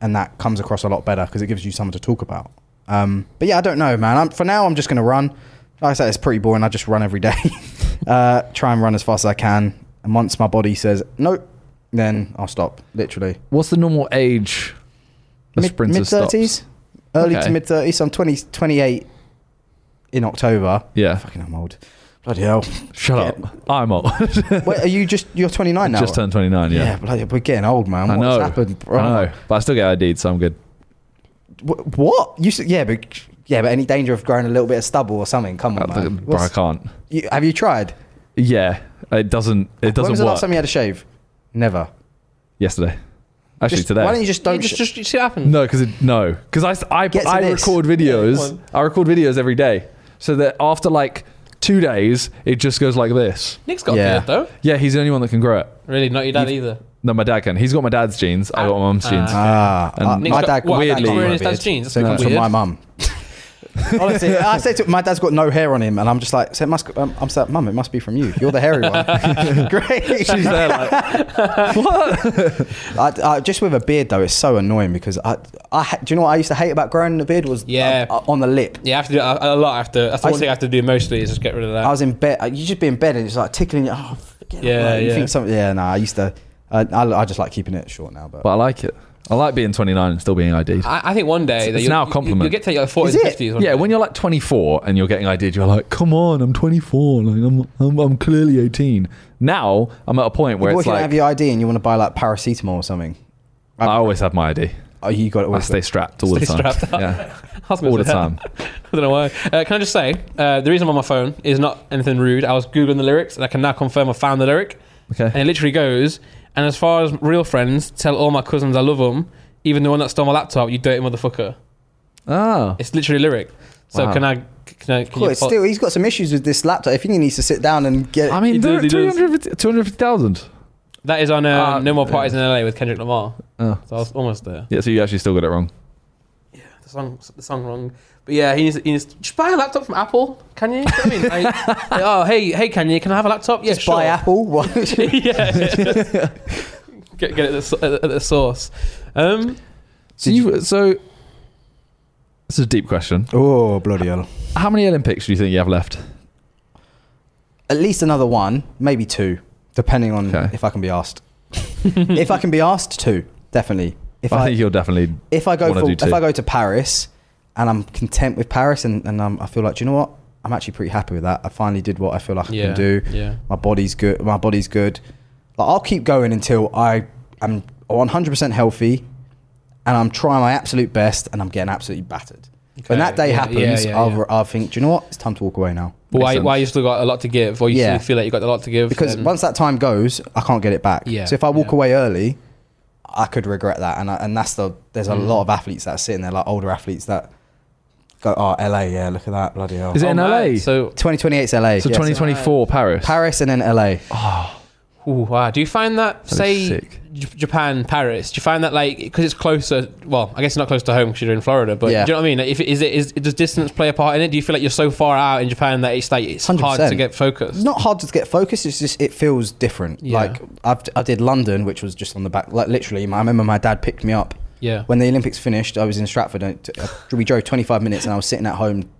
and that comes across a lot better because it gives you something to talk about. Um, but yeah, I don't know, man. I'm, for now, I'm just gonna run. Like I said, it's pretty boring. I just run every day. uh, try and run as fast as I can. And once my body says nope, then I'll stop. Literally,
What's the normal age of sprinter
mid thirties,
stops?
early
Okay.
to mid thirties. I'm 20, 28 in October.
Yeah.
Fucking, I'm old. Bloody hell.
Shut
Yeah.
up. I'm old.
Wait, are you just you're 29 now?
Just turned 29, yeah.
Yeah, bloody, we're getting old, man.
I
What's
know.
happened, bro?
I know. But I still get ID'd, so I'm good.
Wh- What? You should, yeah, but yeah, but any danger of growing a little bit of stubble or something? Come on,
I
man.
think- bro, Uh, I
What's-
can't.
you, have you tried?
Yeah. It doesn't it
when
doesn't
was the
work.
last time you had a shave? Never.
Yesterday. Actually
Just-
today.
Why don't you just don't?
you just,
sh-
just, just see what happens.
No, because it no, because I s- I,
Get to
I
this.
record
Yeah, come
videos.
on.
I record videos every day, so that after like two days, it just goes like this.
Nick's got
Yeah.
yeah. though.
Yeah, he's the only one that can grow it.
Really, not your dad either.
No, my dad can. He's got my dad's genes. I got my mum's
Ah.
genes.
Ah,
And
uh,
Nick's
my
got-
dad
what,
weirdly.
wearing his dad's jeans? That's
So it comes
become
from my
weird.
mum. Honestly, I say to my dad's got no hair on him, and I'm just like, so it must. Um, I'm like, mum, it must be from you. You're the hairy one. Great.
She's there like
I, I, just with a beard though, it's so annoying because I, I ha- do you know what I used to hate about growing the beard was
Yeah.
uh, uh, on the lip.
Yeah, I have to do a, a lot. After that's the
I
one
s-
thing I have to do mostly is just get rid of that.
I was in bed. uh, You just be in bed and it's like tickling. your Oh, forget it,
Yeah,
like, You
yeah.
think something? Yeah, no. I used to. Uh, I, I just like keeping it short now, but
But I like it. I like being 29 and still being ID'd.
I, I think one day
It's-
that
it's
you'll-
now a
you-
compliment.
You'll get to your 40s,
Is
and
it?
50s.
Yeah, when you're like 24 and you're getting ID'd, you're like, come on, I'm 24. Like, I'm, I'm, I'm clearly 18. Now I'm at a point where
What if
it's
you don't have
like,
your ID and you want to buy like paracetamol or something?
I always have my ID.
Oh, you got it.
I
always-
stay strapped all the
Stay
time.
strapped up.
Yeah,
Husband
all the
said-
time.
I don't know why. Uh, can I just say uh, the reason I'm on my phone is not anything rude. I was googling the lyrics and I can now confirm I found the lyric.
Okay.
And it literally goes, and as far as real friends, tell all my cousins I love them, even the one that stole my laptop, you dirty motherfucker.
Oh,
It's literally a lyric. So
Wow.
can I? Can I? Can
Cool,
you
it's
fol-
still, he's got some issues with this laptop. I think he needs to sit down and get.
I mean,
It does, it does.
250 250,000.
that is on um,
Ah,
No More Parties in LA with Kendrick Lamar.
Oh.
So I was almost there.
Yeah, so you actually still got it wrong.
The song, the song wrong. But yeah, he needs. He needs just buy a laptop from Apple. Can you? I mean, like, like, oh hey hey, can you? Can I have a laptop? Yeah,
just
sure.
buy Apple. What?
yeah. get, get it at the, so- at the- at the source. Um,
So you so this is a deep question.
oh bloody hell!
How many Olympics do you think you have left?
At least another one, maybe two, depending on
Okay.
if I can be asked. if I can be asked, two definitely. If
I,
I,
think you'll definitely.
if I go
wanna
for,
do two.
if I go to Paris and I'm content with Paris and, and um, I feel like, do you know what? I'm actually pretty happy with that. I finally did what I feel like I
yeah.
can do.
Yeah.
My body's good. My body's good. Like, I'll keep going until I am 100% healthy and I'm trying my absolute best and I'm getting absolutely battered. When that day
yeah,
happens,
yeah, yeah,
I'll,
yeah.
I'll think, do you know what? It's time to walk away now.
But why?
sense.
Why you still got a lot to give, or you
Yeah.
still feel like you got a lot to give? Um,
Because
then-
once that time goes, I can't get it back.
Yeah,
So if I walk
yeah.
away early, I could regret that. And I, and that's the there's a
Mm.
lot of athletes that are sitting there, like older athletes that go, oh LA, yeah, look at that bloody hell.
Is it in
man,
LA?
So,
2028 is LA.
So
yes.
Uh,
2024 Paris.
Paris and then LA.
ooh, wow. Do you find that,
That is
say,
sick.
J- Japan, Paris? Do you find that like because it's closer? Well, I guess it's not close to home because you're in Florida. But
Yeah.
do you know what I mean? Like, if it, is it is does distance play a part in it? Do you feel like you're so far out in Japan that it's like it's hard
100%.
to get
It's
focused?
not hard to get focused. It's just it feels different.
Yeah.
Like I've, I did London, which was just on the back. Like literally, my, I remember my dad picked me up
Yeah.
when the Olympics finished. I was in Stratford. And uh, we drove 25 minutes, and I was sitting at home 20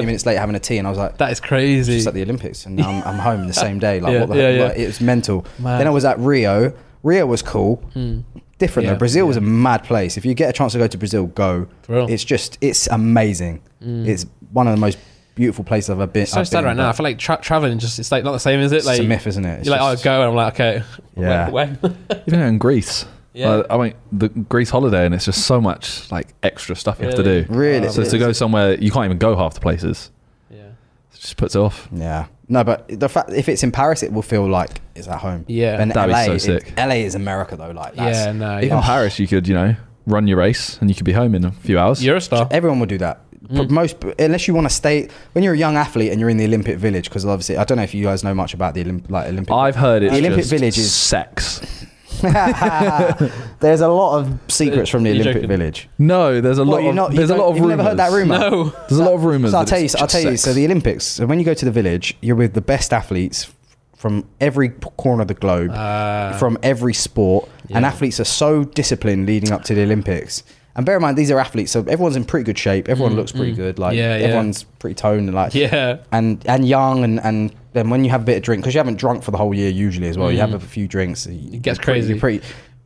Mad.
minutes later having a tea, and I was like,
That is
It's
crazy.
just at the Olympics, and I'm, I'm home the same day. Like,
Yeah,
what the
yeah,
heck?
yeah.
Like, it was mental.
Man.
Then I was at Rio. Rio was cool, different
Hmm. Yeah,
though. Brazil was a
yeah.
mad place. If you get a chance to go to Brazil, go.
For real.
It's just, it's amazing. It's one of the most beautiful places I've ever been.
Hmm. It's so
I've
sad
been,
right now. I
but
feel like tra- traveling just it's like not the same, is it?
It's
Like
a myth, isn't it? It's
you're like,
just-
oh, go, and I'm like, okay,
Yeah.
when? when?
Even in Greece.
Yeah.
Like, I went the Greece holiday, and it's just so much like extra stuff you have to
Really?
do.
Really?
Oh,
So to go somewhere you can't even go half the places.
yeah,
It just puts it off.
Yeah. No, but the fact if it's in Paris, it will feel like it's at home.
Yeah.
and
That'd be
LA,
so
is-
sick.
LA is America though. Like, that's,
yeah, no,
Even
yeah.
Paris, you could you know run your race and you could be home in a few hours.
you're a star.
Everyone will do that. But most, unless you want to stay, when you're a young athlete and you're in the Olympic Village, because obviously, I don't know if you guys know much about the Olymp- like Olympic.
I've heard it's
The Olympic
just
Village is-
sex.
There's a lot of secrets from the
You're
Olympic
joking.
Village.
No, there's a lot.
What, you've
of,
not- you
there's a
don't-
lot of
you've
rumors.
never heard that rumor?
No,
There's a lot of rumors.
So I'll
that
tell you.
it's
I'll
just
tell you.
sex.
So the Olympics. So when you go to the Village, you're with the best athletes from every p- corner of the globe,
Uh,
from every sport, and
yeah.
athletes are so disciplined leading up to the Olympics. And bear in mind, these are athletes, so everyone's in pretty good shape. Everyone looks pretty good. Like
Mm, Yeah, yeah.
everyone's pretty toned, and like
yeah,
and and young and and then when you have a bit of drink, because you haven't drunk for the whole year usually as well, you have a few drinks. It
Mm. gets crazy.
Pretty,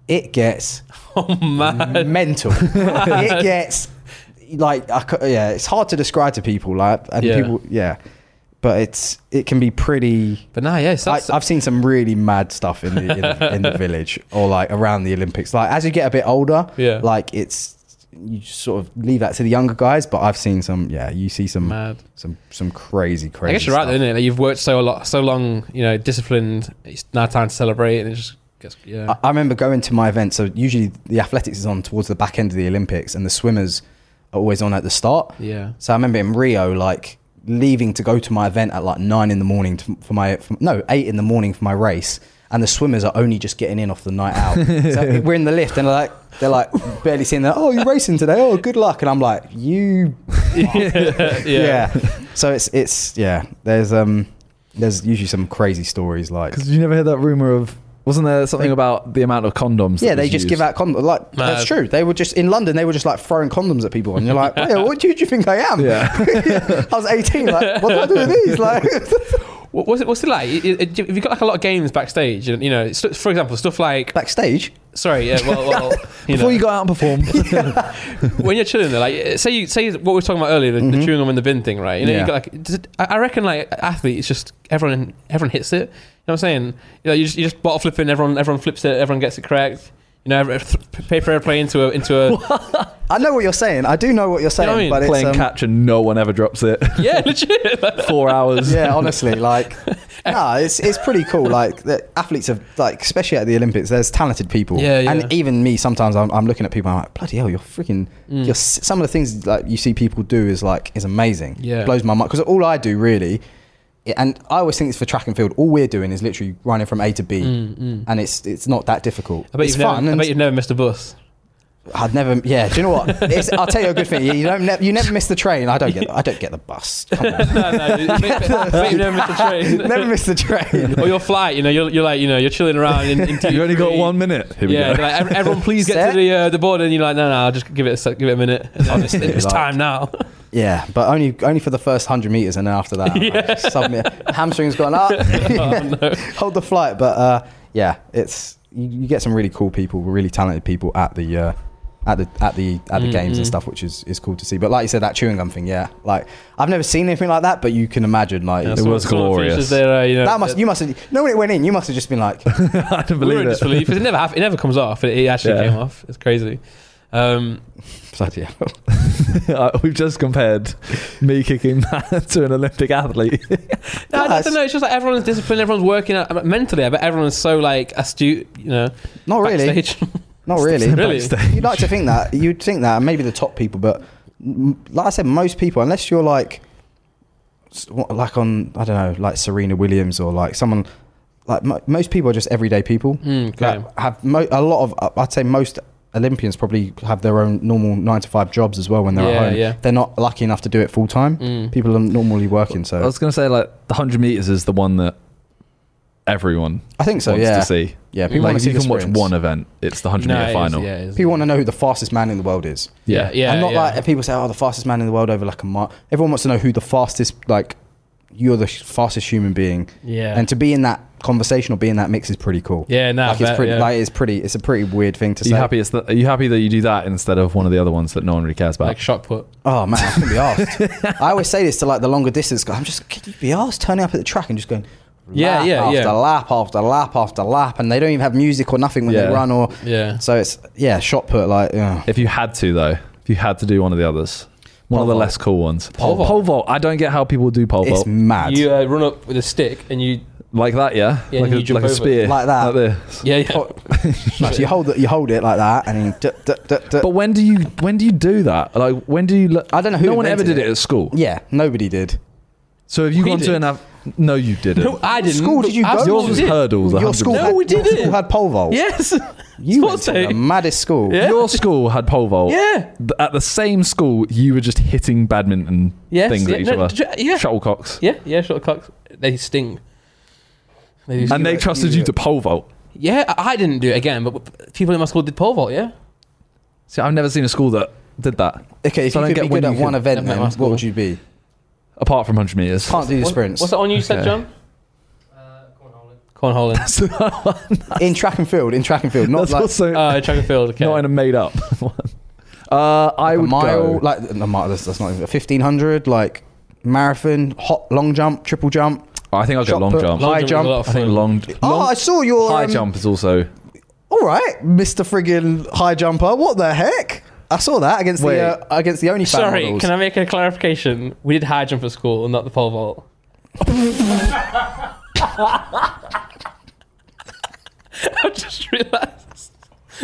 it gets
Oh man.
mental. it gets like I, cou- yeah, it's hard to describe to people. Like and
Yeah.
people yeah, but it's it can be pretty.
But nah, yeah, it's
I,
that's,
I've seen some really mad stuff in the, in the in the village or like around the Olympics. Like as you get a bit older,
Yeah.
like it's you just sort of leave that to the younger guys. But I've seen some yeah, you see some
Mad.
some some crazy crazy.
I guess you're right, though,
stuff.
innit? Like you've worked so a lot, so long, you know, disciplined. It's now time to celebrate, and it just gets yeah.
I, I remember going to my event. So usually the athletics is on towards the back end of the Olympics, and the swimmers are always on at the start.
Yeah.
So I remember in Rio, like leaving to go to my event at like nine in the morning to, for my for, no eight in the morning for my race, and the swimmers are only just getting in off the night out. so we're in the lift, and like they're like barely seeing that. Oh, you're racing today. Oh, good luck. And I'm like, you
yeah,
yeah. So it's it's yeah. There's um there's usually some crazy stories like.
Because you never heard that rumor of wasn't there something about the amount of condoms? that
Yeah, they
was
just
used?
give out condoms. Like
Mad.
that's true. They were just in London. They were just like throwing condoms at people, and you're like, "Wait, "What do you, do you think I am?" I was 18. Like, what do I do with these? Like,
What, what's it? What's it like? It- it- it- Have you got like a lot of games backstage? And you know, it's- for example, stuff like
backstage.
sorry, yeah, well, well you
Before
know,
you go out and perform,
when you're chilling there, like eh, say you say what we were talking about earlier, the, the chewing gum in the bin thing, right? You know,
Mm-hmm. Yeah.
you got like does it- I I reckon like athletes just everyone everyone hits it. You know what I'm saying? You know, you just you just bottle flipping, everyone everyone flips it, everyone gets it correct. You know, every, th- paper airplane into a into a
I know what you're saying. I do know what you're saying.
know what I mean?
But
playing
it's, um,
catch and no one ever drops it.
yeah, legit.
Four hours.
Yeah, honestly, like, nah, it's it's pretty cool. Like, the athletes have like, especially at the Olympics, there's talented people.
Yeah, yeah.
And even me, sometimes I'm, I'm looking at people. I'm like, bloody hell, you're freaking.
Mm.
You're, s- some of the things like you see people do is like is amazing.
Yeah.
blows my mind because all I do really. And I always think it's for track and field. All we're doing is literally running from A to B, and it's it's not that difficult.
Mm. I bet,
it's
you've never, I
and-
bet you've never missed a bus.
I'd never. Yeah, do you know what? It's, I'll tell you a good thing. You don't. Ne- you never miss the train. I don't get. I don't get the bus. Come on.
no, no, you- I bet I bet you've never missed a train.
never miss the train.
or your flight, you know, you're, you're like, you know, you're chilling around. In, in
You only got
duty-free.
one minute. Here we
Yeah,
go.
they're like, "Ev- everyone, please get
Set.
to the uh, the board, and you're like, no, no, I'll just give it a sec, give it a minute. And then it's, it's
like-
time now.
Yeah, but only only for the first hundred meters, and then after that, I just submit. hamstring's gone
Oh,
up. Hold the flight, but uh, yeah, it's you, you get some really cool people, really talented people at the. Uh, at the at the at
Mm-hmm.
the games and stuff, which is, is cool to see. But like you said, that chewing gum thing, yeah. Like I've never seen anything like that, but you can imagine like
Yeah,
it's-
someone-
was
someone
glorious.
finishes their, uh, you know,
that must you must have you know when it went in, you must have just been like,
I didn't
we were
believe
in
it.
disbelief. It never happened. It never comes off. It, it actually
Yeah.
came off. It's crazy. Um,
bloody hell.
Uh, We've just compared me kicking that to an Olympic athlete.
no, I
That's-
don't know. It's just like everyone's disciplined. Everyone's working out I mean, mentally. I bet everyone's so like astute. You know,
Oh,
Not really.
backstage.
Not really.
Really?
Backstage.
You'd like to think that. You'd think that maybe the top people, but m- like I said, most people, unless you're like, s- what- like on I don't know, like Serena Williams or like someone, like mo- most people are just everyday people.
Mm, okay.
Like, have mo- a lot of uh, I'd say most Olympians probably have their own normal nine to five jobs as well when they're
Yeah,
at home.
yeah.
They're not lucky enough to do it full time.
Mm.
People are normally working, so
I was going to say, like, the 100 meters is the one that everyone
I think so.
wants
Yeah,
to see.
yeah. People
like,
want to see
you
the
can watch
sprints.
one event, it's the 100
No, it
meter
is,
final.
yeah, it is.
People want to know who the fastest man in the world is.
Yeah, yeah.
and not like and people say, oh, the fastest man in the world over like a mile. Everyone wants to know who the fastest, like, you're the sh- fastest human being,
Yeah.
and to be in that conversation or be in that mix is pretty cool.
Yeah, no, I
like it's
bet,
pretty,
yeah.
like it's pretty, it's a pretty weird thing to
Are
say.
you happy? It's that are you happy that you do that instead of one of the other ones that no one really cares about?
like shot put.
Oh man, I couldn't be asked. I always say this to like the longer distance guy. I'm just, could you be asked turning up at the track and just going.
Yeah,
lap
yeah,
after
yeah.
lap after lap after lap, and they don't even have music or nothing when
Yeah.
they run or
Yeah.
So it's yeah, shot put like yeah.
if you had to, though, if you had to do one of the others, one of
Pole
the
vault.
less cool ones,
Pole vault.
Pole vault. I don't get how people do pole
it's
vault
mad.
You uh, run up with a stick and you
like that. Yeah,
Yeah,
like,
and
a,
you jump
like a
over.
spear,
Like that.
like this.
yeah yeah.
Oh, no, so you hold it, you hold it like that, and then. duh, duh, duh, duh.
But when do you when do you do that? Like when do you? Look,
I don't know who
No one ever
invented
did
it.
it at school.
Yeah, nobody did.
So have you
We
gone
did.
to an? av- No, you didn't.
No, I
What
didn't.
school did you go?
Absolutely
Yours was
did.
hurdles.
Your
100.
school
No,
had,
we
your
didn't.
school had pole vault.
Yes.
you went
Sports
to the
day.
maddest school.
Yeah.
Your school had pole vault.
Yeah.
Th- At the same school, you were just hitting badminton
Yes,
things
yeah,
at each
no,
other.
j- yeah.
Shuttlecocks.
Yeah, yeah, shuttlecocks. They sting. They do
And they
sting.
trusted you to pole vault.
yeah, I I didn't do it again, but people in my school did pole vault. Yeah,
See, I've never seen a school that did that,
Okay, if
So
you
I don't
could
get
be
when
good
you
at one
could-
event,
Yeah,
then
my
what
school.
would you be?
apart from 100 meters.
Can't do the
What-
sprints.
What's that one you said,
Okay.
John? Cornholing.
in track and field, in track and field, not
That's
like
also
Uh, track and field. Okay.
not in a made up one. Uh, I
a
would
mile,
go.
like no, mile. That's, that's not even fifteen hundred, like marathon, hot long jump, triple jump.
Oh, I think I'll go
shot
long
put-
jump.
Long
High
jump is
jump.
a lot of
I think
fun.
long.
Oh,
long
I saw your
high
um,
jump is also.
All right, Mr. Friggin high jumper. What the heck? I saw that against
Wait.
the uh, against the only
Sorry,
models.
can I make a clarification? We did high jump at school and not the pole vault. I just realised.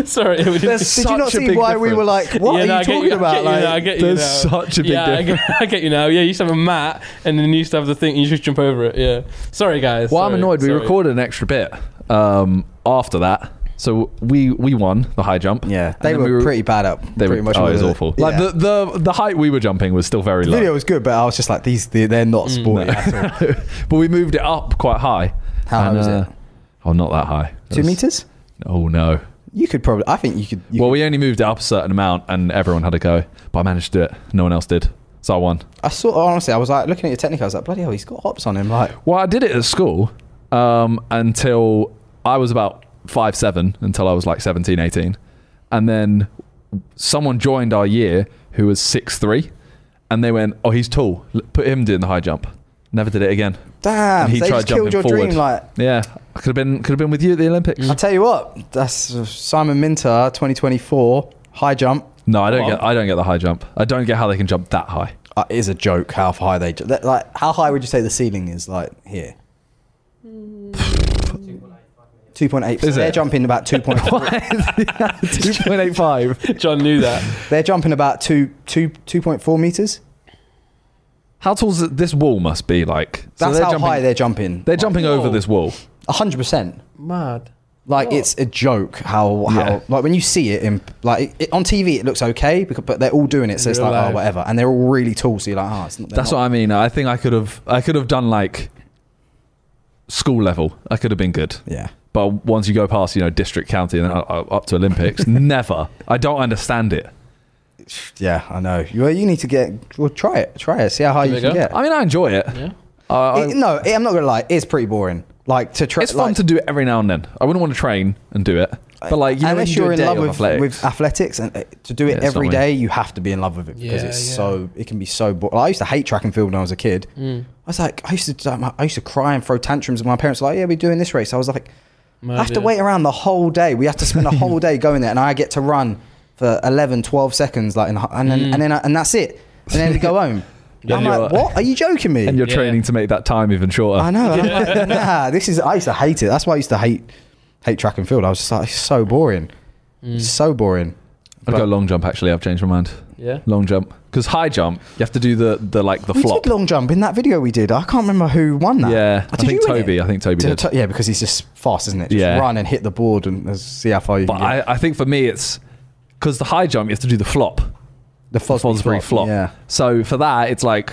Sorry, we did.
There's
Did you not
such a
see
big
why we were like,
difference.
what
Yeah, no,
are
I
you
get
talking
I
about?
get you
like,
now, I get you
There's
now.
such a big
yeah, I get, I get you now. Yeah, you used to have a mat and then you used to have the thing. You just jump over it. Yeah. Sorry, guys.
Well, I'm
Sorry.
annoyed. We
Sorry.
recorded an extra bit um, after that, so we we won the high jump.
yeah,
And
they
then
were,
we
pretty bad up.
They
pretty
were, oh,
all
it was
of it.
awful.
Yeah.
Like the, the the height we were jumping was still very
the
low.
video was good, but I was just like, these they- they're not
Mm.
sporty at all.
but we moved it up quite high.
How high was it?
Oh, not that high. That
Two
was-
meters?
Oh no.
You could probably. I think you could. You
well, we only moved it up a certain amount, and everyone had a go. But I managed to do it. No one else did, so I won.
could- I saw. Honestly, I was like looking at your technique. I was like, bloody hell, he's got hops on him. Like,
Well, I did it at school um, until I was about five seven, until I was like 17, 18. and then someone joined our year who was six three, and they went, "Oh, he's tall. L- Put him doing the high jump." Never did it again.
damn,
And he
they
tried
just killed
jumping
your
forward.
dream. Like, Mm.
Yeah, I could have been could have been with you at the Olympics.
I tell you what, that's uh, Simon Minter, 2024 high jump.
No, I don't
What?
get I don't get the high jump. I don't get how they can jump that high.
Uh, it is a joke how high they ju- that- like. How high would you say the ceiling is? Like here. Two point eight.
Is
They're
it?
jumping about two point.
Two point eight five.
John knew that.
they're jumping about two two two point four meters.
How tall's it- this wall? Must be like so
That's
they're
how
jumping-
high they're jumping.
They're jumping over
Whoa.
this wall.
hundred percent.
Mad.
Like it's a joke how how
Yeah.
like when you see it in like it, on TV it looks okay because, but they're all doing it so
In
it's
real
like
life.
oh whatever and they're all really tall so you're like oh it's not, they're
That's
not-
what I mean. I think I could have I could have done like school level. I could have been good.
yeah
But once you go past, you know, district, county, and then uh, uh, up to Olympics, never. I don't understand it.
yeah I know you well, you need to get well try it try it see how high
Give
you
it a
can
go.
get
I mean, I enjoy it.
Yeah.
I- I-
It- no it, I'm not gonna lie it's pretty boring like to try
it's fun
like-
to do it every now and then. I wouldn't want to train and do it, but like you know,
unless
when you
you're in
do a day
love
of
with
athletics,
with athletics and uh, to do
Yeah,
it
it's
every
not me.
day you have to be in love with it because
Yeah,
it's
yeah.
so it can be so boring like, I used to hate track and field when I was a kid
Mm.
I was like I used to like, my- I used to cry and throw tantrums and my parents were like yeah we're doing this race I was like
Oh,
I have to
Mad, yeah.
wait around the whole day. We have to spend a whole day going there, and I get to run for 11, 12 seconds, like, in the- and then and then I, and that's it. And then we go home.
Yeah,
I'm
Mm. you're-
like, what? Are you joking me?
and you're
Yeah.
training to make that time even shorter.
I know. and I'm like, nah, this is. I used to hate it. That's why I used to hate hate track and field. I was just like, it's so boring,
Mm.
It's so boring.
I'd go long jump. Actually, I've changed my mind.
Yeah.
Long jump because high jump, you have to do the the like the
We
flop.
did long jump in that video we did. I can't remember who won that.
yeah, I
Did
think
you win it?
Toby. I think Toby
Did
did.
I t- yeah, because he's just fast, isn't it? Just
Yeah.
run and hit the board and uh, see how far you
But
can get.
I, I think for me, it's because the high jump, you have to do the flop,
The
the
Fosbury,
Fosbury flop.
Yeah.
So for that, it's like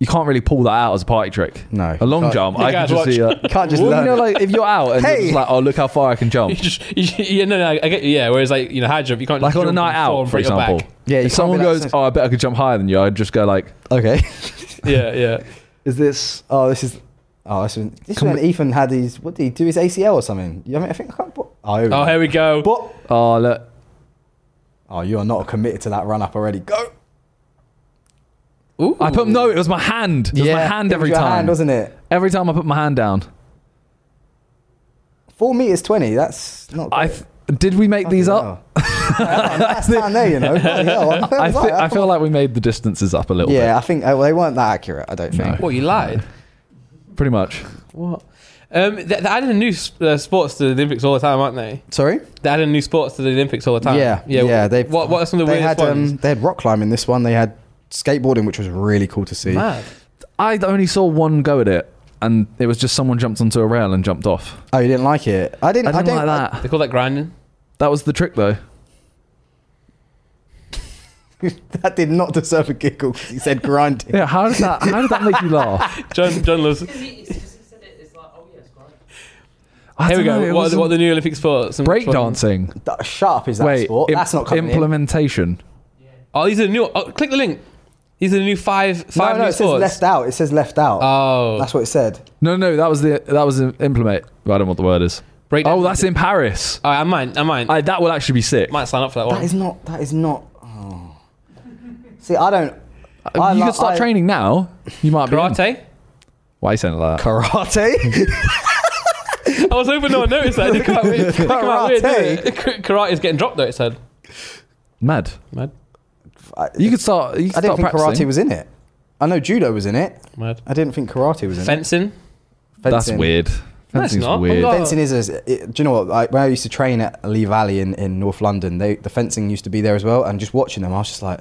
you can't really pull that out as a party trick.
No.
A long
Can't-
jump,
You
I can
guys
just
watch.
see. A,
You can't just
well,
learn
you know,
it.
like if you're out and
Hey!
you're just like, oh, look how far I can
You
jump.
just, you, yeah, no, no, I get, yeah. Whereas, like, you know, high jump, you can't
Like
just
on a
jump
night
and fall
out,
and
for
break your
example.
Yeah, you
if
can't
someone
be like-
goes, oh, I bet I could jump higher than you, I'd just go like,
Okay.
back. Yeah, yeah.
Is this? Oh, this is. Oh, this is, this is
Can
when Ethan had his. What did he do? His ACL or something? You- I, mean, I think I can't. Oh, here we
Oh,
go.
here we go.
But-
oh, look.
oh, you are not committed to that run up already. Go.
Ooh.
I put, no, it was my hand. It was my hand
It was
every
your
time.
hand, wasn't it?
every time I put my hand down.
Four meters twenty. That's not.
I
great.
th- did we make these
Bloody
up?
hell. Yeah, that's down there, you know. Bloody hell, I,
I,
was
thi-
like,
I feel like we made the distances up a little
yeah, I think uh, well, they weren't that accurate. I don't think.
What you lied?
bit. Pretty much.
What? Um, they, they adding new s- uh, sports to the Olympics all the time, aren't they?
Sorry.
They adding new sports to the Olympics all the time.
Yeah,
Uh, yeah.
yeah. They
what? What are some of the
they
weirdest
had?
ones?
Um, they had rock climbing. This one. They had skateboarding, which was really cool to see.
Mad.
I only saw one go at it, and it was just someone jumped onto a rail and jumped off.
Oh, you didn't like it? I
I
didn't.
didn't,
I don't.
like that.
They call that grinding.
that was the trick, though.
that did not deserve a giggle. 'cause He said grinding.
Yeah, how does that? How did that make you laugh?
John, John loves.
Because he, he said it, it's like, oh yeah, it's great.
I
Here we
don't know,
go.
it
What are, the,
wasn't-
what are the new Olympic sports? And which one-
breakdancing?
That- Shut up! Is that
Wait,
sport?
im-
That's not coming. in.
implementation.
Oh, these are new. Oh, click the link. These are the new five
No,
five
no,
new
it says
sports.
left out. It says left out.
oh,
That's what it said.
No, no, that was the that was the implement. I don't know what the word is.
break
Oh, that's in Paris.
All right, I might, I might, I
I, that will actually be sick.
might sign up for that one.
That is not. That is not. Oh. See, I don't. I
Uh, you
li-
could start
I-
training now. You might be. in.
Karate?
Why are you saying it like that?
Karate?
I was hoping no one noticed that. It came out weird. It came out weird,
Karate.
didn't it? Karate's getting dropped though. It said.
Mad.
Mad,
I,
You could start. You could
I didn't
start
think
practicing.
karate was in it. I know judo was in it.
mad.
I didn't think karate was in it.
Fencing.
That's
Fencing.
weird.
No, it's
Fencing's
not.
weird.
Oh.
Fencing is, is it, do you know what? Like, when I used to train at Lee Valley in, in North London, they, the fencing used to be there as well. And just watching them, I was just like,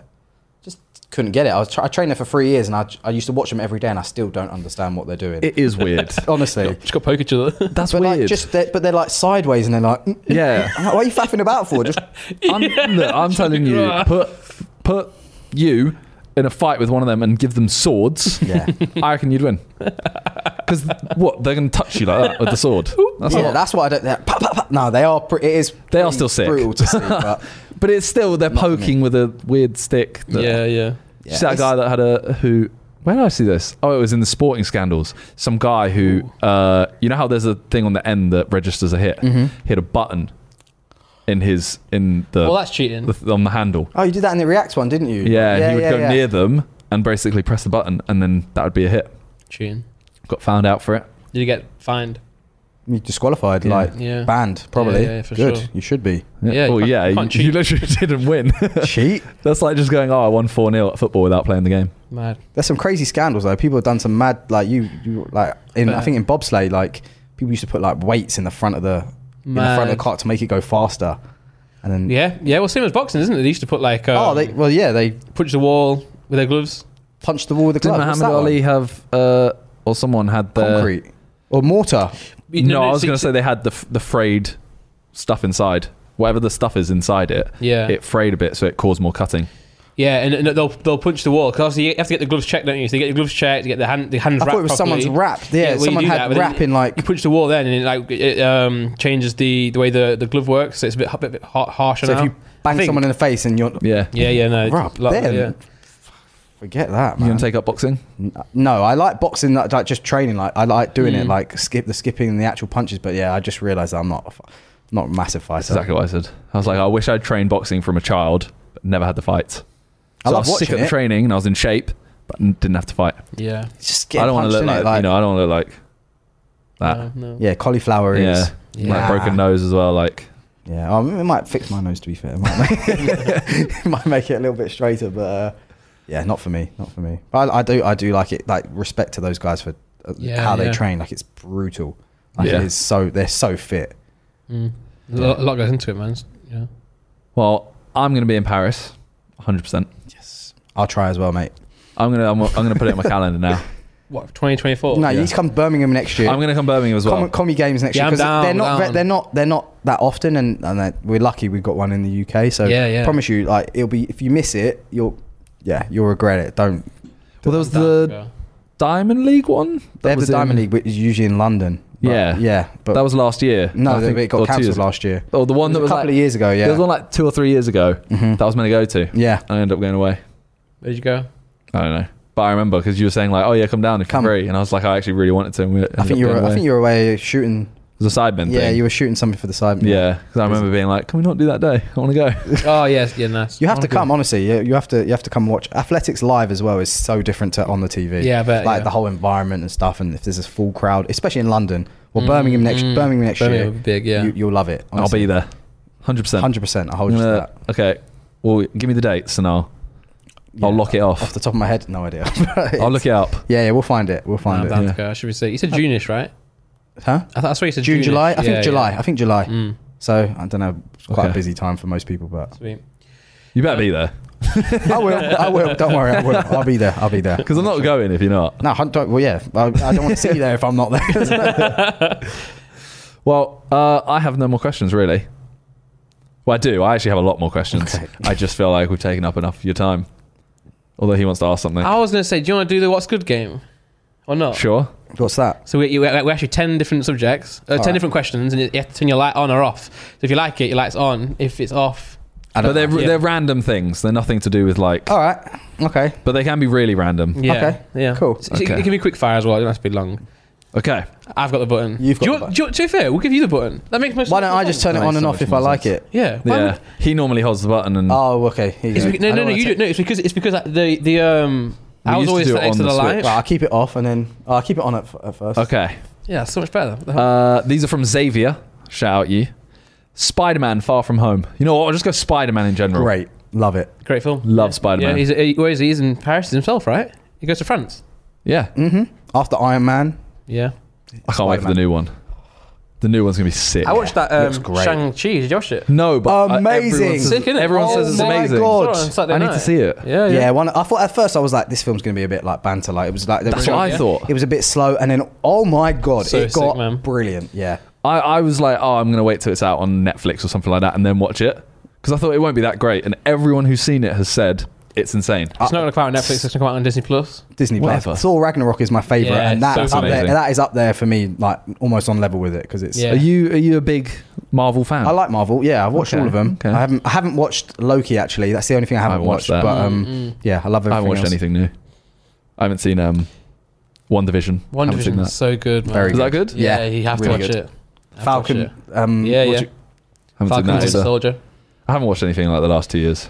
just couldn't get it. I was tra- I trained there for three years, and I, I used to watch them every day, and I still don't understand what they're doing.
It is weird.
Honestly,
Just got poke each other.
That's
Oh, but
weird.
like just they're, but they're like sideways, and they're like, mm, mm.
yeah.
I'm like, what are you faffing about for? Just
I'm, look, I'm telling you, put put you in a fight with one of them and give them swords.
yeah,
I reckon you'd win. Because what they're going to touch you like that with the sword. That's
yeah.
not-
That's what I don't. they're pa- pa- pa- No, they are. Pre- it is.
They are
pretty
still sick.
Brutal to see, but
but it's still they're poking with a weird stick. that-
yeah, yeah.
yeah.
She's that guy that had a who. Where did I see this? Oh, it was in the sporting scandals. Some guy who, uh, you know how there's a thing on the end that registers a hit.
Mm-hmm.
He had a button in his in the,
Well, that's cheating.
the on the handle.
Oh, you did that in the React one, didn't you?
Yeah, he would go
yeah.
near them and basically press the button, and then that would be a hit.
Cheating.
Got found out for it.
Did you get fined?
You disqualified,
Yeah.
like
Yeah.
banned, probably.
Yeah, yeah, for
Good.
sure.
You should be.
Yeah, you
well,
can't-
yeah.
you
You,
can't
you
cheat.
literally didn't win.
Cheat.
That's like just going, oh, I won four 0 at football without playing the game.
Mad.
There's some crazy scandals though. People have done some mad like you, you like in I
Fair.
think in bobsleigh like people used to put like weights in the front of the in the front of
Mad.
the cart to make it go faster, and then
Yeah, yeah. Well, same as boxing, isn't it? They used to put like um,
oh they well yeah they
punch the wall with their gloves.
punched the wall with a
Didn't
glove. What's
Muhammad
that
Ali have uh, or someone had
one?
the
concrete or mortar?
You
no,
know,
I was
it's-
going to say they had the f- the frayed stuff inside. Whatever the stuff is inside it,
Yeah.
it frayed a bit, so it caused more cutting.
Yeah, and, and they'll they'll punch the wall because obviously you have to get the gloves checked, don't you? So you get the gloves checked, you get the hand the hands
I
wrapped
thought it was
properly.
someone's wrap. Yeah,
well, you
someone
do
had
that, but then
wrap in like
You punch the wall then, and it like it um, changes the the way the, the glove works. So it's a bit a bit, bit har- harsher
so
now.
if you bang
think-
someone in the face and you're
Yeah,
yeah, yeah, no,
wrap
like that,
then.
yeah.
Forget that,
you
man.
going to take up boxing?
N- No, I like boxing, like like just training. Like I like doing it,
Mm.
like skip the skipping and the actual punches. But yeah, I just realised I'm not a f- not a massive
That's
fighter.
exactly what I said. I was like, I wish I'd trained boxing from a child, but never had the fights. So
I love
was sick
watching
at the
it.
training, and I was in shape, but n- didn't have to fight.
yeah.
It's Just
I
getting
don't want
punched
to look
in
like,
it, like Uh,
you know, I don't want to look like that.
no, no.
yeah, cauliflower
Yeah.
is.
Yeah.
Like broken nose as well. Like
Yeah, um, it might fix my nose. To be fair, it might make, it, might make it a little bit straighter. But uh, yeah, not for me. Not for me. But I, I do. I do like it. Like respect to those guys for uh,
Yeah,
how they
yeah.
train. Like it's brutal. Like
Yeah.
it is so. They're so fit.
Mm. A, lot, a lot goes into it, man. It's- Yeah.
Well, I'm going to be in Paris, 100. percent
Yes, I'll try as well, mate.
I'm gonna I'm, I'm gonna put it in my calendar now.
What twenty twenty four?
no, you
yeah.
need to come to Birmingham next year.
I'm gonna come Birmingham as well.
Com- commie games next
Yeah,
year
I'm down,
they're not
I'm
ve-
down.
they're not they're not that often, and and that we're lucky we've got one in the UK. So
Yeah, yeah.
promise you, like it'll be if you miss it, you'll yeah you'll regret it. Don't.
well, there was the Diamond League one. That
They have the
was
Diamond
in-
League, which is usually in London. but-
Yeah.
yeah, but
That was last year.
no,
I
they-
think,
it
or
got
two years-
cancelled last year.
Or the one
It
that
was
was
a couple
like,
of years ago. Yeah,
there was one like two or three years ago
Mhm.
that I was meant to go to.
yeah.
I ended up going away.
Where'd you go?
I don't know, but I remember because you were saying like, oh yeah, come down if
Come.
you're free, and I was like, I actually really wanted to. And we
I think you were I think you were away shooting.
it was a sidemen
Yeah,
thing.
you were shooting something for the side.
yeah, because I remember being like, can we not do that day? I want to go.
Oh yes, yeah, nice.
You have to
Okay.
come, honestly. You, you have to you have to come watch athletics live as well. Is so different to on the TV.
Yeah, I bet,
like
yeah.
the whole environment and stuff. And if there's a full crowd, especially in London, well,
Mm,
Birmingham next
mm.
Birmingham next
Birmingham
year,
would be big, yeah.
you, you'll love it.
I'll be there, hundred percent.
hundred percent. I hold you to
Gonna-
that.
Okay. Well, give me the dates and I'll
Yeah.
I'll lock it off.
Off the top of my head, no idea.
I'll look it up.
Yeah, yeah, we'll find it. We'll
No,
find
I'm
it.
down
yeah.
to go. I should we say? You said Juneish, right?
Huh?
I, th- I swear you said
Uh, June,
June-ish.
July. I
Yeah,
think
yeah.
July. I think July.
Mm,
So I don't know. It's quite a
Okay.
busy time for most people, but
sweet.
You better be there
I will. I will. Don't worry. I will. I'll be there. I'll be there.
because I'm not going if you're not.
No, hun- don't, well, yeah. I, I don't want to see you there if I'm not there.
Well, uh, I have no more questions really. Well, I do. I actually have a lot more questions.
Okay.
I just feel like we've taken up enough of your time. Although he wants to ask something.
I was gonna say, do you want to do the what's good game or not?
Sure.
What's that?
So we, you, we actually ten different subjects, uh, ten
Alright.
different questions, and you have to turn your light on or off. So if you like it, your light's on. If it's off,
I
But
don't
they're
know.
Yeah.
they're random things. They're nothing to do with like.
All right. Okay.
But they can be really random.
Yeah.
Okay,
Yeah.
cool.
So- so it-
Okay.
It can be quick fire as well. It doesn't have to be long.
Okay.
I've got the button.
You've
Do
got
you
the
want- do you want- to be fair, we'll give you the button. That makes most.
Why don't I just turn it
Makes
on and
so
off
much
if I
more
like
sense.
it?
Yeah. Why
Yeah.
would-
He normally holds the button and.
Oh, okay. Here you
It's
go.
be- no,
I
no, no,
wanna
you
take-
don't. No, it's because it's because the the um.
We
I was
used to
always
do it
next to
on
the
the
light.
Switch. Ah.
Well, I'll keep it off and then oh, I'll keep it on at, f- at first.
Okay.
Yeah, so much better. What the hell?
Uh, these are from Xavier. Shout out you. Spider Man Far From Home. You know what? I'll just go Spider Man in general.
Great. Love it.
Great film.
Love
Yeah.
Spider-Man.
Yeah, he's, he, where is he? He's in Paris himself, right? He goes to France.
Yeah.
hmm After Iron Man.
Yeah.
I can't wait for the
Spider-Man.
new one. The new one's gonna be sick.
I watched that
Looks
um,
great.
Shang Chi. Did you watch it?
No, but uh,
Amazing.
everyone says,
Sick, innit?
everyone
Oh
says it's
my
amazing.
God.
Saw it on Saturday
I need to
night.
see it.
Yeah,
Yeah.
yeah.
one. I thought at first I was like, this film's gonna be a bit like banter. Like it was like
That's
Yeah.
what I thought.
It was a bit slow, and then oh my god,
So
it
sick,
got
man.
brilliant. Yeah.
I, I was like, oh, I'm gonna wait till it's out on Netflix or something like that, and then watch it because I thought it won't be that great. And everyone who's seen it has said it's insane.
It's not going to come out on Netflix. It's going to come out on Disney Plus.
Disney Plus.
Whatever.
Thor Ragnarok is my favorite,
Yeah,
and that
so
is up there.
amazing.
That is up there for me, like almost on level with it because it's.
Yeah.
Are you are you a big Marvel fan?
I like Marvel. Yeah, I've watched
Okay,
all of them.
okay.
I haven't. I haven't watched Loki actually. That's the only thing I
I
haven't
haven't
watched.
watched that.
But um,
Mm-mm.
yeah, I love
I
everything.
haven't watched
else.
anything new. I haven't seen um, One Division.
One Division is so good. Man.
Very
Is that good?
Yeah,
Yeah,
you have
really
to watch
good.
it. Have to watch
Falcon.
it.
Um,
Yeah, yeah.
what you-
I haven't seen
Falcon
that
Winter
either.
Soldier.
I haven't watched anything like the last two years.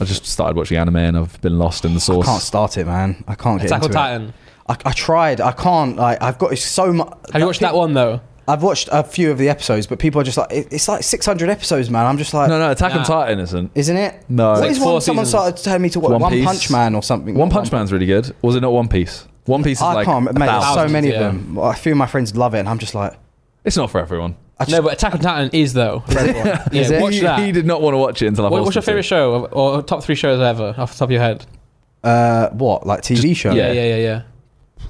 I just started watching anime and I've been lost in the
I
source.
can't start it, man. I can't get
Attack on
into it.
Titan.
I, I tried. I can't. Like I've got so much.
Have you watched that one though?
I've watched a few of the episodes, but people are just like, "It- it's like 600 episodes, man. I'm just like,
no, no, Attack on
Nah.
Titan isn't.
isn't it?
No.
What
Like
is one?
four
Someone
seasons.
started telling me to watch
One
One,
Piece.
Punch Man or something.
One Punch Man's really good. Was it not One Piece? One Piece is
I
like
can't. Mate,
a
there's so
thousand.
many of
yeah.
them. A few of my friends love it, and I'm just like,
It's not for everyone.
I just,
No, but Attack on Titan is though.
everyone.
Yeah,
Is it?
watch
he,
that.
he did not want to watch it until I
What-
watched
what's your favorite show of- or top three shows ever off the top of your head?
uh, what like TV show?
Yeah, yeah, yeah, yeah.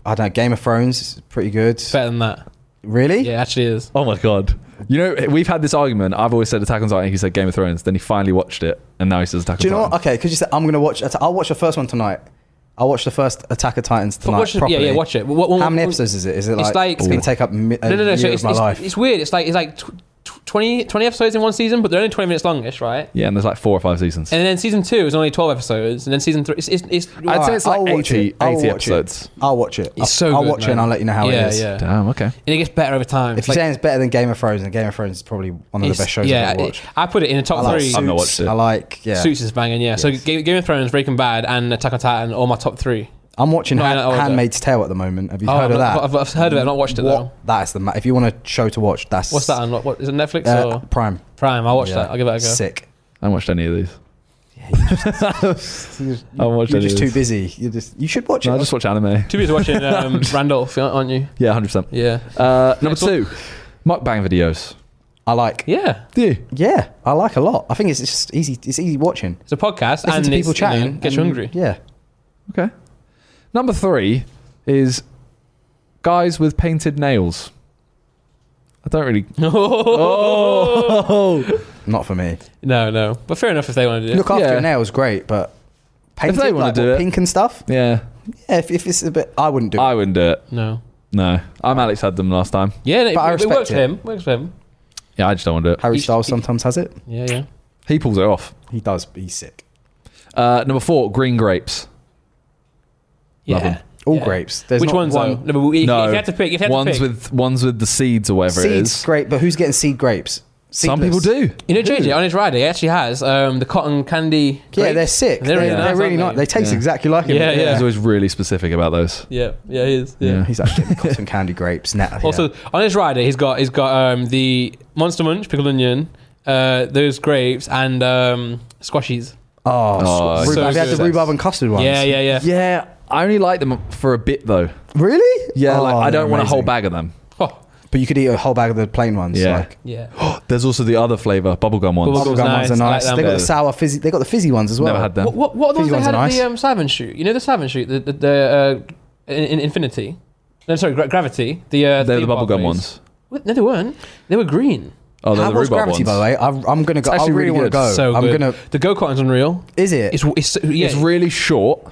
I don't know. Game of Thrones is pretty good.
It's better than that.
Really?
Yeah, it actually is.
Oh my god! You know we've had this argument. I've always said Attack on Titan. He said Game of Thrones. Then he finally watched it, and now he says Attack
Do you
on
know what?
Titan.
Okay, because you said I'm gonna watch. I'll watch the first one tonight. I'll watch the first Attack of Titans
But
tonight.
watch it- yeah,
properly.
yeah, watch it. What, what,
How many
what-
episodes is it? Is it
It's
like,
like-
it's gonna take up mi- a
no, no, no.
Uh, year
So
of
it's,
my
it's,
life?
it's weird. It's like it's like tw- tw- 20, 20 episodes in one season, but they're only twenty minutes longish, right?
Yeah, and there's like four or five seasons.
And then season two is only twelve episodes, and then season three it's it's, it's,
I'd say it's like
I'll watch
80,
it. I'll
80
watch it.
episodes.
I'll watch it.
it's so.
I'll, I'll
good,
watch
man.
it and I'll let you know how
yeah,
it is.
Yeah,
Damn. Okay.
And it gets better over time.
If
It's
you're
like-
saying it's better than Game of Thrones, then Game of Thrones is probably one of the
it's-
best shows
yeah,
I've ever watched.
I put it in the top
I like
three.
I've not
Suits.
watched it.
I like yeah.
Suits is banging, yeah. So Game, Game of Thrones, Breaking Bad, and Attack on Titan are my top three.
I'm watching
No,
Han-
I know, I watched it.
Handmaid's Tale at the moment. Have you
Oh,
heard
I've,
of that?
I've, I've heard of it. I've not watched it though.
What? That is the. Ma- if you want a show to watch, that's
What's that on? What, what is it? Netflix
Uh,
or
Prime.
Prime? I'll watch
Yeah.
that. I'll give that a go.
Sick.
I haven't watched any of these.
You're
I haven't watched
you're
any
just
of
too
these.
busy. You just. You should watch it.
No, I just watch anime.
Too busy watching um, Randolph, aren't you?
Yeah, hundred percent.
Yeah,
Uh, number
Next one.
two, mukbang videos.
I like.
yeah.
Do you?
Yeah, I like a lot. I think it's just easy. It's easy watching.
It's a podcast,
Listen
and
to people
it's, you know,
chatting.
gets you
and-
hungry.
Yeah.
Okay. Number three is guys with painted nails. I don't really. Oh.
Not for me.
No, no. But fair enough if they want to do it.
Look after
Yeah.
your nails, great, but painted
they wanna
like,
do
what,
it.
pink and stuff.
Yeah,
Yeah, if, if it's a bit, I wouldn't do it.
I wouldn't do it.
no.
No, I'm Alex had them last time.
Yeah, it,
But I
it
respect
works for
it.
him. Works for him.
Yeah, I just don't want to do it.
Harry
You-
Styles
you-
sometimes has it.
Yeah, yeah.
He pulls it off.
He does. He's sick.
Uh, number four, green grapes.
yeah.
Love 'em.
All
Yeah.
grapes. There's
Which
not
ones
one.
though? No, but we- if,
no,
if you had to pick, if you had
ones
to pick,
with ones with the seeds or whatever it
Seeds,
is.
great, but who's getting seed grapes?
Some people
Seedless.
do.
you know, JJ on his rider, he actually has um, the cotton candy.
Yeah,
grapes.
they're sick. They're, really nice. They're really nice.
aren't
They taste
Yeah.
exactly like it.
Yeah, yeah.
He's always really specific about those.
Yeah, yeah, he is. Yeah.
Yeah.
He's like getting cotton candy grapes. Nah, yeah.
Also, on his rider, he's got he's got um, the monster munch, pickled onion, uh, those grapes, and um, squashies.
oh,
Oh,
so
so
have you had the
good.
rhubarb and custard ones?
Yeah, yeah, yeah.
Yeah, I only like them for a bit though.
Really?
Yeah,
Oh,
like I
they're
don't want a whole
amazing.
bag of them.
Oh,
But you could eat a whole bag of the plain ones.
Yeah.
Like,
yeah.
There's also the other flavor, bubblegum ones.
Bubblegum.
bubblegum
nice.
ones are
I like
nice.
them.
they got the
Yeah.
sour fizzy. They got the fizzy ones as well.
Never had them.
What, what, what are the
These
ones they had
ones are
at the
nice.
um, Savin shoot? You know the Savin shoot, the the, the uh, in, in Infinity. No, sorry, gra- Gravity. The uh,
They're the
theme park
bubblegum
place.
ones.
What? No, they weren't. They were green.
Oh, they're
How
the
was
rhubarb
gravity,
ones.
by the way? I'm, I'm gonna go. I
actually
really,
really
want to
good.
go.
so
I'm
good.
gonna.
The go kart's unreal.
Is it?
It's it's yeah.
It's really short,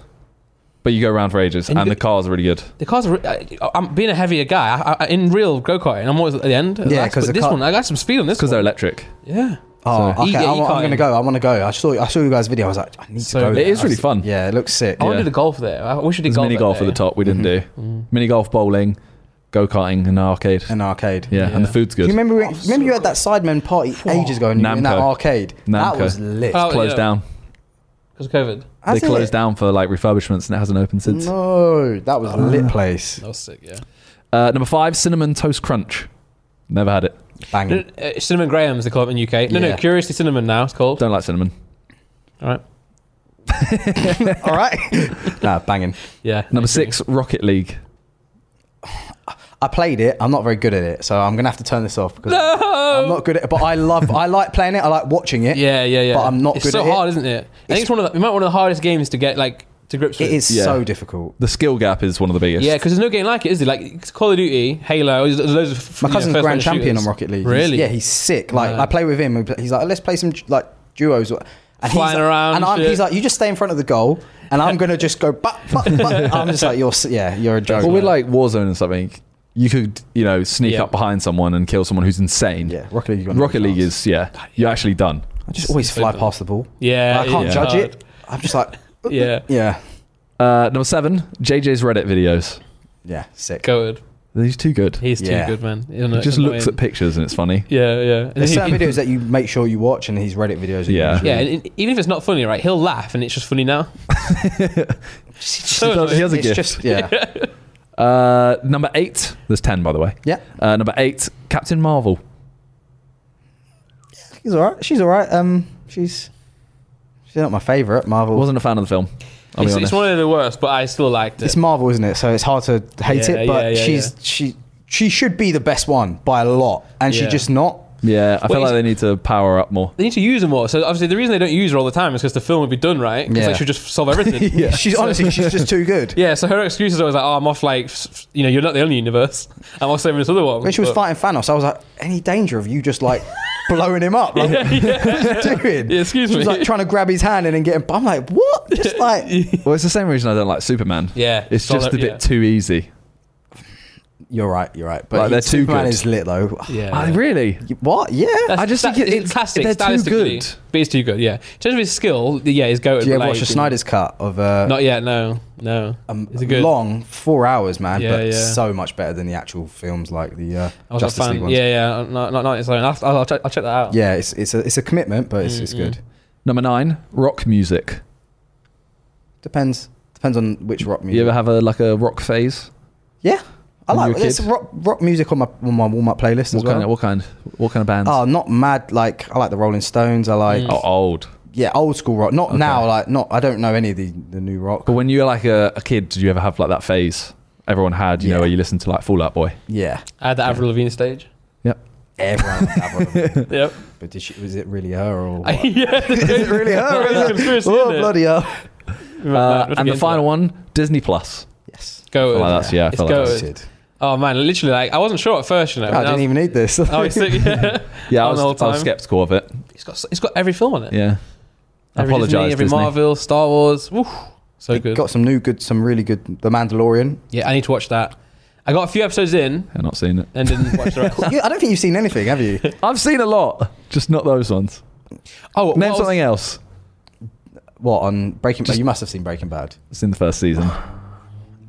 but you go around for ages,
And
and,
you-
the cars are really good.
the cars. Are, I, I'm being a heavier guy. I, I, in real go karting, I'm always at the end.
Yeah,
That's-
'cause
but
the
this
car-
one, I got some speed on this.
Because
one.
they're electric.
yeah.
Oh,
So-
okay.
You- you
I'm,
can't
I'm gonna
in.
go. I want to go. I saw I saw you guys' video. I was like, I need
So
to go.
it
there.
is
I
really
was-
fun.
Yeah, it looks sick.
I want
Yeah.
to do the golf there. I wish we did
There's
golf. Mm-hmm.
mini
that
golf
day.
at the top. We didn't do mini golf, bowling, go karting, and arcade.
An arcade.
yeah, and the
Yeah.
food's
Do
good.
you remember? we- remember you had that Sidemen party ages ago and you were in that
Namco.
arcade. That
Namco.
was lit.
Oh,
closed
yeah.
down.
because COVID.
Has
they
it?
closed down for like refurbishments, and it hasn't opened since.
No, that was a lit place.
That was sick. Yeah.
Uh, number five, cinnamon toast crunch. Never had it.
No,
Bang.
uh, cinnamon Grahams they call it in UK. No,
Yeah.
no, curiously cinnamon now it's called.
Don't like cinnamon.
All right.
All right. nah, banging.
Yeah. I
Number
agree.
six, Rocket League.
I played it. I'm not very good at it, so I'm gonna have to turn this off because I'm not good at it. But I love. I like playing it. I like watching it.
Yeah, yeah, yeah.
But I'm not
It's
good
so
at it.
hard, is isn't it? I think it's one of the, it might be one of the hardest games to get like to grips with.
It is
Yeah.
so difficult.
The skill gap is one of the biggest.
Yeah, because there's no game like it, is there? Like Call of Duty, Halo. There's there's loads of
My
you know,
cousin's
first-person
grand champion
shooters.
on Rocket League. He's-
Really?
yeah, he's sick. Like
Mad.
I play with him. we play- He's like, let's play some like duos. And he's
Flying
like-
around
and
and
I'm,
shit.
he's like, you just stay in front of the goal, and I'm gonna just go. But, but, but. I'm just like, you're s- yeah, you're a joke.
Well, with like Warzone and something, you could you know sneak
Yeah.
up behind someone and kill someone who's insane.
yeah, Rocket League. you wanna
Rocket
be
League
fast.
is yeah, you're actually done.
I just always fly past the ball.
Yeah,
I can't
it's
judge
hard.
it. I'm just like,
Yeah,
yeah,
Uh, number seven, JJ's Reddit videos.
yeah, sick.
good.
These two good. He
He's too
Yeah.
good, man.
he just looks at pictures and it's funny.
Yeah, yeah. And
There's
he- he-
certain videos that you make sure you watch, and his Reddit videos. that you
Yeah.
watch.
Yeah, and, and even if it's not funny, right? He'll laugh, and it's just funny now. so
He has a
it's
gift.
just yeah,
Uh, number eight, there's ten by the way.
yeah.
Uh, number eight, Captain Marvel.
He's all right. She's all right. Um, she's she's not my favorite Marvel.
Wasn't a fan of the film. I'll be
it's, it's
honest.
one of the worst, but I still liked it.
It's Marvel, isn't it? So it's hard to hate
Yeah,
it, but
yeah, yeah,
she's she she should be the best one by a lot, and she
Yeah.
just not.
yeah, I feel
Well,
like
it's-
they need to power up more.
they need to use her more. So obviously, the reason they don't use her all the time is because the film would be done right. Because
Yeah.
like, she'll just solve everything.
Yeah. She's honestly, she's just too good.
Yeah, so her excuse is always like, "Oh, I'm off like, s- s- you know, you're not the only universe. I'm off saving this other one."
When she was
But-
fighting Thanos, I was like, any danger of you just like blowing him up? Like, what are you doing?
Yeah, excuse
she was
me.
like trying to grab his hand and then get him. I'm like, what? Just like
Well, it's the same reason I don't like Superman.
Yeah,
it's
solid-
just a bit
yeah.
too easy.
you're right, you're right. But
Like, they're too
Superman
good.
is lit though.
Yeah,
I
yeah.
Oh, really.
What? Yeah.
That's-
I just
that-
think it-
it's
it's-
classic.
they're too
stylistically,
good.
But it's too good. Yeah, in terms of his skill, yeah, his go.
Do you ever watch the Snyder's cut of uh,
Not yet. No, no.
um,
Is it good?
long four hours, man?
Yeah,
but
yeah.
so much better than the actual films like the uh,
I was
Justice
a fan.
League ones.
Yeah, yeah. Not, not, not. It's like, I'll, I'll, check, I'll check that out.
Yeah, it's it's a it's a commitment, but it's it's
Mm-hmm.
good.
Number nine, rock music.
Depends depends on which rock music.
You ever have a like a rock phase?
yeah, I
When you
like
were a
there's
kid?
rock rock music on my on my warm up playlist as
What kind?
well.
Of, what kind? What kind of bands?
Oh, not mad. Like I like the Rolling Stones. I like
Oh, old.
yeah, old school rock. Not
Okay.
now. Like not. I don't know any of the the new rock.
But when you were like a, a kid, did you ever have like that phase everyone had? You
Yeah.
know, where you listened to like Fallout Boy.
Yeah,
I had the Avril Lavigne stage.
Yep.
everyone. had that one.
Yep.
but did she, was it really her or? What?
yeah.
Is it really her? or is it-
Conspiracy,
oh
isn't it?
bloody hell!
Uh, and the final one, Disney Plus.
Yes.
I
Go.
feel like that's yeah. I
It's
feel like
go-
that's-
Did.
Oh man, literally, like I wasn't sure at first. You know.
I didn't even need this.
Oh, it's sick. Yeah.
yeah, I
On
was,
the whole
I was
time.
skeptical of it.
it's got it's got every film on it.
Yeah, I
Every
apologise.
Disney, every
Disney.
Marvel, Star Wars. Woo, so
They
good.
Got some new good, some really good. The Mandalorian.
yeah, I need to watch that. I got a few episodes in
I've not seen it.
and didn't watch the rest.
You- I don't think you've seen anything, have you?
I've seen a lot, just not those ones.
Oh,
Name
what
something else.
What on Breaking Bad? You must have seen Breaking Bad.
It's in the first season.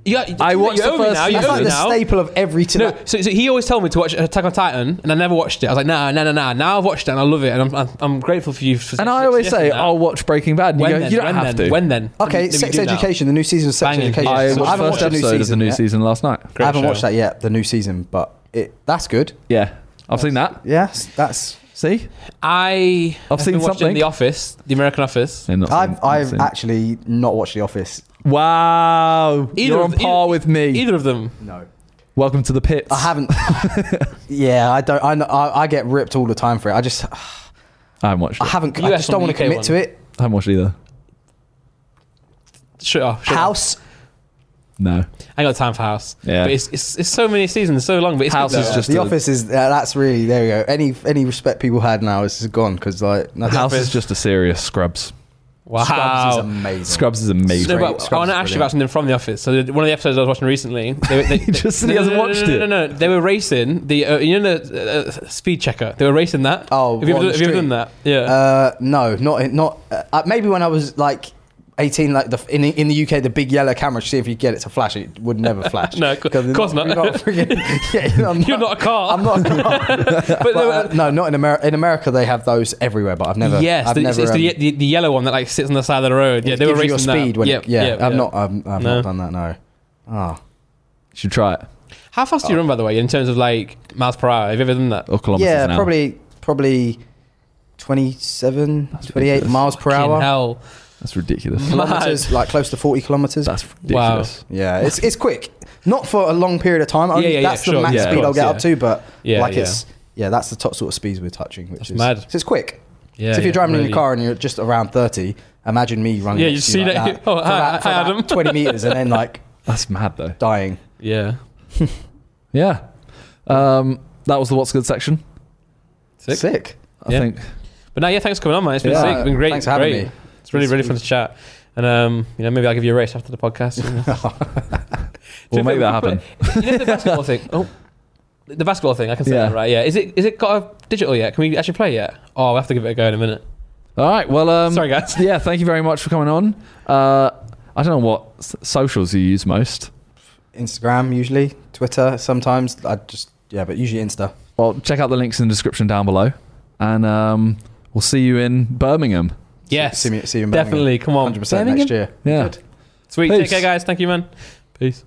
Yeah,
I
you
watched
owe
the
me
first-
Now. You
That's
owe
like
me
the
now.
staple of every t-
No, so, so he always told me to watch Attack on Titan, and I never watched it. I was like, nah, nah, nah, nah. Now I've watched it, and I love it, and I'm, I'm, I'm grateful for you. For
And I always say, oh,
suggesting that.
I'll watch Breaking Bad. And you
when
go,
then?
you don't
when
have
then?
to.
When then?
Okay,
Let me
Sex
do now.
Education, the new season of Sex
Banging.
Education.
I
I
watched the first episode of the new
yet.
season last night.
I
Great
haven't
show.
watched that yet, the new season, but it that's good.
Yeah, I've seen that.
Yes, that's.
See,
I
I've
have
seen
been watching
something.
The Office, The American Office.
Yeah, not seen-
I've
not
I've
seen.
actually not watched The Office.
wow, you're on
of-
par
either-
with me.
Either of them.
No,
Welcome to the pits.
I haven't. yeah, I don't. I, know- I I get ripped all the time for it. I just
I haven't watched. It.
I haven't. I
US
just don't
one,
want to
UK
commit
one.
to it.
I haven't watched either.
Shut off. Shut off.
House.
No,
I ain't got time for House.
Yeah.
But it's, it's it's so many seasons, so long. But it's
House
good,
is
though.
just
the
a-
Office is uh, that's really there we go. Any any respect people had now is gone because like nothing-
House is just a serious Scrubs.
Wow.
Scrubs is amazing.
Scrubs is amazing.
No,
Great.
but I
Scrubs
want
is
to ask you
brilliant.
about something from The Office. So the- one of the episodes I was watching recently, they, they,
He just said he
No, no,
hasn't
no, no,
watched
no,
it.
No, no, no, they were racing the uh, you know the uh, uh, speed checker. They were racing that.
Oh,
have you,
what,
ever,
on the
have you ever done
street?
that? Yeah.
Uh, no, not not uh, maybe when I was like eighteen, like the in the, in the UK, the big yellow camera to see if you get it to flash. It would never flash.
No, of cou-
'Cause you're
course not.
You're not, freaking, yeah, you're not,
You're not a car.
I'm not. I'm not.
but
but,
they were-
uh, no, not in America. In America, they have those everywhere, but I've never.
yes,
I've
the,
never,
it's
um,
the, the, the yellow one that like sits on the side of the road. Yeah,
it
they were
gives you
racing
your speed
that.
when
yeah,
it, yeah, I've
yeah.
not. I'm, I've
No.
not done that. No. Ah,
Should try it.
How fast
Oh.
do you run, by the way, in terms of like miles per hour? Have you ever done that?
Or kilometers
yeah,
an hour.
probably probably 27, 28
ridiculous.
miles per
Fucking
hour.
hell.
That's ridiculous.
Kilometers, like close to forty kilometers.
That's ridiculous.
Yeah, it's it's quick. Not for a long period of time. Only
Yeah, yeah, yeah,
that's the
sure.
max
Yeah, of
speed I'll
course,
get
yeah.
up to, but
Yeah,
like
yeah.
it's yeah, that's the top sort of speeds we're touching, which
That's
is
mad.
So it's quick.
Yeah,
so if
yeah,
you're driving in
really.
your car and you're just around thirty, imagine me running.
Yeah,
next
you
to
see
like
that- Oh,
for
hi-
that- for
hi,
that
Adam.
Twenty meters and then like
That's mad though.
dying.
Yeah.
Yeah. Um, that was the what's good section.
Sick.
Sick.
I
Yeah.
think
But no, yeah, thanks for coming on, man. It's been
Yeah.
sick. It's been great.
Thanks for having
great.
me.
It's really,
It's
really fun
been-
to chat. And um, you know, maybe I'll give you a race after the podcast. you know.
we'll
So
make
if
that
we
happen.
put- You know the basketball thing. Oh, the basketball thing. I can say
Yeah.
that, right? Yeah. Is it is it got a digital yet? Can we actually play yet? Oh, I will have to give it a go in a minute.
All right. Well, um,
Sorry, guys.
yeah, thank you very much for coming on. Uh, I don't know what s- socials you use most.
Instagram usually, Twitter sometimes. I just yeah, but usually Insta.
Well, check out the links in the description down below, and um, we'll see you in Birmingham.
Yes.
See me, see you in Birmingham.
Definitely. Come on.
100% next year.
Yeah.
Sweet.
Peace.
Take care, guys. Thank you, man. Peace.